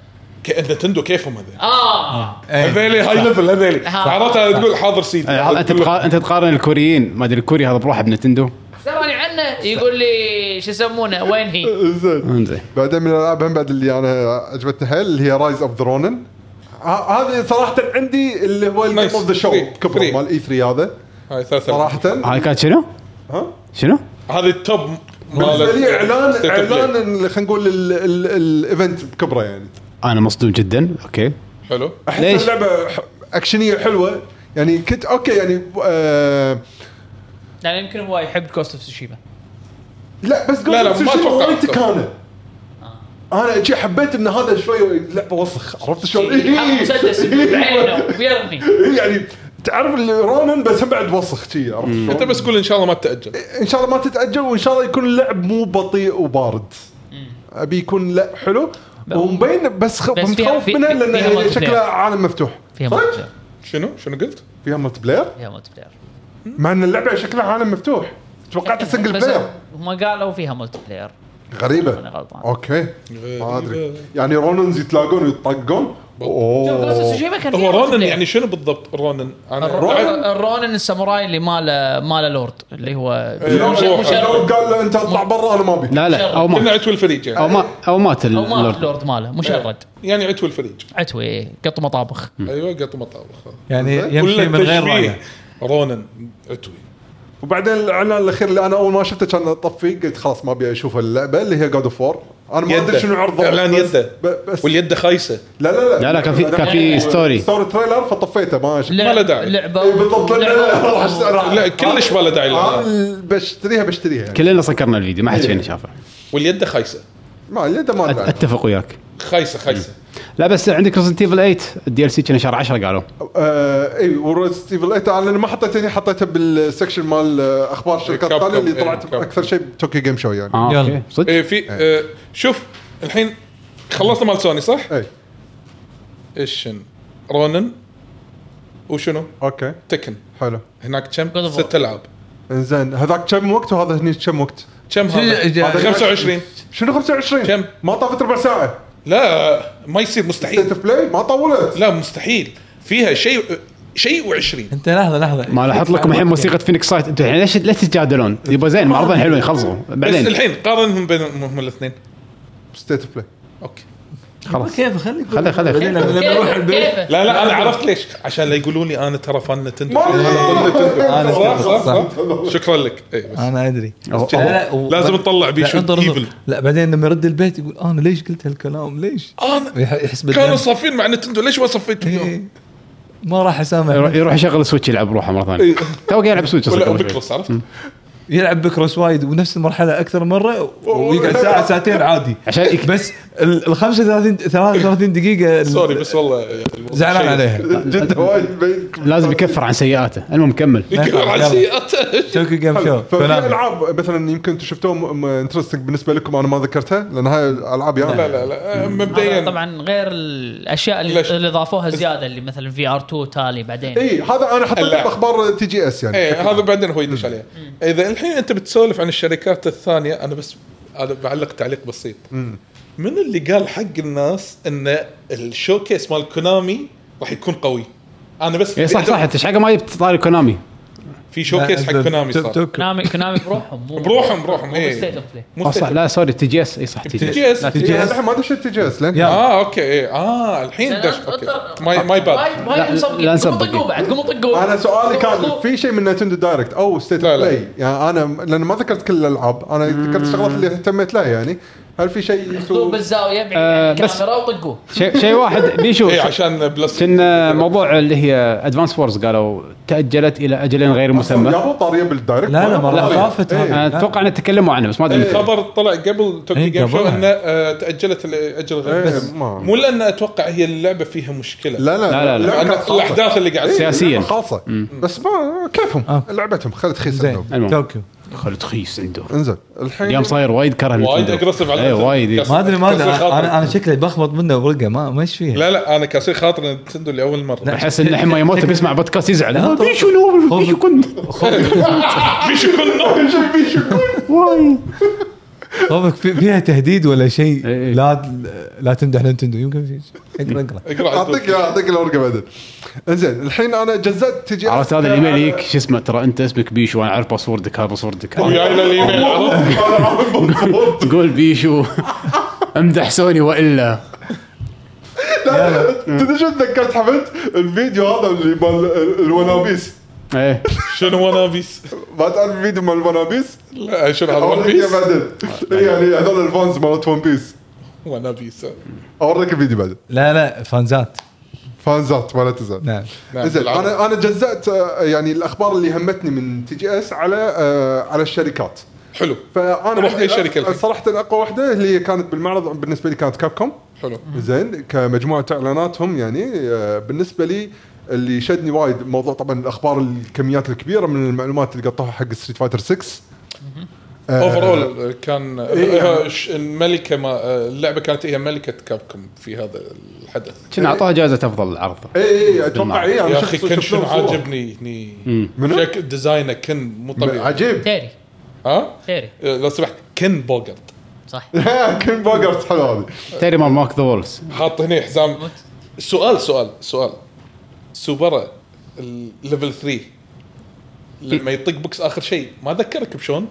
E: ك- نتندو كيفهم هذول
F: آه.
C: اه
F: إيه.
E: هذيلي هاي ليفل هذيلي
C: ها.
E: عرفتها تقول حاضر سيدي
A: آه، انت
E: تقول-
A: تقا- انت تقارن الكوريين ما ادري الكوري هذا بروحه بنتندو
C: دراني عنه يقول لي شو يسمونه وين هي؟
B: زين
A: انزين
B: بعدين من الالعاب هم بعد اللي انا عجبتني حيل اللي هي رايز اوف ذا رونن هذه صراحه عندي اللي هو الجيم
E: Nice.
B: اوف ذا شو
E: Free.
B: كبره
E: Free.
B: مال اي 3 هذا
E: هاي ثلاثة
B: صراحه
A: هاي كانت شنو؟
B: ها
A: شنو؟
E: هذه التوب
B: بالنسبه
E: مالت-
B: لي اعلان
E: State of Play.
B: اعلان خلينا نقول ال- ال- الايفنت بكبره يعني
A: انا مصدوم جدا اوكي
E: حلو
B: احس
A: ليش؟
B: اللعبه ح- اكشنيه حلوه يعني كنت اوكي يعني آه
C: يعني يمكن هو يحب كوست اوف سوشيما
B: لا بس
E: لا، لا، ما أتوقع.
B: وايد تكانه انا جي حبيت ان هذا شوي لعبه وسخ عرفت شلون؟
C: يحط مسدس بعينه
B: إيه.
C: ويرمي
B: يعني تعرف اللي رونن بس هم بعد وسخ شي عرفت
E: انت
B: شلون؟
E: بس قول ان شاء الله ما تتاجل
B: ان شاء الله ما تتاجل وان شاء الله يكون اللعب مو بطيء وبارد ابي يكون لا حلو ومبين بس, خ...
C: بس
B: بس
C: فيها-
B: متخوف
C: في-
B: منها
C: في-
B: لان
C: فيها
B: هي
C: multiplayer.
B: شكلها عالم مفتوح
C: فيها
B: صح؟
C: مالتي بلاير
E: شنو شنو قلت؟
F: إيه،
B: فيها ملتي بلاير
C: فيها مالتي بلاير
B: مع ان اللعبه شكلها عالم مفتوح توقعت سنجل
C: إيه، بس
B: بلاير
C: هم قالوا فيها مالتي بلاير
B: غريبه
C: انا غلطان
B: اوكي ما ادري
E: غريبة.
B: يعني روننز يتلاقون ويطقون
C: كوست اوف
B: اوه
C: سوشيما كان
E: هو
C: فيها multiplayer.
E: رونن يعني شنو بالضبط رونن؟
C: الرونن الرونن الساموراي اللي ماله ماله لورد اللي هو
B: لو
E: مش- مش-
B: لو قال له انت اطلع برا انا ما ابي
A: لا لا او
E: كنا
A: مات
E: عتو الفريج
A: او
E: يعني
A: مات او مات
C: او ما
A: اللورد
C: اللورد ماله مشرد
E: يعني عتو الفريج
C: عتوي قط مطابخ
E: ايوه قط مطابخ
F: يعني
E: ولا
F: يمشي من غير رايه
E: التشبيه رونن عتوي
B: وبعدين الاعلان الاخير اللي انا اول ما شفته كان اطفي قلت خلاص ما ابي اشوف اللعبه اللي هي جاد اوف وور انا ما
E: يده.
B: ادري شنو عرضه
E: إعلان
B: بس-
E: يده.
B: ب- بس
E: واليد خايسه
B: لا لا لا
A: لا، لا، كان في- كان في ستوري.
B: ستوري تريلر فطفيته ما شفت
E: ما له داعي.
C: لعبه
B: إي بالضبط لا، لا، لا، إيه، راح أشت- راح-
E: لا كلش ما له داعي
B: آه،
E: لها.
B: بشتريها بشتريها يعني.
A: كلنا سكرنا الفيديو ما حد فينا شافه
E: واليد خايسه
B: ما اليد ما
A: أت-
B: أدري.
A: اتفق وياك
E: خايسه خايسه
A: لا بس عندك ريزنت ايفل 8 الدي ال سي كان شهر 10 قالوا
B: آه، اي وروز ايفل 8 انا ما حطيتها هنا حطيتها بالسكشن مال آه، اخبار الشركات
E: كاب
B: الثانيه اللي
E: كوم، إي،
B: طلعت
E: كاب
B: اكثر شيء بتوكيو جيم شو يعني
A: اه
F: يلا.
A: اوكي صدق
E: إيه، في آه، شوف الحين خلصنا مال سوني صح؟
B: اي
E: ايشن رونن وشنو؟
B: اوكي
E: تكن
B: حلو
E: هناك كم؟
C: of War.
E: ست العاب
B: انزين هذاك كم وقت وهذا هني كم وقت؟
E: كم هذا؟
F: هذا
E: 25
B: شنو 25
E: كم؟
B: ما طافت ربع ساعه
E: لا ما يصير مستحيل
B: ستيت اوف بلاي ما طولت
E: لا مستحيل فيها شيء شيء و20
F: انت لحظه لحظه
A: ما لاحظت لكم الحين موسيقى فينيكس سايت انتم الحين ليش ليش تتجادلون؟ يبا زين معرضين حلوين خلصوا
E: بس
A: بعدين
E: الحين قارنهم بينهم الاثنين
B: ستيت اوف بلاي
E: اوكي
A: خلاص
F: كيف خليك
A: خلي- خلي- خلي.
F: لما نروح البيت
E: لا لا انا عرفت ليش عشان لا يقولون لي انا ترى فان نتندو
B: ما-
E: أنا
F: أنا
E: صح صح
F: صح.
E: صح شكرا لك اي بس
F: انا ادري
A: هو-
F: لا،
A: هو-
F: لا، و-
E: لازم تطلع بيه
F: لا،
E: شو
F: انظر، انظر.
E: evil.
F: لا بعدين لما يرد البيت يقول انا ليش قلت هالكلام ليش؟
E: انا
F: يح- يحس
E: كانوا
F: بالذنب
E: صافين مع نتندو ليش ما صفيت
F: إيه.
E: اليوم؟
F: ما راح اسامح
A: يروح- يروح يشغل السويتش يلعب بروحه مره ثانيه تو قاعد يلعب سويتش
E: إيه. ولا
A: أصلاً قبل شوي.
E: بكروس عرفت؟
F: يلعب بكروس وايد ونفس المرحله اكثر مره و- ويقعد ساعه ساعتين عادي
A: عشان يك-
F: بس ال ال 35 33 دقيقه ال-
E: سوري بس والله يعني
F: زعلان
E: شيء.
F: عليها
B: جدا وايد بين-
A: لازم يكفر عن سيئاته المهم كمل
E: يكبر على
F: يلا.
E: سيئاته
F: توكيو جيم شو
B: ففي
F: فنام.
B: العاب مثلا يمكن انتم شفتوها انترستنج بالنسبه لكم انا ما ذكرتها لان هاي العاب يعني
E: لا لا لا مبدئيا
C: طبعا غير الاشياء اللي,
E: ليش؟
C: اللي ضافوها زياده اللي مثلا في ار 2 تالي بعدين
B: اي هذا انا حطيته
E: اللعب.
B: باخبار تي جي اس يعني
E: ايه هذا بعدين هو يدش عليها اذا الحين انت بتسولف عن الشركات الثانيه انا بس انا بعلق تعليق بسيط من اللي قال حق الناس ان الشوكيس مال كونامي راح يكون قوي انا بس
A: اي إيه، صح صح انت ايش حق ما جبت طاري كونامي
E: في شوكيس حق كونامي
F: أه، تو-
E: صار
F: توكيو.
C: كونامي كونامي بروحهم مو
E: بروحهم بروحهم
B: إيه.
C: ستيت
E: ايه
C: اوف بلاي
A: اه صح
E: لا
A: لا سوري تي جي اس اي صح تي جي
E: تي اس
F: تي جي اس.
B: الحين ما ادري شو تي جي اس لان
F: يلا
E: اه اوكي ايه اه الحين دش اوكي ماي ماي باد
C: وايد
A: لا-
C: وايد
A: لا
C: مسبقين قوموا
A: نسبق.
C: طقوا بعد قوموا طقوا
B: انا سؤالي كان
C: قوموا
B: في شيء من نتندو دايركت او ستيت
E: لا،
B: اوف
E: لا.
B: بلاي يعني انا لان ما ذكرت كل الالعاب انا ذكرت الشغلات اللي اهتميت لها يعني هل في شيء
C: طقوا
B: انتم
C: بالزاويه بعيد
A: آه،
C: عن
A: بس-
C: الكاميرا وطقوا
A: شيء شيء واحد بيشو
E: ايه عشان بلس
A: كنا موضوع اللي هي ادفانس وورز قالوا تاجلت الى اجل غير مسمى
B: جابوا طاريه بالدايركت
F: لا لا
B: ما
F: مره
B: طارية.
F: طافت
B: إيه.
F: هذه.
A: أنا اتوقع ان تكلموا عنه بس ما ادري متى.
E: الخبر طلع قبل توكي
F: إيه،
E: جيم شو
F: قبلها.
E: انه آه، تاجلت لاجل غير
B: إيه،
E: بس
B: ما-
E: مو لان اتوقع هي اللعبه فيها مشكله
B: لا لا
A: لا، لا، لا.
B: اللعبة
E: لأن
B: كانت خاصة.
E: الاحداث اللي قاعد
B: إيه،
E: تصير
A: سياسياً.
B: اللعبة خاصه بس ما كيفهم
F: آه.
B: لعبتهم خلت خيس عندهم.
F: زين
A: نعم. المهم.
F: توكيو
A: خالد خيس عنده
B: انزل الحين
A: اليوم صاير وايد كره
E: وايد
A: نتندو.
E: اجريسف على
A: ايه
E: نتندو.
A: وايد
E: كسر-
F: ما ادري ما ادري
E: كسر خاطري.
F: أنا- انا انا شكلي بخبط منه ورقه ما ما ايش فيها
E: لا لا انا كاسر خاطر نتندو لاول مره
A: احس ان حما يموت بيسمع بودكاست يزعل
F: لا،
A: ها،
F: طبعاً.
A: بيشو لو- بيشو كنت
E: بيشو كنا
A: واي
F: طبعا في- فيها تهديد ولا شيء
A: إيه.
F: لا لا تمدح نينتندو يمكن في شيء. اقرا اقرا
E: اقرا
B: اعطيك
E: عدوك.
B: اعطيك الورقه بعدين انزين الحين انا جزأت تي جي
A: عرفت هذا الايميل يجيك شو اسمه ترى انت اسمك بيشو انا اعرف باسوردك هذا باسوردك
E: وياي للايميل عرفت؟
A: تقول بيشو امدح سوني والا
B: تدري شو تذكرت حمد الفيديو هذا اللي مال ال- الونابيس
A: ايه
E: شنو وانا بيس
B: ما تعرف الفيديو مال الونابيس؟
E: لا شنو هذا ون
B: اوريك إياه
E: بيس
B: بعدين
A: آه.
B: إيه، يعني هذول الفانز مالت ون بيس
E: وانا بيس
B: اوريك الفيديو بعدين
F: لا لا فانزات
B: فانزات ولا تزال
F: نعم
E: نعم،
B: زين
E: بالعرض.
B: انا انا جزأت آه، يعني الاخبار اللي همتني من تي جي اس على آه، على الشركات
E: حلو
B: فانا
E: روح
B: عندي
E: أي شركة الحين.
B: صراحه اقوى واحده اللي هي كانت بالمعرض بالنسبه لي كانت كاب كوم
E: حلو
B: زين كمجموعه اعلاناتهم يعني آه، بالنسبه لي اللي شدني وايد موضوع طبعا الاخبار الكميات الكبيره من المعلومات اللي قطوها حق ستريت فايتر 6
E: اوفرول كان
B: آه. إيه، يعني.
E: ش- الملكه ما اللعبه كانت هي ملكه كابكم في هذا الحدث
A: كنا اعطوها جائزه افضل عرض
B: اي اي اتوقع اي انا
E: يا اخي
B: إيه، شفت-
E: كن
B: شفت لهم
E: شنو
B: صورة.
E: عاجبني هني
B: منو؟
E: شكل ديزاينه كن مو طبيعي
B: عجيب
C: تيري
E: ها
C: تيري
E: لو سمحت كن بوجرت
C: صح
B: كين بوجرت حلو هذه
A: تيري مال ماك ذا وولز
E: حاط هنا حزام سؤال سؤال سؤال سوبرا الليفل 3 لما يطق بوكس اخر شيء ما ذكرك بشون؟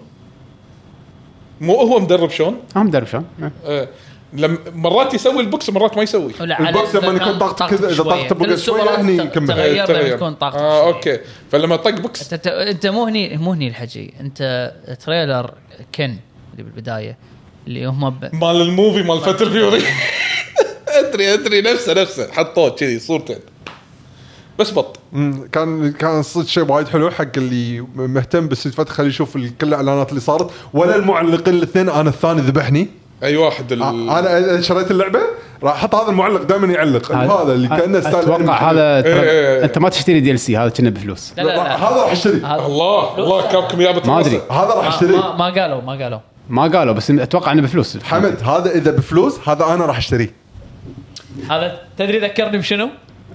E: مو هو مدرب شون؟
A: ما مدري شلون
E: آه لم مرات يسوي البوكس مرات ما يسوي
C: ولا
B: البوكس لما
C: على-
B: يكون طاقتك كذا، إذا
C: شوية.
B: طاقتك بقت
C: كل السوبر
B: شوية، هني
C: تغ-
B: يكمل.
E: آه،
C: تغير لما
E: تغير.
C: يكون طاقتك
E: اه
C: شوية.
E: اوكي فلما طق بوكس
C: انت انت مو هني مو هني الحكي انت تريلر كن اللي بالبدايه اللي هم ب...
E: مال الموفي مال فاتل فيوري ادري ادري نفسه نفسه حطوه كذي صورتين بس بط
B: مم، كان كان صدق شيء وايد حلو حق اللي مهتم بالستريت فايتر خليه يشوف ال- كل الاعلانات اللي صارت ولا المعلقين الاثنين انا الثاني ذبحني
E: اي واحد ال...
B: آ-
A: آه،
B: انا شريت اللعبه راح احط هذا المعلق دائما يعلق
E: آه،
B: هذا اللي كانه ستايل
A: اتوقع
B: الأنمي.
A: هذا
E: إيه، إيه، إيه.
A: ترى انت ما تشتري دي ال سي هذا كنا بفلوس
C: لا لا
B: راح-
C: لا
B: هذا راح اشتري
E: الله الله كابكم يا
A: ما أدري.
B: هذا راح
C: ما,
B: اشتريه
C: ما قالوا ما قالوا
A: ما قالوا بس اتوقع انه بفلوس
B: حمد هذا اذا بفلوس هذا انا راح اشتريه
C: هذا تدري ذكرني بشنو؟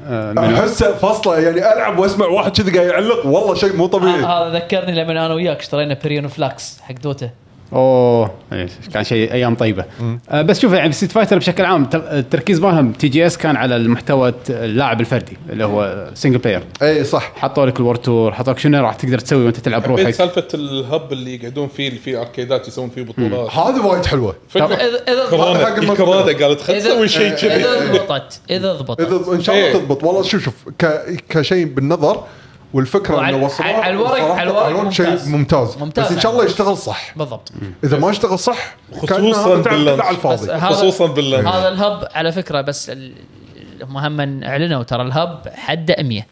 A: آه، منو؟
B: احسه فصله يعني العب واسمع واحد كذي قاعد يعلق والله شيء مو
E: إيه.
C: آه،
B: طبيعي
C: هذا ذكرني لما انا وياك اشترينا بيريون فلاكس حق دوتا
A: اوه إيه، كان شيء ايام طيبه آه بس شوف يعني ستيت فايتر بشكل عام ت- التركيز مالهم تي جي اس كان على المحتوى الت- اللاعب الفردي اللي هو سنجل بلاير
B: اي إيه، صح
A: حطوا لك الور تور حطوا لك شنو راح تقدر تسوي وانت تلعب
E: بيت
A: روحك
E: سالفه الهب اللي يقعدون فيه اللي فيه اركيدات يسوون فيه بطولات
B: هذه وايد حلوه
E: فكره
C: اذا اذا
B: حق
E: كورونا
B: المنطقة.
E: الكورونا قالت خلينا
C: إذا-
E: نسوي شيء كذي
C: اذا ضبطت اذا ضبطت
B: اذا ان شاء الله
E: إيه.
B: تضبط والله شوف شوف ك... كشيء بالنظر والفكره
C: وعلى-
B: انه وصلوها
C: على الورق-
B: صراحة
C: على الورق
B: العنوان
C: ممتاز.
B: شيء ممتاز
C: ممتاز.
B: بس ان شاء الله يشتغل صح
C: بالضبط
B: اذا ما اشتغل صح
E: خصوصاً
B: كأنه هذا تعب
E: باللانش.
B: كله على الفاضي
C: بس- هذا-
E: خصوصا باللعب
C: هذا الهب على فكره بس ال- هم هم اعلنوا ترى الهب حده 100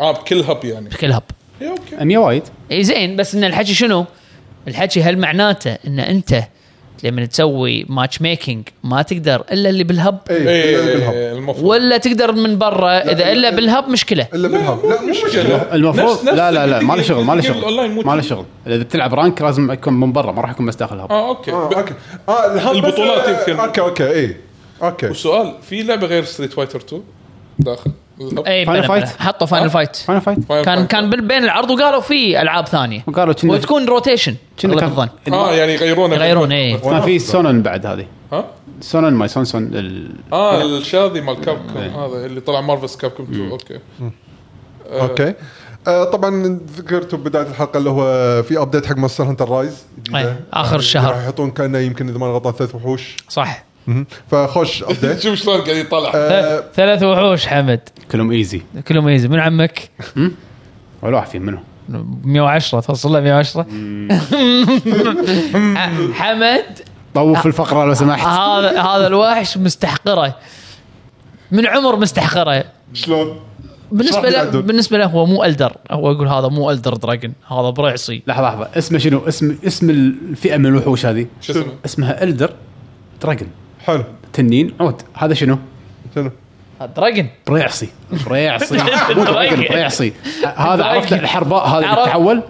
E: اه بكل هب يعني
C: بكل هب
E: إيه، اوكي
A: 100 وايد
C: اي زين بس ان الحكي شنو؟ الحكي هل معناته ان انت لما تسوي ماتش ميكينج ما تقدر الا اللي بالهب
B: إيه،
E: إيه،
B: الا بالهب
E: إيه، المفروض
C: ولا تقدر من برا اذا الا
B: لا.
C: بالهب مشكله
B: الا بالهب لا مو مشكله
A: المفروض
E: نفس- نفس
A: لا لا لا
E: الفيديو
A: ما له شغل ما له
E: الفيديو الأونلاين مو
A: شغل ما له
E: تي-
A: شغل اذا بتلعب رانك لازم يكون من برا ما راح يكون بس داخل الهب
E: اه اوكي
B: اه
E: ب-
B: اوكي اه الهب بس- آه،
E: البطولات يمكن.
B: اوكي اوكي اي اوكي
E: وسؤال في لعبه غير ستريت فايتر 2 داخل الهب؟
A: فاينل
C: اي بلا بلا.
A: فايت؟
C: حطوا فاينل فايت
A: فاينل فايت
E: فاينل
C: كان
E: فايت.
C: كان بال- بين العرض وقالوا في العاب ثانيه
A: طيب، وقالوا كنا
C: وتكون روتيشن
A: كنا كان-
C: الظن
E: اه يعني يغيرونه
C: يغيرون إيه، اي
A: كان في سونن بعد هذه
E: ها
A: سونن ماي سونسون ال-
E: اه الشاذي مال كاب كوم هذا اللي طلع مارفلز كاب كوم 2 اوكي
B: اوكي آه طبعا ذكرتوا بدايه الحلقه اللي هو في ابديت حق ماستر هانتر رايز
C: إيه، آخر الشهر.
B: آه، راح يحطون كانه يمكن اذا ما غلطان ثلاث وحوش
C: صح
B: مهم. فخوش ابديت
E: شوف شلون قاعد يطلع
B: آه
C: ثلاث وحوش حمد
A: كلهم ايزي
C: كلهم ايزي من عمك
A: ولا واحد فيهم منهم
C: 110 توصل له 110 ح- حمد
A: طوف الفقره لو سمحت
C: هذا هذا الوحش مستحقره من عمر مستحقره
B: شلون؟
C: بالنسبه
B: شرح
C: له
B: العدد.
C: بالنسبه له هو مو الدر هو يقول هذا مو الدر دراجون هذا برعصي
A: لحظه لحظه اسمه شنو اسم اسم الفئه من الوحوش هذه
E: شو اسمه؟
A: اسمها الدر دراجون
B: حلو
A: تنين عود هذا شنو
B: شنو؟
C: دراجون
A: بريعصي بريعصي مو دراجون بريعصي هذا عرفت الحرباء هذا اللي
C: عرفت.
A: تحول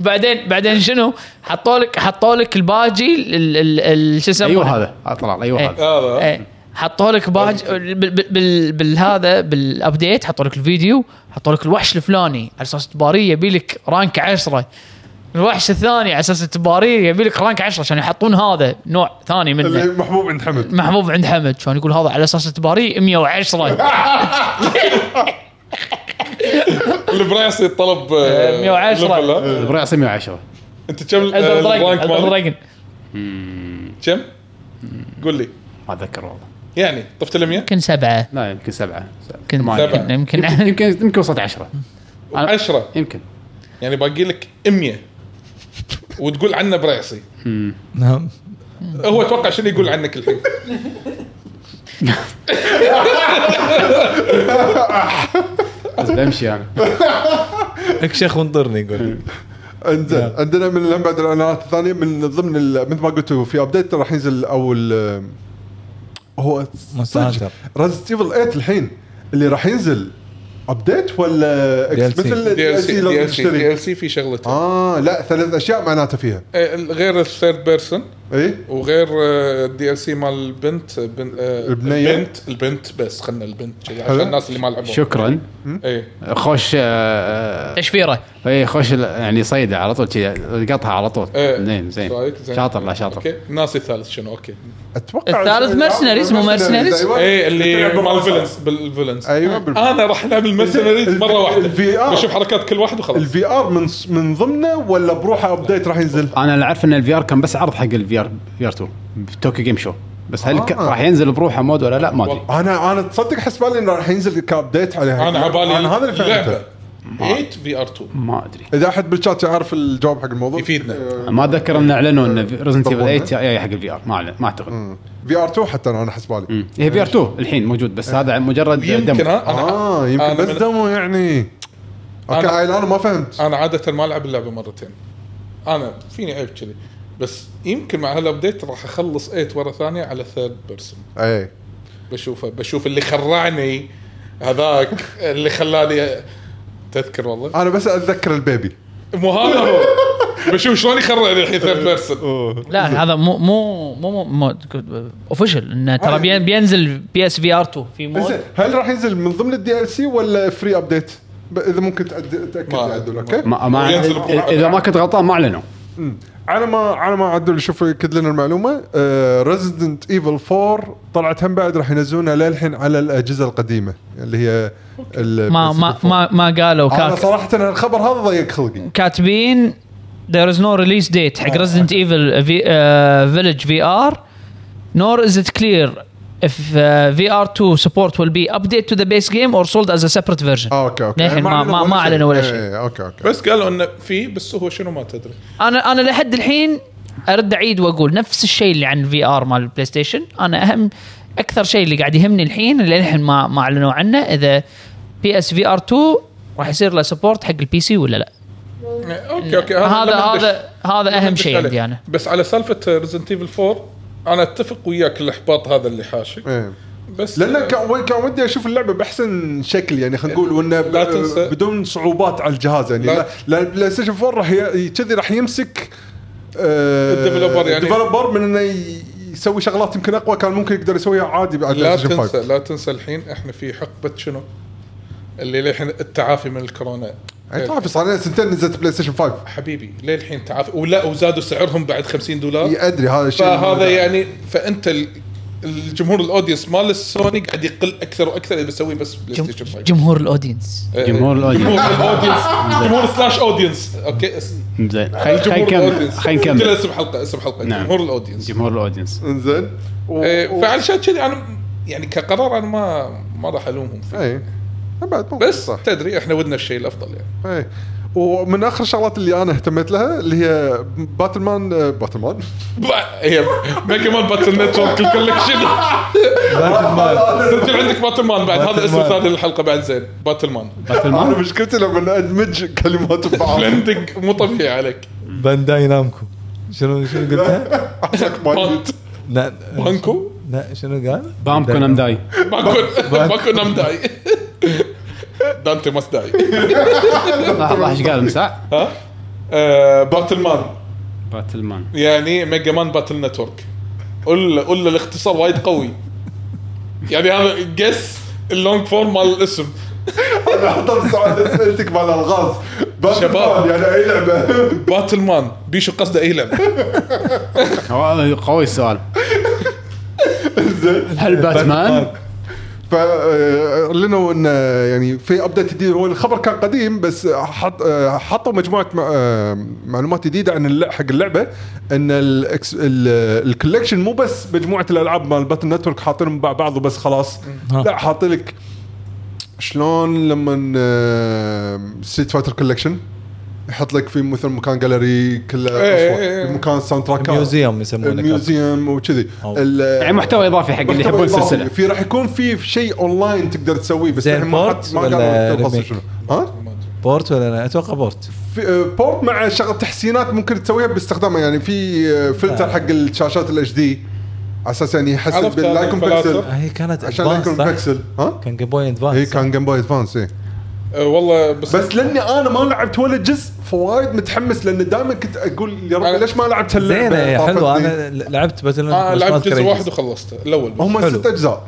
C: بعدين بعدين شنو حطوا لك حطوا لك الباجي ال- ال- ال- شو يسمونه
A: ايوه هذا آه، طلع ايوه
C: إيه.
A: هذا
E: هذا
C: ايه حطوا لك باج بال- بال- بال- بالهذا بالابديت حطوا لك الفيديو حطوا لك الوحش الفلاني على اساس تباريه يبي لك رانك 10 الوحش الثاني على اساس تباريه يبي لك رانك 10 عشان يحطون هذا نوع ثاني منه
B: اللي محبوب عند حمد
C: محبوب عند حمد كان يقول هذا على اساس تباريه 110
E: البرايس يطلب آه،
C: 110.
E: ليفل، ها؟
A: بريعصي 110
E: انت كم ال-
C: Elder Dragon-
E: الرانك
C: Elder
E: مالك؟
C: Dragon.
E: كم؟ قول لي
A: ما اتذكر والله
E: يعني طفت ال 100
C: يمكن سبعه
A: لا يمكن سبعه
C: يمكن
A: ثمانية.
E: سبعة.
A: يمكن
C: يمكن يمكن
A: يمكن يمكن وصلت 10 أنا-
E: 10
A: يمكن
E: يعني باقي لك 100 وتقول عنه برايسي
F: نعم
E: هو اتوقع شنو يقول عنك الحين
A: بس بمشي انا
F: اكشخ وانطرني يقول لي.
B: انزين عندنا من الهم بعد الاعلانات الثانيه من ضمن ال- مثل ما قلتوا في ابديت راح ينزل او ال- هو
F: Monster Hunter.
B: ريزنت ايفل 8 الحين اللي راح ينزل ابديت ولا
F: DLC.
B: إكس؟ مثل
E: دي ال
B: DLC
E: سي
B: لازم
E: دي ال سي دي
B: تشتري
E: ال سي في شغلتين
B: اه لا ثلاث اشياء معناته فيها إيه؟
E: آه، غير الثيرد بيرسون
B: اي
E: وغير آه، الدي ال سي مال البنت بن- آه،
B: البنية.
E: البنت البنت بس خلنا البنت شي،
B: حلو.
E: عشان الناس اللي ما لعبوا
A: شكرا
E: ايه
A: خوش آه،
C: تشفيره
A: اي خوش ال- يعني صيده على طول كذا قطها على طول
E: إيه.
A: زين زين
E: رأيك؟ زين.
A: شاطر لا شاطر
E: اوكي ناسي الثالث شنو اوكي
B: اتوقع
C: الثالث mercenaries، مو mercenaries؟
B: أيوة.
E: ايه اللي
B: تلعب
E: مال
B: بالرصاص.
E: الفيلنز بالفيلنز
B: ايوه بالفعل.
E: انا راح العب المرسنريز
B: الفي-
E: مره واحده
B: الفي آر.
E: بشوف حركات كل واحد وخلاص
B: الفي ار من من ضمنه ولا بروحه ابديت راح ينزل؟
A: انا اللي اعرف ان الفي ار كان بس عرض حق الفي ار في ار 2 بتوكيو جيم شو بس هل ك-
B: آه.
A: راح ينزل بروحه مود ولا لا ما ادري
E: والله.
B: انا انا تصدق حسب بالي انه راح ينزل كابديت عليها
E: انا على بالي
B: انا هذا اللي
E: لعبه
B: فهمته
E: 8 في ار 2
G: ما ادري
B: اذا احد بالشات يعرف الجواب حق الموضوع
E: يفيدنا.
B: آه،
G: ما اتذكر ان اعلنوا ان ريزنت ايفل
B: طبعاً.
G: 8 جاي حق الفي ار ما أعلن- ما اعتقد
B: في ار 2 حتى انا حسب بالي
G: مم.
A: إيه،
G: هي في ار 2 الحين موجود بس هذا مجرد
E: يمكن
G: دم
E: ها انا
B: اه يمكن
E: أنا
B: بس
E: من-
B: دمو يعني اوكي
E: أنا-
B: هاي انا ما فهمت
E: انا عاده ما العب اللعبه مرتين انا فيني عيب كذي بس يمكن مع هالابديت راح اخلص 8 ورا ثانيه على ثيرد بيرسون
B: اي
E: بشوفه بشوف اللي خرعني هذاك اللي خلاني تذكر والله
B: انا بس اتذكر البيبي
E: مو هذا هو بشوف شلون يخرعني الحين ثيرد بيرسون
C: لا هذا مو مو مو, مو اوفشل انه ترى بين- بينزل بي اس في ار 2 في مود
B: زين هل راح ينزل من ضمن الدي ال سي ولا فري ابديت؟ ب- اذا ممكن تأد- تاكد
E: ما-
B: لي عدول اوكي؟
G: ما, ما
E: ينزل إيه. بقرعة.
G: اذا ما كنت غلطان ما اعلنوا
B: على ما على ما عدول شوف ياكد لنا آه، المعلومه ريزدنت ايفل 4 طلعت هم بعد راح ينزلونها للحين على الاجهزه القديمه اللي هي ال-
C: ما
B: PlayStation
C: ما
B: 4.
C: ما ما قالوا
B: انا
C: كات-
B: صراحه الخبر هذا ضيق خلقي
C: كاتبين there is no release date حق Resident Evil في, uh, Village VR nor is it clear if uh, VR2 support will be updated to the base game or sold as a separate version.
B: آه، اوكي اوكي
C: للحين ما- ما- ما أعلنوا ولا شيء.
B: إيه، اوكي اوكي
E: بس قالوا انه في بس هو شنو ما تدري
C: انا انا لحد الحين ارد اعيد واقول نفس الشيء اللي عن الفي ار مال البلاي ستيشن انا اهم اكثر شيء اللي قاعد يهمني الحين اللي للحين ما ما اعلنوا عنه اذا بي اس في ار 2 راح يصير له سبورت حق البي سي ولا لا
E: اوكي اوكي
C: هذا
E: لما ندش-
C: هذا هذا اهم
E: ندش
C: شيء
E: عليه.
C: عندي انا
E: بس على سالفه ريزنت ايفل 4 انا اتفق وياك الاحباط هذا اللي حاشك
B: إيه.
E: بس
B: لان كان و- كان ودي اشوف اللعبه باحسن شكل يعني خلينا نقول وانه ب-
E: لا تنسى-
B: بدون صعوبات على الجهاز يعني
E: لا-
B: لا- لان البلاي ستيشن 4 راح ي- كذي راح يمسك آه،
E: الديفلوبر يعني.
B: الديفلوبر من انه ي- يسوي شغلات يمكن اقوى كان ممكن يقدر يسويها عادي بعد
E: لا
B: PlayStation 5.
E: تنسى لا تنسى الحين احنا في حقبه شنو؟ اللي للحين التعافي من الكورونا
B: يعني تعرف صار لنا سنتين نزلت بلاي ستيشن 5
E: حبيبي للحين تعافي ولا وزادوا سعرهم بعد 50 دولار
B: ادري هذا الشيء
E: فهذا يعني فانت ال- الجمهور الاودينس مال السوني قاعد يقل اكثر واكثر اذا بسوي بس بلاي
C: جم-
E: ستيشن 5
C: جمهور الاودينس
E: إيه.
G: جمهور
E: جمهور
G: الاودينس
E: الاودينس جمهور سلاش اودينس اوكي اس-
G: زين خلينا
E: جمهور
G: نكمل
E: الأودينس.
G: خلينا
E: قلت له
G: نكمل
E: اسم حلقه اسم حلقه
G: نعم.
E: جمهور الاودينس
G: جمهور الاودينس
B: انزين و-
E: إيه،
B: و-
E: فعلشان كذي انا يعني كقرار انا ما ما راح الومهم فيه
B: اي بعد ممكن
E: بس
B: صح.
E: تدري احنا ودنا الشيء الافضل يعني
B: اي ومن اخر الشغلات اللي انا اهتميت لها اللي هي باتل مان آه، باتل مان
E: هي ميجا مان باتل نتورك الكولكشن سجل عندك باتل مان بعد هذا اسم
F: مان.
E: ثاني للحلقه بعد زين باتل مان
G: باتل مان
B: انا مشكلتي لما ادمج كلمات ببعض
E: بلندنج مو طبيعي عليك
F: بانداي نامكو شنو شنو قلتها؟
B: أحسك ما جيت.
F: لا
E: بانكو
F: لا شنو قال؟
G: بامكو نمداي
E: بانكو بانكو نام داي دانتي ماست داي
G: لحظه لحظة، ايش قال مساع؟
E: ها آه، باتل مان
G: باتل مان
E: يعني ميجا مان باتل نتورك قول قول له الاختصار وايد قوي يعني هذا جس اللونج فورم مال الاسم
B: انا حطيت سؤال اسئلتك مال الغاز باتل
E: شباب.
B: مان يعني اي لعبه
E: باتل مان بيشو قصده اي لعبه
G: هو- قوي السؤال
B: زين
G: هل باتمان؟
B: فاعلنوا ان يعني في ابديت جديد هو الخبر كان قديم بس حط آه، حطوا مجموعه مع- آه، معلومات جديده عن اللع- حق اللعبه ان الكولكشن مو بس مجموعه الالعاب مال باتل نتورك حاطينهم مع بعض وبس خلاص لا حاطين لك شلون آه، لما ستريت فايتر كولكشن يحط لك في مثل مكان جاليري كله
E: إيه،
B: أصوات،
E: إيه، إيه.
B: مكان ساوند تراك
F: ميوزيوم يسمونه
B: الميوزيوم وكذي
F: أو.
B: ال- آه،
G: يعني محتوى اضافي حق اللي يحبون
B: محتوى
G: السلسله
B: إضافي. في راح يكون في شيء اونلاين تقدر تسويه بس
F: زي
B: الحين ما
F: البورت
B: حد ما
F: ولا
B: قالوا التفاصيل
F: ريميك؟
B: شنو ها
F: بورت ولا لا؟ اتوقع بورت
B: في آه، بورت مع شغل تحسينات ممكن تسويها باستخدامه يعني في آه، فلتر
F: آه.
B: حق الشاشات الاتش دي على اساس يعني يحسن
E: عرفت هذا
B: بالايكون
E: الفلاتر؟
B: بيكسل
F: آه، هي كانت
B: عشان لا
F: advanced،
B: يكون
F: صح؟
B: بيكسل ها
F: كان جيم بوي
B: اي
F: ادفانس
B: إيه، كان جيم بوي ادفانس اي
E: أه، والله بس,
B: إيه. بس لاني انا ما لعبت ولا جزء فوايد متحمس لان دائما كنت اقول يا ربي
E: أنا-
B: ليش ما لعبت هاللعبه
F: زينه هي حلوه
B: طافتني.
F: انا لعبت باتل
E: انا آه، لعبت جزء واحد وخلصته الاول بس.
B: هم
F: حلو.
B: ست اجزاء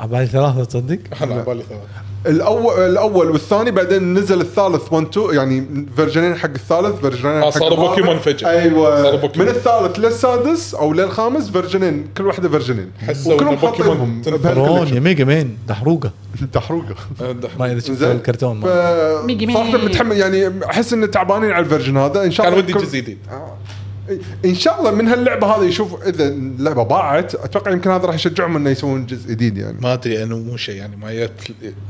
F: آه، بعد ثلاثه تصدق؟
E: انا على بالي ثلاث
B: الاول الاول والثاني بعدين نزل الثالث 1 2 يعني فيرجنين حق الثالث فيرجنين
E: آه،
B: حق
E: صاروا
B: الرابع.
E: بوكيمون فجأة.
B: ايوه
E: صاروا بوكيمون.
B: من الثالث للسادس او للخامس فيرجنين كل واحده فيرجنين
E: حسوا
B: وكلهم
E: إن بوكيمون
B: حاطينهم
E: تنفر.
F: برون
B: بهالcollection.
F: يا ميجا مين تحروقه
B: تحروقه
E: أه، دح-
F: ما اذا شفت
B: زين.
F: الكرتون
B: ف
F: ما
C: ميجي مين.
B: صراحه متحمل يعني احس ان تعبانين على الفيرجن هذا ان شاء
E: كان
B: الله
E: ودي
B: يكون-
E: جزء جديد
B: ان شاء الله من هاللعبه هذه يشوف اذا اللعبه باعت اتوقع يمكن هذا راح يشجعهم انه يسوون جزء جديد يعني
E: ما ادري انه مو شيء يعني ما جت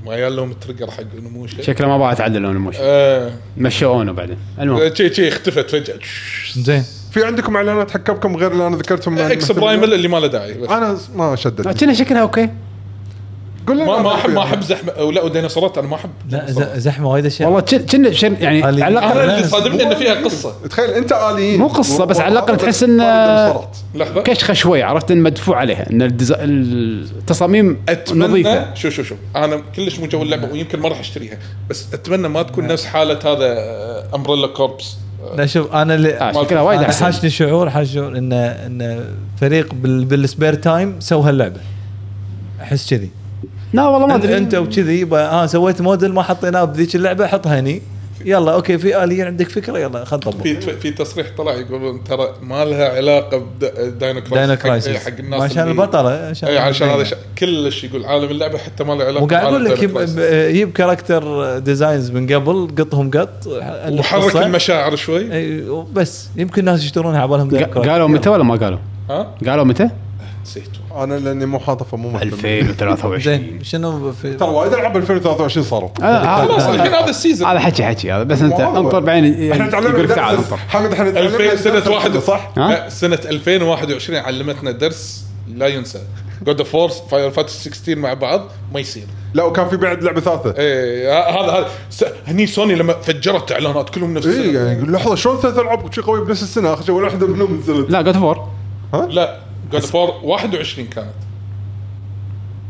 E: ما جا لهم تريجر حق انه مو شيء
A: شكله ما باع تعدل لون الموشن
E: آه،
A: مشوا اونو بعدين المهم
E: شي شي اختفت فجاه
F: زين
B: في عندكم اعلانات حق كابكم غير اللي انا ذكرتهم يعني
E: اكس برايمل اللي ما له داعي بس.
B: انا ما شدت
A: آه، كنا شكلها اوكي
B: قول لنا
E: ما ما احب ما احب زحمه أو لا وديناصورات انا ما احب
F: لا
E: ديناصورات.
F: ز- زحمه وايد اشياء
A: والله كنا يعني على
F: علي.
A: الاقل
E: انا اللي صادمني ان فيها قصه
B: تخيل انت اليين
A: مو قصة، بس على الأقل تحس إن-
E: لحظه
A: كشخه شوي عرفت ان مدفوع عليها ان الدز... التصاميم آه، نظيفه
E: اتمنى شو شو شو انا كلش مو جو اللعبه ويمكن ما راح اشتريها بس اتمنى ما تكون نفس حاله هذا آه، امبريلا كوربس
F: لا شوف انا اللي
A: آه، شكلها وايد
F: أنا
A: احسن
F: حاشني شعور حاش شعور ان ان فريق بال بالسبير تايم سوى هاللعبه احس كذي
A: لا والله ما
F: انت,
A: ادري
F: انت وكذي يبا- ها سويت موديل ما حطيناه بذيك اللعبه حطها هني يلا اوكي في اليه عندك فكره يلا خل نطبق
E: في في تصريح طلع يقولون ترى ما لها علاقه بداينو كرايسيس
F: داينا
E: حق- إيه،
F: كرايسيس
E: حق الناس
F: ما عشان
E: اللي-
F: البطله عشان
E: اي عشان هذا شا- كلش يقول عالم اللعبه حتى ما له علاقه
F: وقاعد اقول لك
E: بعالم
F: يب-
E: Dino Crisis.
F: يجيب كاركتر ديزاينز من قبل قطهم قط
E: وحرك
F: قصة.
E: المشاعر شوي
F: اي، وبس يمكن الناس يشترونها على بالهم Dino Crisis.
A: قالوا متى ولا ما قالوا؟
E: ها
A: قالوا متى؟
E: نسيت
B: انا لاني مو حاطفه مو مهتم.
F: زين شنو في
B: ترى وايد العاب 2023 صاروا
A: آه،
F: آه،
E: خلاص الحين هذا السيزون
A: هذا حكي حكي هذا بس انت
B: والله.
A: انطر بعدين
B: احنا تعلمنا
A: يقول لك تعال
B: درس.
A: انطر
B: حمد احنا تعلمنا
E: 2000
B: درس
E: سنه واحد
B: صح؟
A: ها؟
E: لا سنه 2021 علمتنا درس لا ينسى جود اوف فورس فاير فاتس 16 مع بعض ما يصير
B: لا وكان في بعد لعبه ثالثه
E: ايه ه- هذا هذا س- هني سوني لما فجرت اعلانات كلهم نفس
B: اي
E: السنة.
B: يعني يقول لحظه شلون ثلاث العاب شي قويه بنفس السنه اخر شيء ولا واحده منهم نزلت
A: لا جود فور
E: لا جود اوف 21 كانت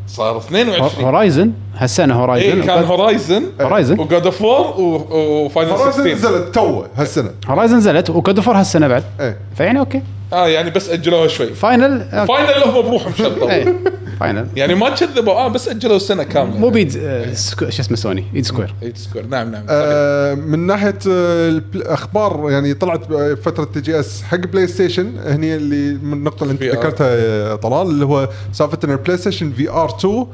E: صار 22
A: هورايزن هالسنه
E: اي
A: هورايزن
E: إيه، كان هورايزن
A: هورايزن
E: وجود اوف وور وفاينل
B: هورايزن
E: 16
B: نزلت تو هالسنه
A: هورايزن نزلت وجود فور هالسنه بعد
E: إيه.
B: ايه
A: فيعني اوكي
E: اه يعني بس اجلوها شوي
A: فاينل
E: فاينل هم بروحهم
A: إيه.
E: شطوا
A: فاينل
E: يعني ما كذبوا اه بس اجلوا سنه كامله
A: مو بيد آه، سكو- شو اسمه سوني ايد سكوير
E: ايد سكوير نعم نعم
B: آه، من ناحيه آه، البل- اخبار يعني طلعت فتره تي جي اس حق بلاي ستيشن هني اللي من النقطه اللي انت
E: VR.
B: ذكرتها يا طلال اللي هو سالفه ان البلاي ستيشن في ار 2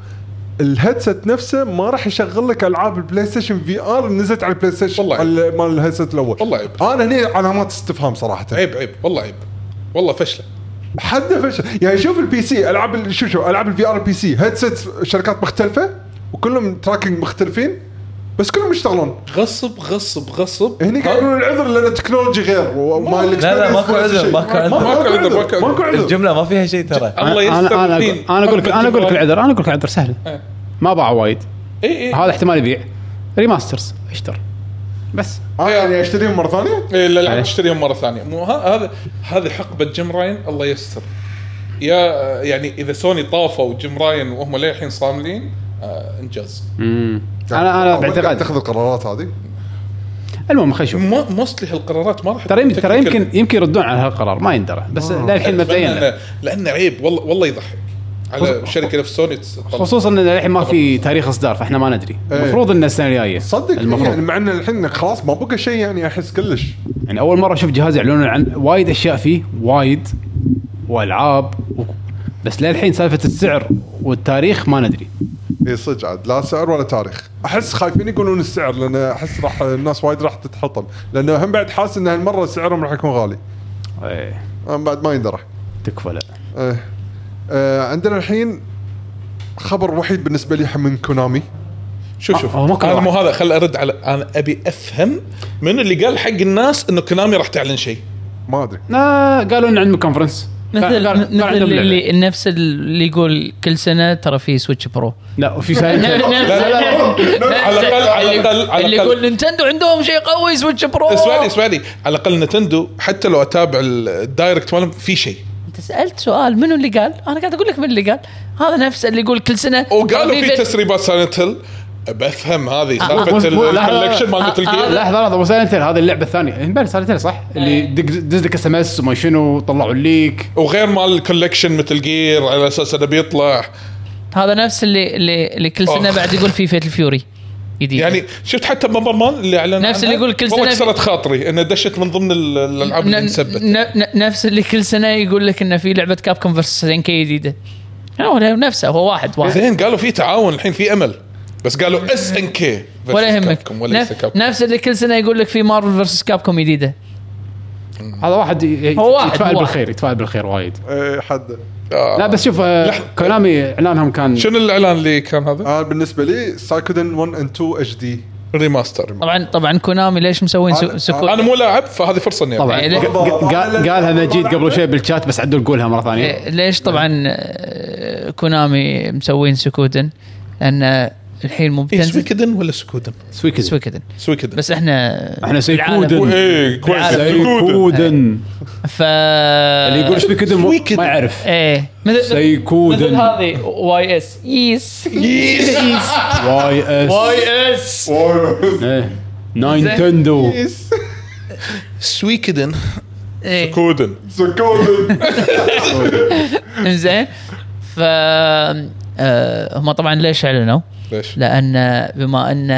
B: الهيدسет نفسه ما راح يشغل لك العاب البلاي ستيشن في ار اللي نزلت على البلاي ستيشن
E: والله.
B: على مال الهيدسет الاول
E: والله طيب. عيب.
B: انا هني علامات استفهام صراحه
E: عيب عيب والله عيب والله فشله
B: حده فشل يعني شوف البي سي العاب ال- شوف شوف العاب الفي ار بي سي هيدسيت شركات مختلفه وكلهم تراكنج مختلفين بس كلهم يشتغلون
E: غصب غصب غصب
B: هني قاعد يقولون العذر لان التكنولوجي غير وما
E: لا،
F: لا،
B: experience
F: ماكو
B: ولا
F: عذر،
B: شيء.
F: ماكو عذر.
B: ماكو
E: ماكو عذر،
B: عذر
E: ماكو
B: ماكو عذر
F: الجمله ما فيها شيء ترى
E: الله
A: انا
E: يستر
A: انا
E: الدين.
A: انا اقول لك انا اقول لك العذر انا اقول لك العذر سهله
E: إيه.
A: ما باع وايد
E: اي اي
A: هذا احتمال يبيع ريماسترز اشتر بس
E: طيب.
B: آه، يعني اشتريهم مره ثانيه
E: إيه، لا لا
A: إيه.
E: تشتريهم مره ثانيه مو ها- هذا هذه حقبه جيم راين الله يستر يا يعني اذا سوني طافوا جيم راين وهم للحين صاملين آه، انجاز
A: مم. انا انا
B: أول قاعد
A: باعتقاد
B: تاخذ القرارات هذه
A: المهم خلينا نشوف
E: ما موستلي هالقرارات ما راح
A: ترى يمكن
E: تكون
A: ترى
E: technical.
A: يمكن يمكن يردون على هالقرار ما يندرى بس
E: آه.
A: للحين مبدئيا
E: لأن- لانه عيب والله والله يضحك على الشركه نفس سوني تس- طب-
A: خصوصا ان للحين ما في تاريخ اصدار فاحنا ما ندري
B: إيه.
A: المفروض ان السنه الجايه
B: صدق يعني
A: المفروض
B: مع ان الحين خلاص ما بقى شيء يعني احس كلش
A: يعني اول مره اشوف جهاز يعلنون عن وايد اشياء فيه وايد والعاب و... بس للحين سالفه السعر والتاريخ ما ندري
B: اي إيه، صدق عاد لا سعر ولا تاريخ احس خايفين يقولون السعر لان احس راح الناس وايد راح تتحطم لانه هم بعد حاسس ان هالمره سعرهم راح يكون غالي
A: إيه،
B: أنا بعد ما يندرى
A: تكفى لا
B: آه. آه عندنا الحين خبر وحيد بالنسبه لي من كونامي
E: شوف شوف
A: آه، ما كان
E: انا
A: واحد.
E: مو هذا خل ارد على انا ابي افهم من اللي قال حق الناس انه كونامي راح تعلن شيء
B: ما ادري
A: آه، قالوا ان عندهم كونفرنس قال-
C: مثل
A: قال- قال
C: مثل
A: عندهم لعبة.
C: اللي نفس اللي يقول كل سنه ترى في سويتش برو
A: لا وفي سالفه
E: على الاقل على الاقل على
C: اللي
E: الاقل
C: يقول نينتندو عندهم شيء قوي سويتش برو
E: اسمعني اسمعني على الاقل نتندو حتى لو اتابع الدايركت مالهم في شيء
C: انت سالت سؤال منو اللي قال؟ انا قاعد اقول لك من اللي قال هذا نفس اللي يقول كل سنه
E: وقالوا في
C: فيفا-
E: تسريبات سايلنت هيل بفهم هذه
A: بس-
E: سالفه
A: لا، لا، لا.
E: الكولكشن مال مثل
C: آه،
E: جير
A: لحظه لحظه مو سايلنت هيل، هذه إيه، اللعبه الثانيه بل سايلنت هيل،
C: إيه.
A: صح؟ اللي دق- دز لك اس ام اس وما شنو طلعوا الليك
E: وغير مال الكولكشن مثل جير على اساس انه بيطلع
C: إيه. هذا نفس اللي اللي, اللي كل سنه
E: أخ.
C: بعد يقول في فيت الفيوري جديد
E: يعني شفت حتى بمبر مان اللي اعلن
C: نفس اللي
E: عنها؟
C: يقول كل
E: والله
C: سنة في-
E: كسرت خاطري انها دشت من ضمن ال- الالعاب اللي نسبت
C: نفس اللي كل سنه يقول لك انه في لعبه كاب كونفرس 2 كي جديده هو نفسه هو واحد واحد
E: زين قالوا في تعاون الحين في امل بس قالوا اس ان كي
C: ولا يهمك
E: ولا
C: نف- نفس اللي كل سنه يقول لك في مارفل فيرسس كاب كوم جديده
A: هذا واحد ي-
C: هو واحد،
A: يتفائل
C: هو واحد.
A: بالخير يتفائل بالخير وايد
B: إيه، حد
A: لا بس شوف آه، كونامي اعلانهم كان
E: شنو الاعلان اللي كان هذا؟
B: انا بالنسبه آه، لي سايكودن 1 اند 2 اتش دي
E: ريماستر
C: طبعا طبعا كونامي ليش مسوين
B: أنا-
C: سو- سكوت
E: انا مو لاعب فهذه فرصه اني
A: طبعا
C: إيه،
A: ق-
C: ليش-
A: ق- قال- يعني قالها مجيد قبل شوي بالشات بس عدل قولها مره ثانيه
C: إيه، ليش طبعا آه، كونامي مسوين سكوتا لان آه، الحين مو
E: إيه
C: بتنزل
E: سويكدن ولا سكودن؟
A: سويكز
C: سويكدن
E: سويكدن
C: بس احنا
A: احنا
C: بالعالم.
A: سيكودن.
E: ايه كويس
C: بالعالم.
E: سكودن.
A: سيكودن
C: ف
A: اللي يقول سويكودن مو-
E: سويكودن.
A: ما يعرف
C: ايه مثل مثل
A: سيكودن
C: هذه واي اس يس
A: واي اس
C: واي اس
A: إيه. ناينتندو
E: سويكدن
C: إيه.
E: كودن
B: سايكودن
C: انزين ف آه، هم طبعا ليش اعلنوا؟
E: ليش؟
C: لان بما ان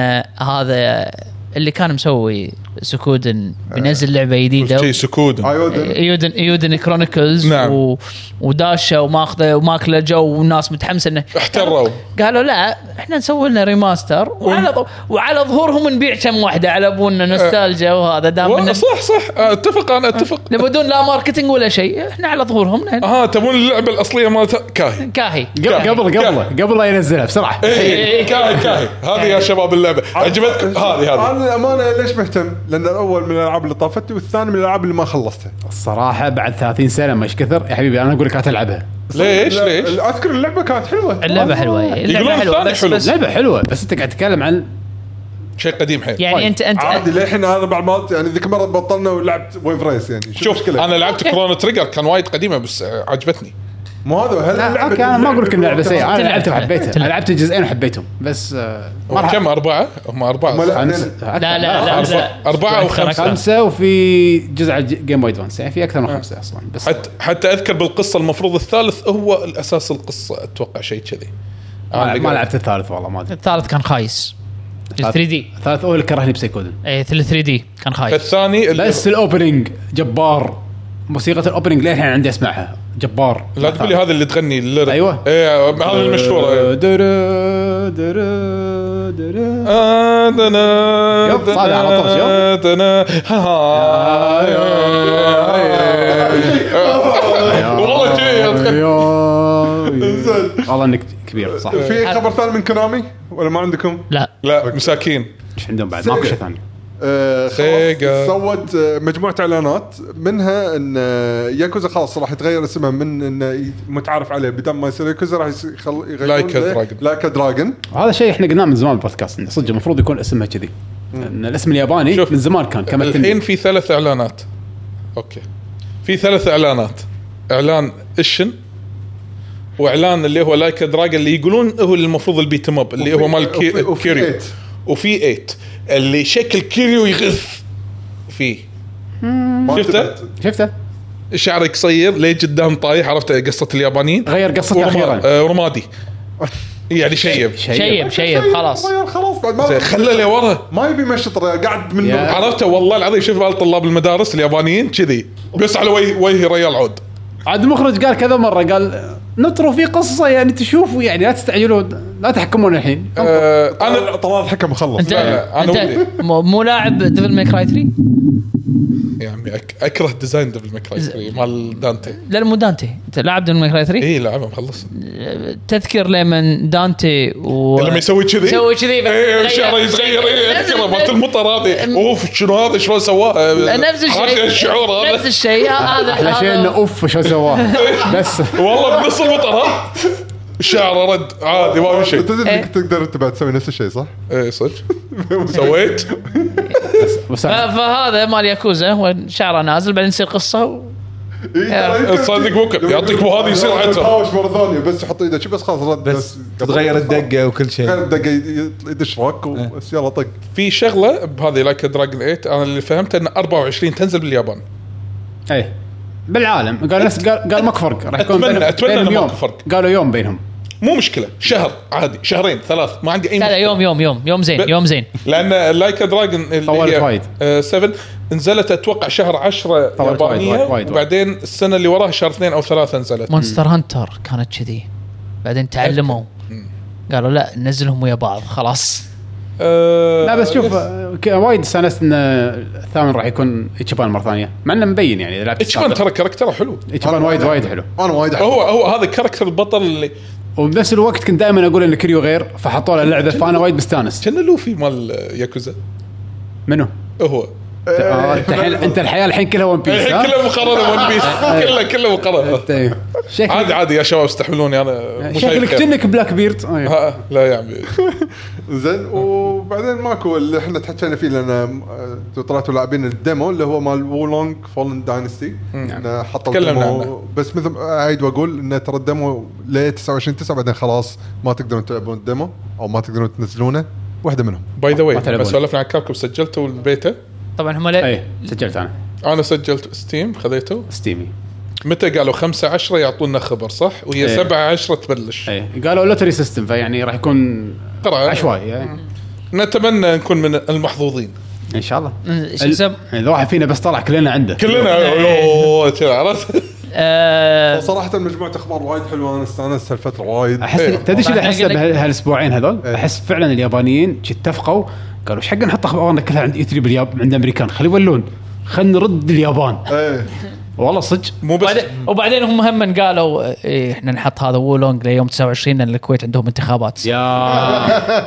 C: هذا اللي كان مسوي سكودن بينزل لعبه
E: شي
C: جديده
E: آه، سكودن
B: ايودن
C: يودن يودن كرونيكلز
E: نعم.
C: و... وداشه وماخذه وماكله جو والناس متحمسه انه
E: احتروا
C: قالوا لا احنا نسوي لنا ريماستر وعلى ض- وعلى ظهورهم نبيع كم واحده على ابونا نوستالجيا وهذا دام
E: آه. والله
C: إن-
E: صح صح آه، اتفق انا اتفق
C: بدون لا ماركتينج ولا شيء احنا على ظهورهم نحن
E: ها تبون اللعبه الاصليه مالتها كاهي
C: كاهي
A: قبل قبل قبل قبل لا ينزلها بسرعه
C: إيه.
E: ايه كاهي كاهي هذه يا شباب اللعبه عجبتك هذه هذه
B: انا للامانه آه، ليش مهتم؟ لان الاول من الالعاب اللي طافتي والثاني من الالعاب اللي ما خلصتها
A: الصراحه بعد 30 سنه ما ايش كثر يا حبيبي انا اقول لك لا تلعبها
E: ليش
B: لا،
E: ليش؟
B: اذكر اللعبه كانت حلوه
C: اللعبه حلوه
E: يقولون
C: اللعبه حلوه
E: الثاني
C: بس,
E: حلو.
C: بس
A: لعبه حلوه بس انت قاعد تتكلم عن
E: شيء قديم حيل
C: يعني انت انت
B: عادي للحين انا بعد ما يعني ذيك المره بطلنا ولعبت ويف ريس يعني شو
E: شوف
B: المشكله؟
E: انا لعبت كرونو تريجر كان وايد قديمه بس آه، عجبتني
B: مو هذا هل
A: لا،
B: اللعبة-
A: اوكي انا آه، ما اقول لك اللعبه سيئه انا
C: تلعب.
A: لعبتها وحبيتها انا لعبت الجزئين وحبيتهم بس آه، ما راح-
E: كم اربعه؟ هم اربعه
B: هم لا-
A: خمسة.
B: لا،
A: أكثر.
C: لا لا لا,
A: خمسة.
C: لا.
E: أربعة وخمسة.
A: خمسه وفي جزء على جيم بوي ادفانس يعني في اكثر من خمسه اصلا بس
E: آه. حتى حتى اذكر بالقصه المفروض الثالث هو الاساس القصه اتوقع شيء كذي
A: ما,
E: أنا
A: لعب-
E: اللي
A: ما
E: قريت.
A: لعبت الثالث والله ما ادري
C: الثالث كان خايس
E: آه.
C: 3 دي
A: الثالث هو اللي كرهني بسيكودن
C: ايه 3 دي كان خايس
E: الثاني اللي
A: بس الاوبننج جبار موسيقى الاوبننج للحين عندي اسمعها جبار
E: لا تقول لي هذا اللي تغني الليرك
A: أيوة.
E: ايه هذا أيوه.
A: آه،
E: المشهوره
A: درا- درا- درا.
E: آه، دنا-
A: يب، هذا على طول،
E: دنا- دنا- ها- ها- يا-
A: آه.
E: يا- إيه. آه. والله كذي
A: يا- آه، والله انك كبير صح
B: في
E: آه،
B: خبر ثاني من كونامي ولا ما عندكم؟
C: لا
E: لا مساكين
A: ايش عندهم بعد ماكو شيء ثاني
B: آه،
E: سيجا.
B: خلاص سوت آه، مجموعه اعلانات منها ان آه، ياكوزا خلاص راح يتغير اسمها من انه ي- متعارف عليه بدل ما يصير ياكوزا راح يصير يخل- يغيرون
E: لايكا
B: له
E: دراجون.
B: لايكا دراجون
A: هذا شيء احنا قلناه من زمان بالبودكاست انه صدق المفروض يكون اسمها كذي ان الاسم الياباني
E: شوف،
A: من زمان كان كما
E: الحين في ثلاث اعلانات اوكي في ثلاث اعلانات اعلان اشن واعلان اللي هو لايك دراجون اللي يقولون هو المفروض البيت ام اب اللي هو مال
B: وفي-
E: كي-
B: وفي
E: كيريو
B: إيت.
E: وفي 8 اللي شكل كيريو يغث فيه
B: ما
E: شفته؟
B: انتبهت.
A: شفته
E: شعره قصير ليه قدام طايح عرفت قصه اليابانيين
A: غير قصته
E: ورما-
A: اخيرا
E: آه، رمادي يعني شيب
C: شيب شيب خلاص
B: غير خلاص بعد ما
E: خلى اللي ورا
B: ما يبي يمشط الريال قاعد من
A: يا.
E: عرفته والله العظيم شوف على طلاب المدارس اليابانيين كذي بس على وجه وجه ريال عود
A: عاد المخرج قال كذا مره قال نطروا في قصه يعني تشوفوا يعني لا تستعجلون لا تحكمون الحين
E: آه، انا
B: انا طلال الحكم خلص
C: انت
E: لا، أنا
C: انت مو- مو لاعب ديفل ميك راي 3
E: يا عمي يعني أك- اكره ديزاين دبل ماكراي مال إيه، دانتي
C: لا لا، مو دانتي انت لاعب ديفل ميك راي 3
E: اي لعبه مخلص
C: تذكر لمن دانتي و
E: لما يسوي كذي
C: يسوي كذي إيه، بس
E: اي شعره
C: غير-
E: يتغير إيه، اي اذكره
C: لازم-
E: مالت المطر هذه اوف شنو هذا شلون سواها
C: نفس
E: عرفت
C: الشيء
E: الشعور
C: نفس
E: هذا
C: الشيء هذا
A: احلى شيء انه اوف شو سواه بس
E: والله بنص المطر ها شعره رد عادي ما في
B: انت
E: شيء
B: تدري
C: إيه.
B: انك تقدر انت بعد تسوي نفس الشيء صح؟
E: اي صدق سويت
A: بس
C: ف- فهذا مال ياكوزا هو شعره نازل بعدين يصير قصه و...
B: إيه،
E: تصدق ممكن يعطيك مو هذه يصير حتى
B: تهاوش مره ثانيه بس يحط ايده شي بس خلاص رد
F: بس تتغير الدقه وكل
B: تغير
F: شيء
B: الدقه يدش روك
E: إيه.
B: وبس يلا طق
E: في شغله بهذه لايك دراجون 8 انا اللي فهمته ان 24 تنزل باليابان
A: اي إيه. بالعالم قال نفس قال قال ماكو فرق راح يكون
E: أتمنى-
A: بينهم-
E: أتمنى
A: بينهم
E: إنه
A: يوم
E: ماكو فرق.
A: قالوا يوم بينهم
E: مو مشكله شهر عادي شهرين ثلاث ما عندي اي
C: لا لا
E: مشكله
C: يوم يوم يوم يوم زين يوم زين
E: لان لايك دراجون اللي
A: طولت
E: هي
A: وايد.
E: آه، 7 نزلت اتوقع شهر 10
A: وايد،
E: يابانيه
A: وايد، وايد، وايد.
E: وبعدين السنه اللي وراها شهر اثنين او ثلاثه نزلت
C: مونستر هانتر كانت كذي بعدين تعلموا قالوا لا ننزلهم ويا بعض خلاص
E: آه،
A: لا بس شوف
E: يس.
A: آه، ك- وايد استانست ان آه، الثامن راح يكون اتشيبان مره ثانيه مع انه مبين يعني لعبت
E: اتشمان ترى آه. كاركتره حلو
A: اتشيبان وايد وايد حلو
B: انا وايد أحب.
E: هو هو هذا الكاركتر البطل اللي
A: وبنفس الوقت كنت دائما اقول ان كريو غير فحطوا له اللعبه فانا وايد مستانس
E: كان لوفي مال ياكوزا
A: منو؟
E: هو
A: آه،
B: إيه.
A: انت الحين انت الحياه الحين كلها ون بيس
E: إيه. الحين
A: ها؟
E: كله مقارنه ون بيس كله كله مقارنه
A: أنت- إيه.
E: عادي
A: شكلك
E: عادي يا شباب استحملوني انا مو شايف
A: شكلك
E: خير.
A: كأنك بلاك بيرد آه، إيه.
E: ها، لا يا عمي
B: زين وبعدين ماكو اللي احنا تحكينا فيه لان آه، طلعتوا لاعبين الديمو اللي هو مال وولونج فولن داينستي انه حط
E: نعم. تكلمنا
B: الديمو-
E: عنه.
B: بس مثل ما اعيد واقول انه ترى الديمو ل 29 9 بعدين خلاص ما تقدرون تلعبون الديمو او ما تقدرون تنزلونه واحده منهم
E: باي ذا واي
A: ما تلعبون.
E: بس سولفنا عن كابكم سجلتوا البيتا
C: طبعا هم لا
A: اي إيه. سجلت انا
E: انا سجلت ستيم خذيته
A: ستيمي
E: متى قالوا 5 10 يعطونا خبر صح وهي
A: إيه.
E: 7 10 تبلش
A: اي إيه. قالوا لوتري سيستم فيعني راح يكون
E: ترى
A: عشوائي إيه.
E: نتمنى نكون من المحظوظين
A: ان شاء الله
C: مم، شو
A: ال-
C: يسم-
A: اذا واحد فينا بس طلع كلنا عنده
E: كلنا
A: إيه.
E: أوه، كذا عرفت أه.
C: آه،
B: صراحه مجموعه اخبار وايد حلوه انا استانست هالفتره وايد
A: احس
E: إيه.
A: تدري شو اللي
C: طبعاً
A: احسه
C: أقول لك-
A: بهال- بهالاسبوعين هذول؟
B: إيه.
A: احس فعلا اليابانيين شي اتفقوا قالوا ايش حق نحط اخبارنا كلها عند يوتيوب بالياب عند الامريكان خلي يولون خلينا نرد اليابان
B: ايه
A: والله صدق
E: مو بس
C: وبعدين- وبعدين هم هم من قالوا آه، إيه احنا نحط هذا وولونج ليوم 29 لان الكويت عندهم انتخابات
A: يا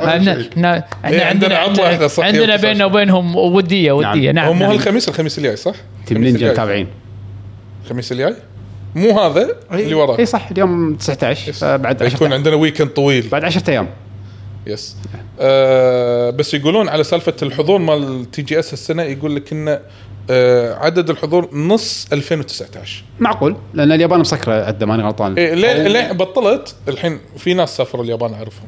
C: احنا احنا
E: إيه،
C: احنا
E: عندنا
C: عندنا
E: عطلة إحنا
C: عندنا,
E: صح،
C: عندنا
E: يوم
C: بيننا وبينهم وديه وديه
A: نعم.
E: هو
C: نعم,
E: مو
C: نعم,
E: هالخميس الخميس الجاي صح؟
A: تيم
E: الخميس
A: نينجا
E: الجاي.
A: متابعين
E: الخميس الجاي مو هذا
A: إيه.
E: اللي وراه
A: اي صح اليوم آه، 19 فبعد
E: يكون
A: 10
E: عندنا ويكند طويل
A: بعد 10 ايام
E: يس آه بس يقولون على سالفه الحضور مال تي جي اس السنه يقول لك ان آه عدد الحضور نص 2019
A: معقول لان اليابان مسكره اذا ماني غلطان
E: إيه ليه ليه بطلت الحين في ناس سافروا اليابان اعرفهم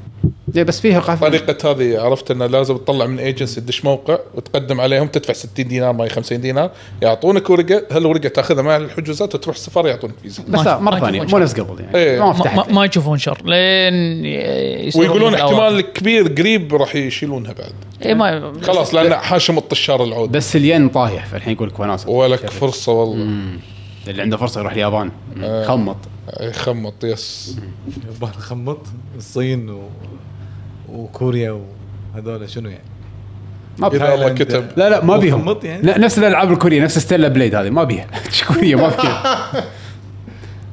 A: إيه، بس فيها قافله
E: طريقه هذه عرفت انه لازم تطلع من ايجنسي تدش موقع وتقدم عليهم تدفع 60 دينار ماي 50 دينار يعطونك ورقه هالورقه تاخذها مع الحجوزات وتروح السفاره يعطونك فيزا
A: بس لا مره
C: ما
A: ثانيه
C: تكون
A: مو نفس قبل يعني
E: إيه.
A: ما
C: ما,
A: فتحت
C: ما- ما يشوفون شر لين ي- يصيرون
E: ويقولون
C: مثل الأوائل.
E: احتمال كبير قريب راح يشيلونها بعد
C: إيه ما
E: خلاص لان حاشم الطشار العود
A: بس الين طايح فالحين يقول لك وناسه
E: ولك فرصه والله
A: اللي عنده فرصه يروح اليابان
E: آه.
A: خمط
E: يخمط يس
F: يبغى نخمط الصين و... وكوريا وهذول شنو يعني؟
A: ما
E: إذا
A: بيها
E: الله
F: تايلاند.
E: كتب
A: لا لا ما بيهم
F: مخمط يعني؟
A: لا نفس الالعاب الكوريه نفس ستيلا بليد هذه ما بيها كوريا ما فيها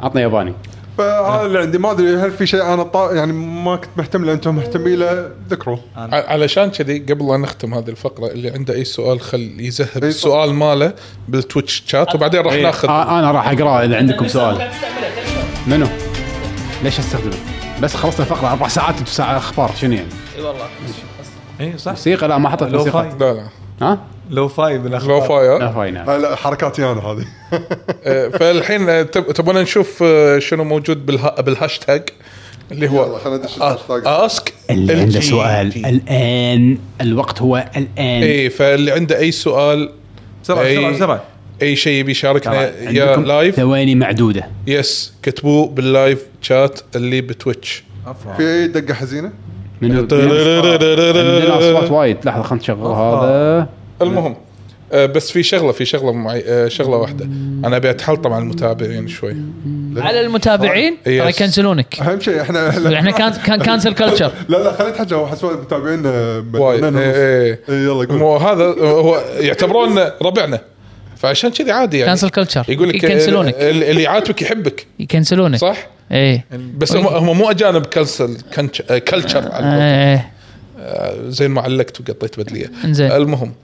A: عطنا ياباني
B: فهذا اللي عندي ما ادري هل في شيء انا طا... يعني ما كنت مهتم له انتم مهتمين له ذكروا
A: أه.
E: ع- علشان كذي قبل لا نختم هذه الفقره اللي عنده اي سؤال خل يذهب
B: أي
E: السؤال ماله بالتويتش شات وبعدين راح
A: إيه.
E: ناخذ
A: آه، انا راح اقرا اذا عندكم سؤال منو؟ ليش استخدمه؟ بس خلصت الفقره اربع ساعات انتم ساعه اخبار شنو يعني؟
F: اي إيه، صح
A: موسيقى لا ما حطت
F: لو فاي
A: موسيقى
E: لا لا
A: ها؟
F: لو فاي بالاخبار
E: لو فاير
A: لا فاي نعم
B: آه لا حركاتي انا هذه
E: آه، فالحين آه، تب- تبون نشوف آه، شنو موجود بالها بالهاشتاج اللي هو آه،
B: يلا خلينا ندش الهاشتاج.
E: اسك
A: اللي عنده سؤال الان الوقت هو الان
E: اي إيه، فاللي عنده اي سؤال
F: بسرعه بسرعه
E: أي-
F: بسرعه
E: اي شيء يبي يشاركنا
A: ترى
E: يا
A: عندكم
E: لايف
A: ثواني معدوده
E: يس كتبوه باللايف شات اللي بتويتش
F: عفوا
B: في اي دقه حزينه؟
A: من عندنا اصوات وايد لحظه خلنا نشغل هذا
E: المهم آه، بس في شغله في شغله معي آه، شغله واحده انا ابي اتحلطم على المتابعين شوي
C: على المتابعين ترى
E: Yes.
C: يكنسلونك
B: اهم شيء احنا
C: احنا كان كان كانسل كلتشر
B: لا لا خليت حاجه هو حسب المتابعين آه،
E: وايد
B: مليونين ونص.
E: إيه،
B: إيه، يلا قول
E: مو هذا هو يعتبرون ربعنا فعشان كذي عادي يعني
C: كانسل كلتشر
E: يقول لك
C: يكنسلونك
E: ال- اللي يعاتبك يحبك
C: يكنسلونك
E: صح
C: ايه
E: بس هم هم مو اجانب كنسل كنش- آه، كلتشر على
C: ايه
E: قولتهم. زين ما علقت وقطيت بدليه
C: إنزين.
E: المهم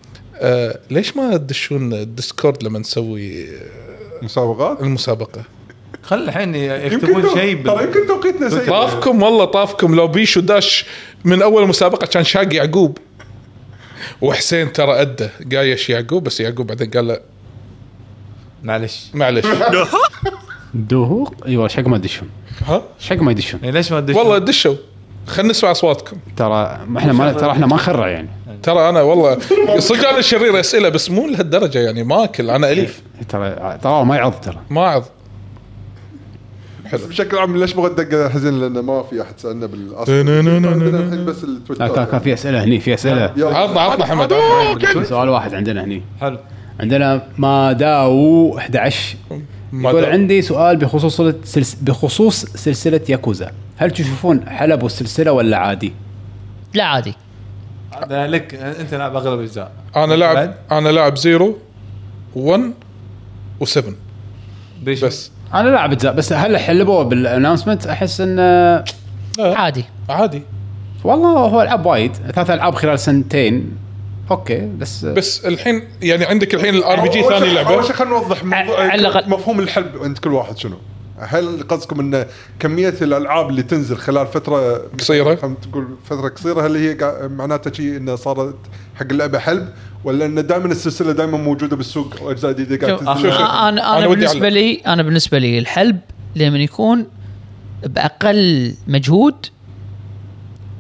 E: آه، ليش ما تدشون الديسكورد لما نسوي
B: مسابقات
E: المسابقه؟
F: خل الحين
B: يمكن
F: يكتبون
B: تو-
F: شيء
B: ترى
F: بال...
B: يمكن توقيتنا سيء
E: طافكم والله طافكم لو بيشو داش من اول مسابقه كان شاق يعقوب وحسين ترى اده قايش يعقوب بس يعقوب بعدين قال له
F: معلش
E: معلش
A: دوق ايوه ايش حق ما يدشون
E: ها
A: ايش حق ما يدشون
F: يعني ليش ما تدش
E: والله دشوا خلينا نسمع اصواتكم
A: ترى ما احنا ما ترى احنا ما نخرع يعني
E: ترى انا والله صدق انا شرير اسئله بس مو لهالدرجه يعني ما اكل انا اليف
A: ترى ترى ما يعض ترى
E: ما اعض
B: بشكل عام ليش بغيت دقه حزين لان ما في احد سالنا بالاصل عندنا الحين بس التويتر
A: لا كان كان في اسئله هني في اسئله
B: يلا
E: عطنا عطنا حمد عطنا.
A: سؤال واحد عندنا هني
F: حلو
A: عندنا ما داو 11
E: ما
A: يقول
E: دام.
A: عندي سؤال بخصوص سلس- بخصوص سلسله ياكوزا هل تشوفون حلبوا السلسله ولا عادي؟
C: لا عادي
F: هذا لك انت لاعب اغلب الاجزاء
E: انا لاعب
F: بعد؟
E: انا لاعب زيرو 1 و7
F: بيش-
E: بس
A: انا لاعب اجزاء بس هل حلبوه بالانونسمنت احس انه
C: عادي
E: عادي
A: والله هو العاب وايد ثلاث العاب خلال سنتين اوكي بس
E: بس الحين يعني عندك الحين الار بي جي
B: أول شيء-
E: ثاني
B: اول
E: لعبه
B: شيء خلينا نوضح موضوع-
C: على الأقل.
B: مفهوم الحلب عند كل واحد شنو؟ هل قصدكم ان كميه الالعاب اللي تنزل خلال فتره
E: قصيرة.
B: خلينا تقول فتره قصيره هل هي قا- معناتها شيء انه صارت حق اللعبه حلب ولا ان دائما السلسله دائما موجوده بالسوق واجزاء جديده قاعد
C: شوف
B: تنزل؟
E: شوف.
C: انا انا,
E: أنا
C: أنا
E: ودي
C: بالنسبه
E: أعلق.
C: لي انا بالنسبه لي الحلب لما يكون باقل مجهود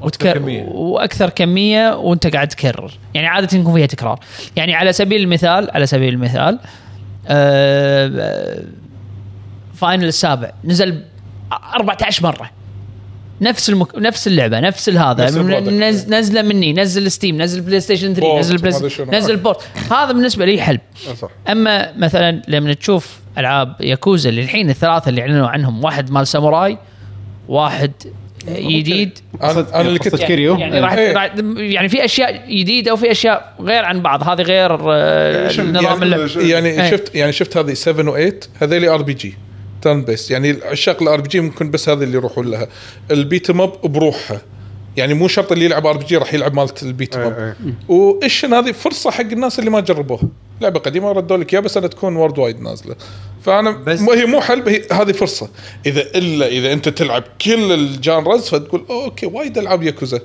C: وتكر...
F: كمية.
C: واكثر كميه وانت قاعد تكرر يعني عاده يكون فيها تكرار يعني على سبيل المثال على سبيل المثال آه... فاينل السابع نزل 14 مره نفس المك... نفس اللعبه نفس الهذا
E: نفس البرودكت.
C: نز... نزله مني نزل ستيم نزل بلاي ستيشن 3
E: بورت،
C: نزل بلاي...
E: ما أدري شنو.
C: نزل بورت هذا بالنسبه لي حلب
B: صح
C: اما مثلا لما تشوف العاب ياكوزا اللي الحين الثلاثه اللي اعلنوا عنهم واحد مال ساموراي واحد جديد
E: انا أنا اللي
A: قصة
E: كنت
A: كيريو
C: يعني راح
E: إيه.
C: راح- يعني في اشياء جديده وفي اشياء غير عن بعض هذه غير آه، نظام اللعب إيه.
E: يعني شفت يعني شفت هذه 7 و8 هذيلي ار بي جي تيرن بيس يعني عشاق الار بي جي ممكن بس هذه اللي يروحون لها البيت اب بروحها يعني مو شرط اللي يلعب ار بي جي راح يلعب مالت البيت
B: إيه،
E: اب وايش إن هذه فرصه حق الناس اللي ما جربوها لعبه قديمه ردوا لك اياها بس انها تكون وورد وايد نازله فانا
F: بس-
E: بس هي مو حل هي هذه فرصه اذا الا اذا انت تلعب كل الجانرز فتقول "أوه، اوكي وايد العاب ياكوزا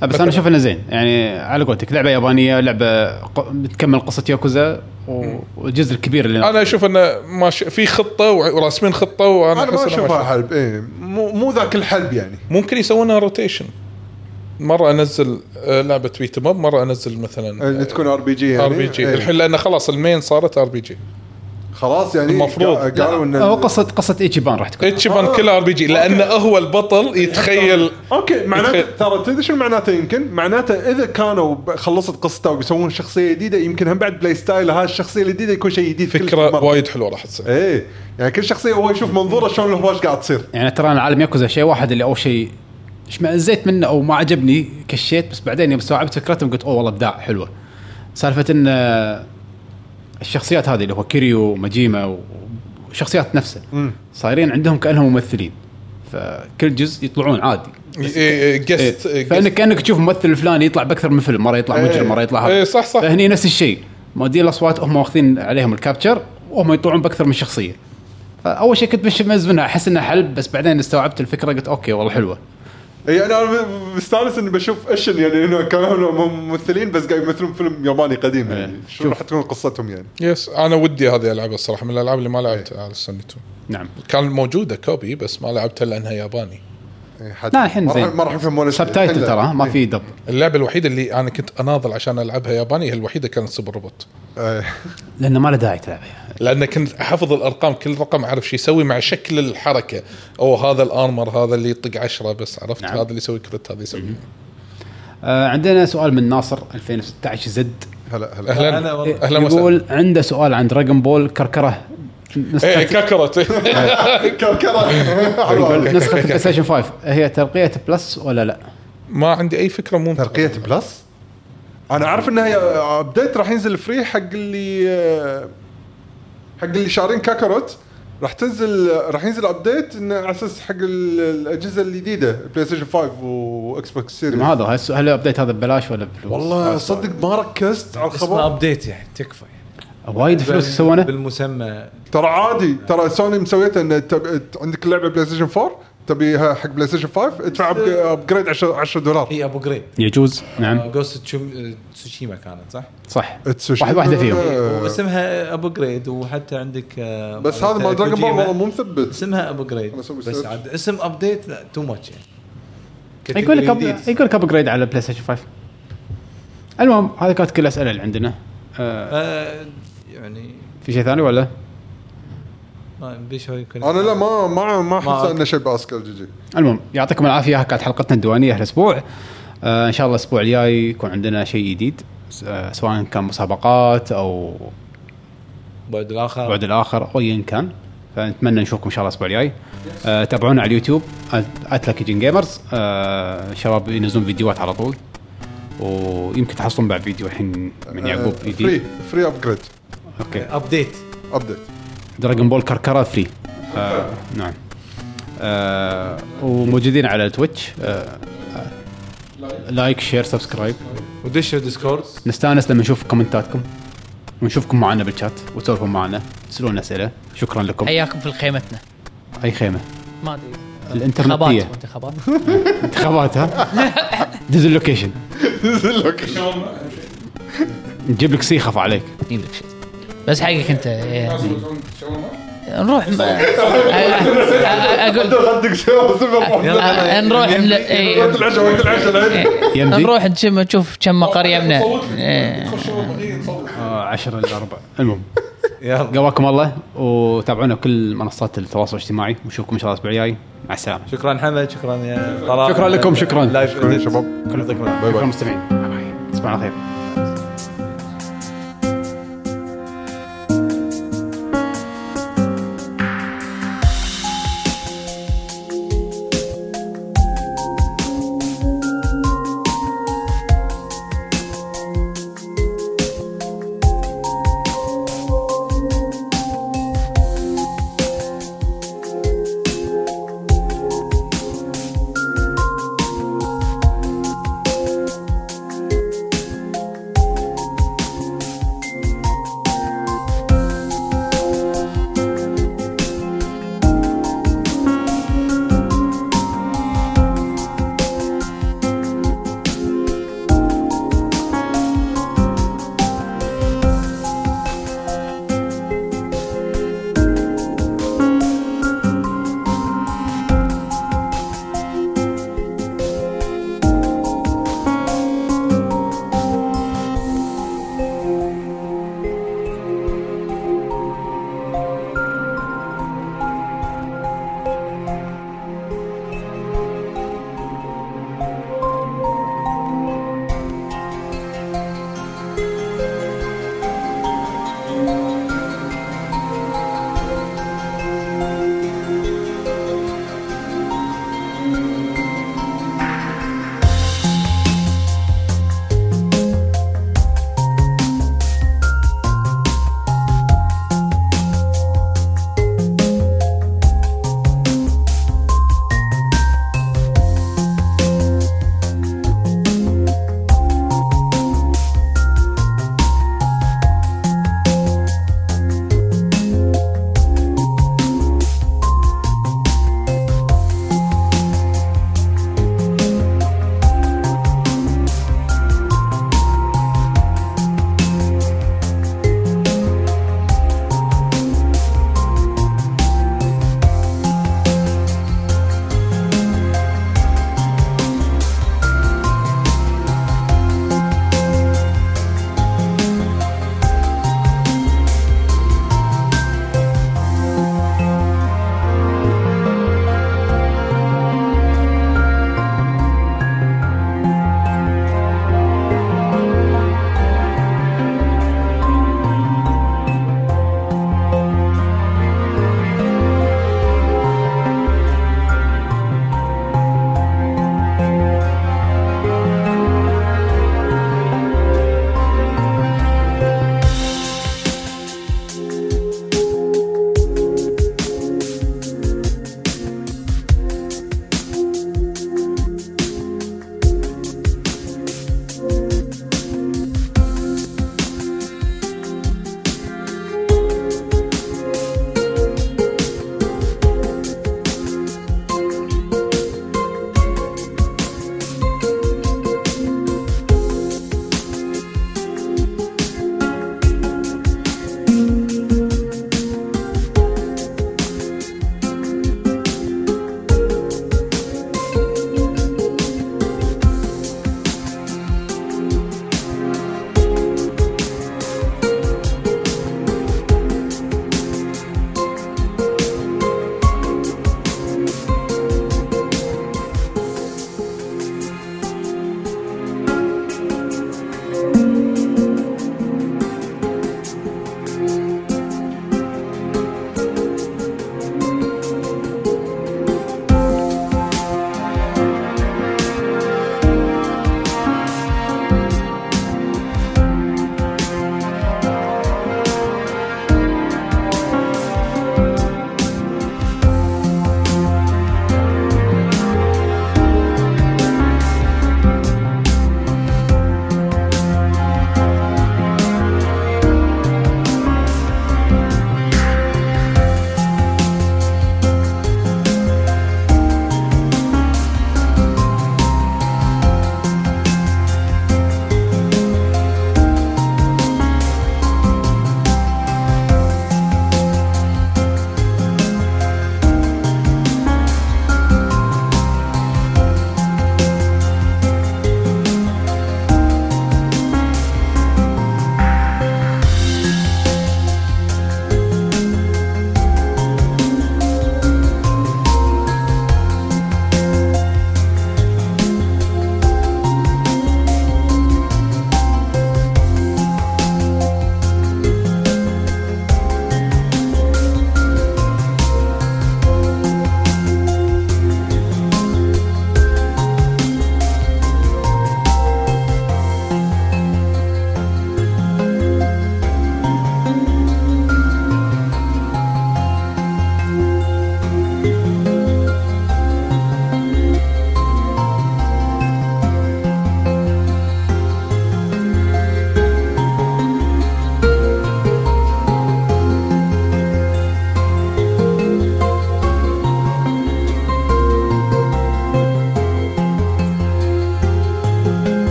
A: لا، بس انا اشوف انه زين يعني على قولتك لعبه يابانيه لعبه ق- بتكمل قصه ياكوزا و- والجزء الكبير اللي
B: نعم.
E: انا اشوف انه ماشي في خطه وراسمين خطه وانا
B: انا
E: أحس
B: ما
E: إنه
B: اشوفها
E: ماشي.
B: حلب اي مو مو ذاك الحلب يعني
E: ممكن يسوونها روتيشن مره انزل آه، لعبه بيت ماب مره انزل مثلا
B: اللي تكون ار بي جي يعني
E: ار بي جي
B: إيه. آه.
E: الحين لان خلاص المين صارت ار بي جي
B: خلاص يعني
E: المفروض.
B: قا- قالوا ان
A: هو قصه قصه ايتشيبان راح تكون
E: اتشيبان كلها ار بي جي لانه هو البطل يتخيل
B: اوكي معناته
E: يتخيل.
B: ترى تدري شنو معناته يمكن؟ معناته اذا كانوا ب- خلصت قصته وبيسوون شخصيه جديده يمكن هم بعد بلاي ستايل هاي الشخصيه الجديده يكون شيء جديد كل
E: فكره
B: مرة.
E: وايد حلوه راح تصير
B: ايه يعني كل شخصيه هو يشوف منظوره شلون الهواش قاعد تصير
A: يعني ترى انا عالم ياكوزا شيء واحد اللي اول شيء اشمئزيت منه او ما عجبني كشيت بس بعدين يوم استوعبت فكرتهم قلت اوه والله ابداع حلوه سالفه ان آه، الشخصيات هذه اللي هو كيريو وماجيما وشخصيات نفسها صايرين عندهم كانهم ممثلين فكل جزء يطلعون عادي
E: إيه، جست
A: إيه. فانك كانك تشوف ممثل الفلاني يطلع باكثر من فيلم مره يطلع مجرم مره يطلع هذا
E: إيه، صح، صح.
A: فهني نفس الشيء مؤدين الاصوات هم واخذين عليهم الكابتشر وهم يطلعون باكثر من شخصيه فاول شيء كنت مشمز منها احس انها حلب بس بعدين استوعبت الفكره قلت اوكي والله حلوه
B: اي انا ب- إيه، يعني مستانس اني بشوف ايش يعني انه كانوا هم ممثلين بس قاعد يمثلون فيلم ياباني قديم يعني
A: إيه.
B: شو راح تكون قصتهم يعني
E: يس انا ودي هذه العب الصراحه من الالعاب اللي ما لعبتها على السوني 2
A: نعم
E: كان موجوده كوبي بس ما لعبتها لانها ياباني
B: إيه، حد-
A: لا، الحين
B: ما راح-
A: زين.
B: ما راح يفهمون إيش-
A: سبتايتل
B: إلا-
A: ترى ها؟ ما في دب
E: اللعبه الوحيده اللي انا كنت اناضل عشان العبها ياباني هي الوحيده كانت سوبر روبوت
B: إيه.
A: لانه ما له داعي تلعبها
E: لان كنت احفظ الارقام كل رقم اعرف شو يسوي مع شكل الحركه او هذا الارمر هذا اللي يطق عشرة بس عرفت
A: نعم.
E: نعم. هذا اللي يسوي كريت هذا يسوي
A: آه عندنا سؤال من ناصر 2016 زد
B: هلا هلا
E: اهلا
F: أنا والله-
E: اهلا وسهلا
A: يقول عنده سؤال عن دراجون بول كركره
E: ايه
A: نسخة
E: ككرت
B: كركره حلوة.
A: نسخة البلاي ستيشن 5 هي ترقية بلس ولا لا؟
E: ما عندي اي فكره مو
B: ترقيه بلس انا عارف انها هي- ابديت راح ينزل فري حق اللي حق اللي شارين كاكاروت راح تنزل راح ينزل ابديت إنه على اساس حق ال- الاجهزه الجديده بلاي ستيشن 5 واكس بوكس سيريز
A: ما هذا هالسؤال- هل الابديت هذا ببلاش ولا بفلوس؟
B: والله صدق ما ركزت على
F: اسمه
B: الخبر
F: ابديت يعني تكفى
A: وايد فلوس يسوونه
F: بالمسمى
B: ترى عادي ترى سوني مسويته ان تب... عندك لعبه بلاي ستيشن 4 تبيها حق بلاي ستيشن 5 ادفع أب- ابجريد 10 10 دولار
F: هي ابو جريد
A: يجوز نعم
F: جوست آه، تسوشيما كانت صح؟
A: صح
B: It's sushi.
A: واحد واحده فيهم
B: آه.
F: واسمها ابو جريد وحتى عندك آه،
B: بس هذا مال دراجون بول
F: كوجيما.
B: والله مو مثبت
F: اسمها ابو جريد
B: أنا أسوي
F: بس
B: search.
F: عاد اسم ابديت لا تو ماتش يعني
A: يقول إيه، لك
F: Category
A: أب-
F: deeds.
A: يقول لك ابجريد على بلاي ستيشن 5 المهم هذه كانت كل الاسئله اللي عندنا آه،
F: آه، يعني
A: في شيء ثاني ولا؟
F: ما بيش هو يكون
B: انا لا ما ما ما احس
F: ما-
B: انه شيء باسكال جي جي
A: المهم يعطيكم العافيه كانت حلقتنا الديوانيه هالاسبوع آه، ان شاء الله الاسبوع الجاي يكون عندنا شيء جديد س- آه، سواء كان مسابقات او
F: بعد الاخر
A: البعد الاخر او ايا كان فنتمنى نشوفكم ان شاء الله الاسبوع الجاي آه، تابعونا آه، على اليوتيوب اتلاكيجن جيمرز شباب ينزلون فيديوهات على طول ويمكن تحصلون بعد فيديو الحين من يعقوب
B: فري
A: جديد
B: فري ابجريد
A: اوكي
F: ابديت
B: ابديت
A: دراجون بول كركره فري آه نعم آه وموجودين على تويتش آه آه، لايك شير سبسكرايب
F: ودش ديسكورد
A: نستانس لما نشوف كومنتاتكم ونشوفكم معنا بالشات وتسولفون معنا تسالون اسئله شكرا لكم
C: حياكم في خيمتنا
A: اي خيمه
C: ما ادري انتخابات
A: الانترنتيه
C: وانتخابات
A: انتخابات ها دز اللوكيشن نجيب لك سيخف عليك
C: يجيب لك شيء بس حقك انت إيه. نروح اقول
B: عندك شيء سوبر
C: آه، نروح ل- إيه.
B: العشاء وقت العشاء العشاء
A: يمدي
C: نروح نشم نشوف كم قريه منا إيه.
A: 10 الا ربع المهم
F: يلا
A: قواكم الله وتابعونا بكل منصات التواصل الاجتماعي ونشوفكم ان شاء الله الاسبوع الجاي مع السلامه
F: شكرا حمد شكرا يا طلال
A: شكراً لكم، شكراً.
F: لايف
B: شكراً شباب.
F: كلكم
A: شكرا مستمعين باي باي تصبحون على خير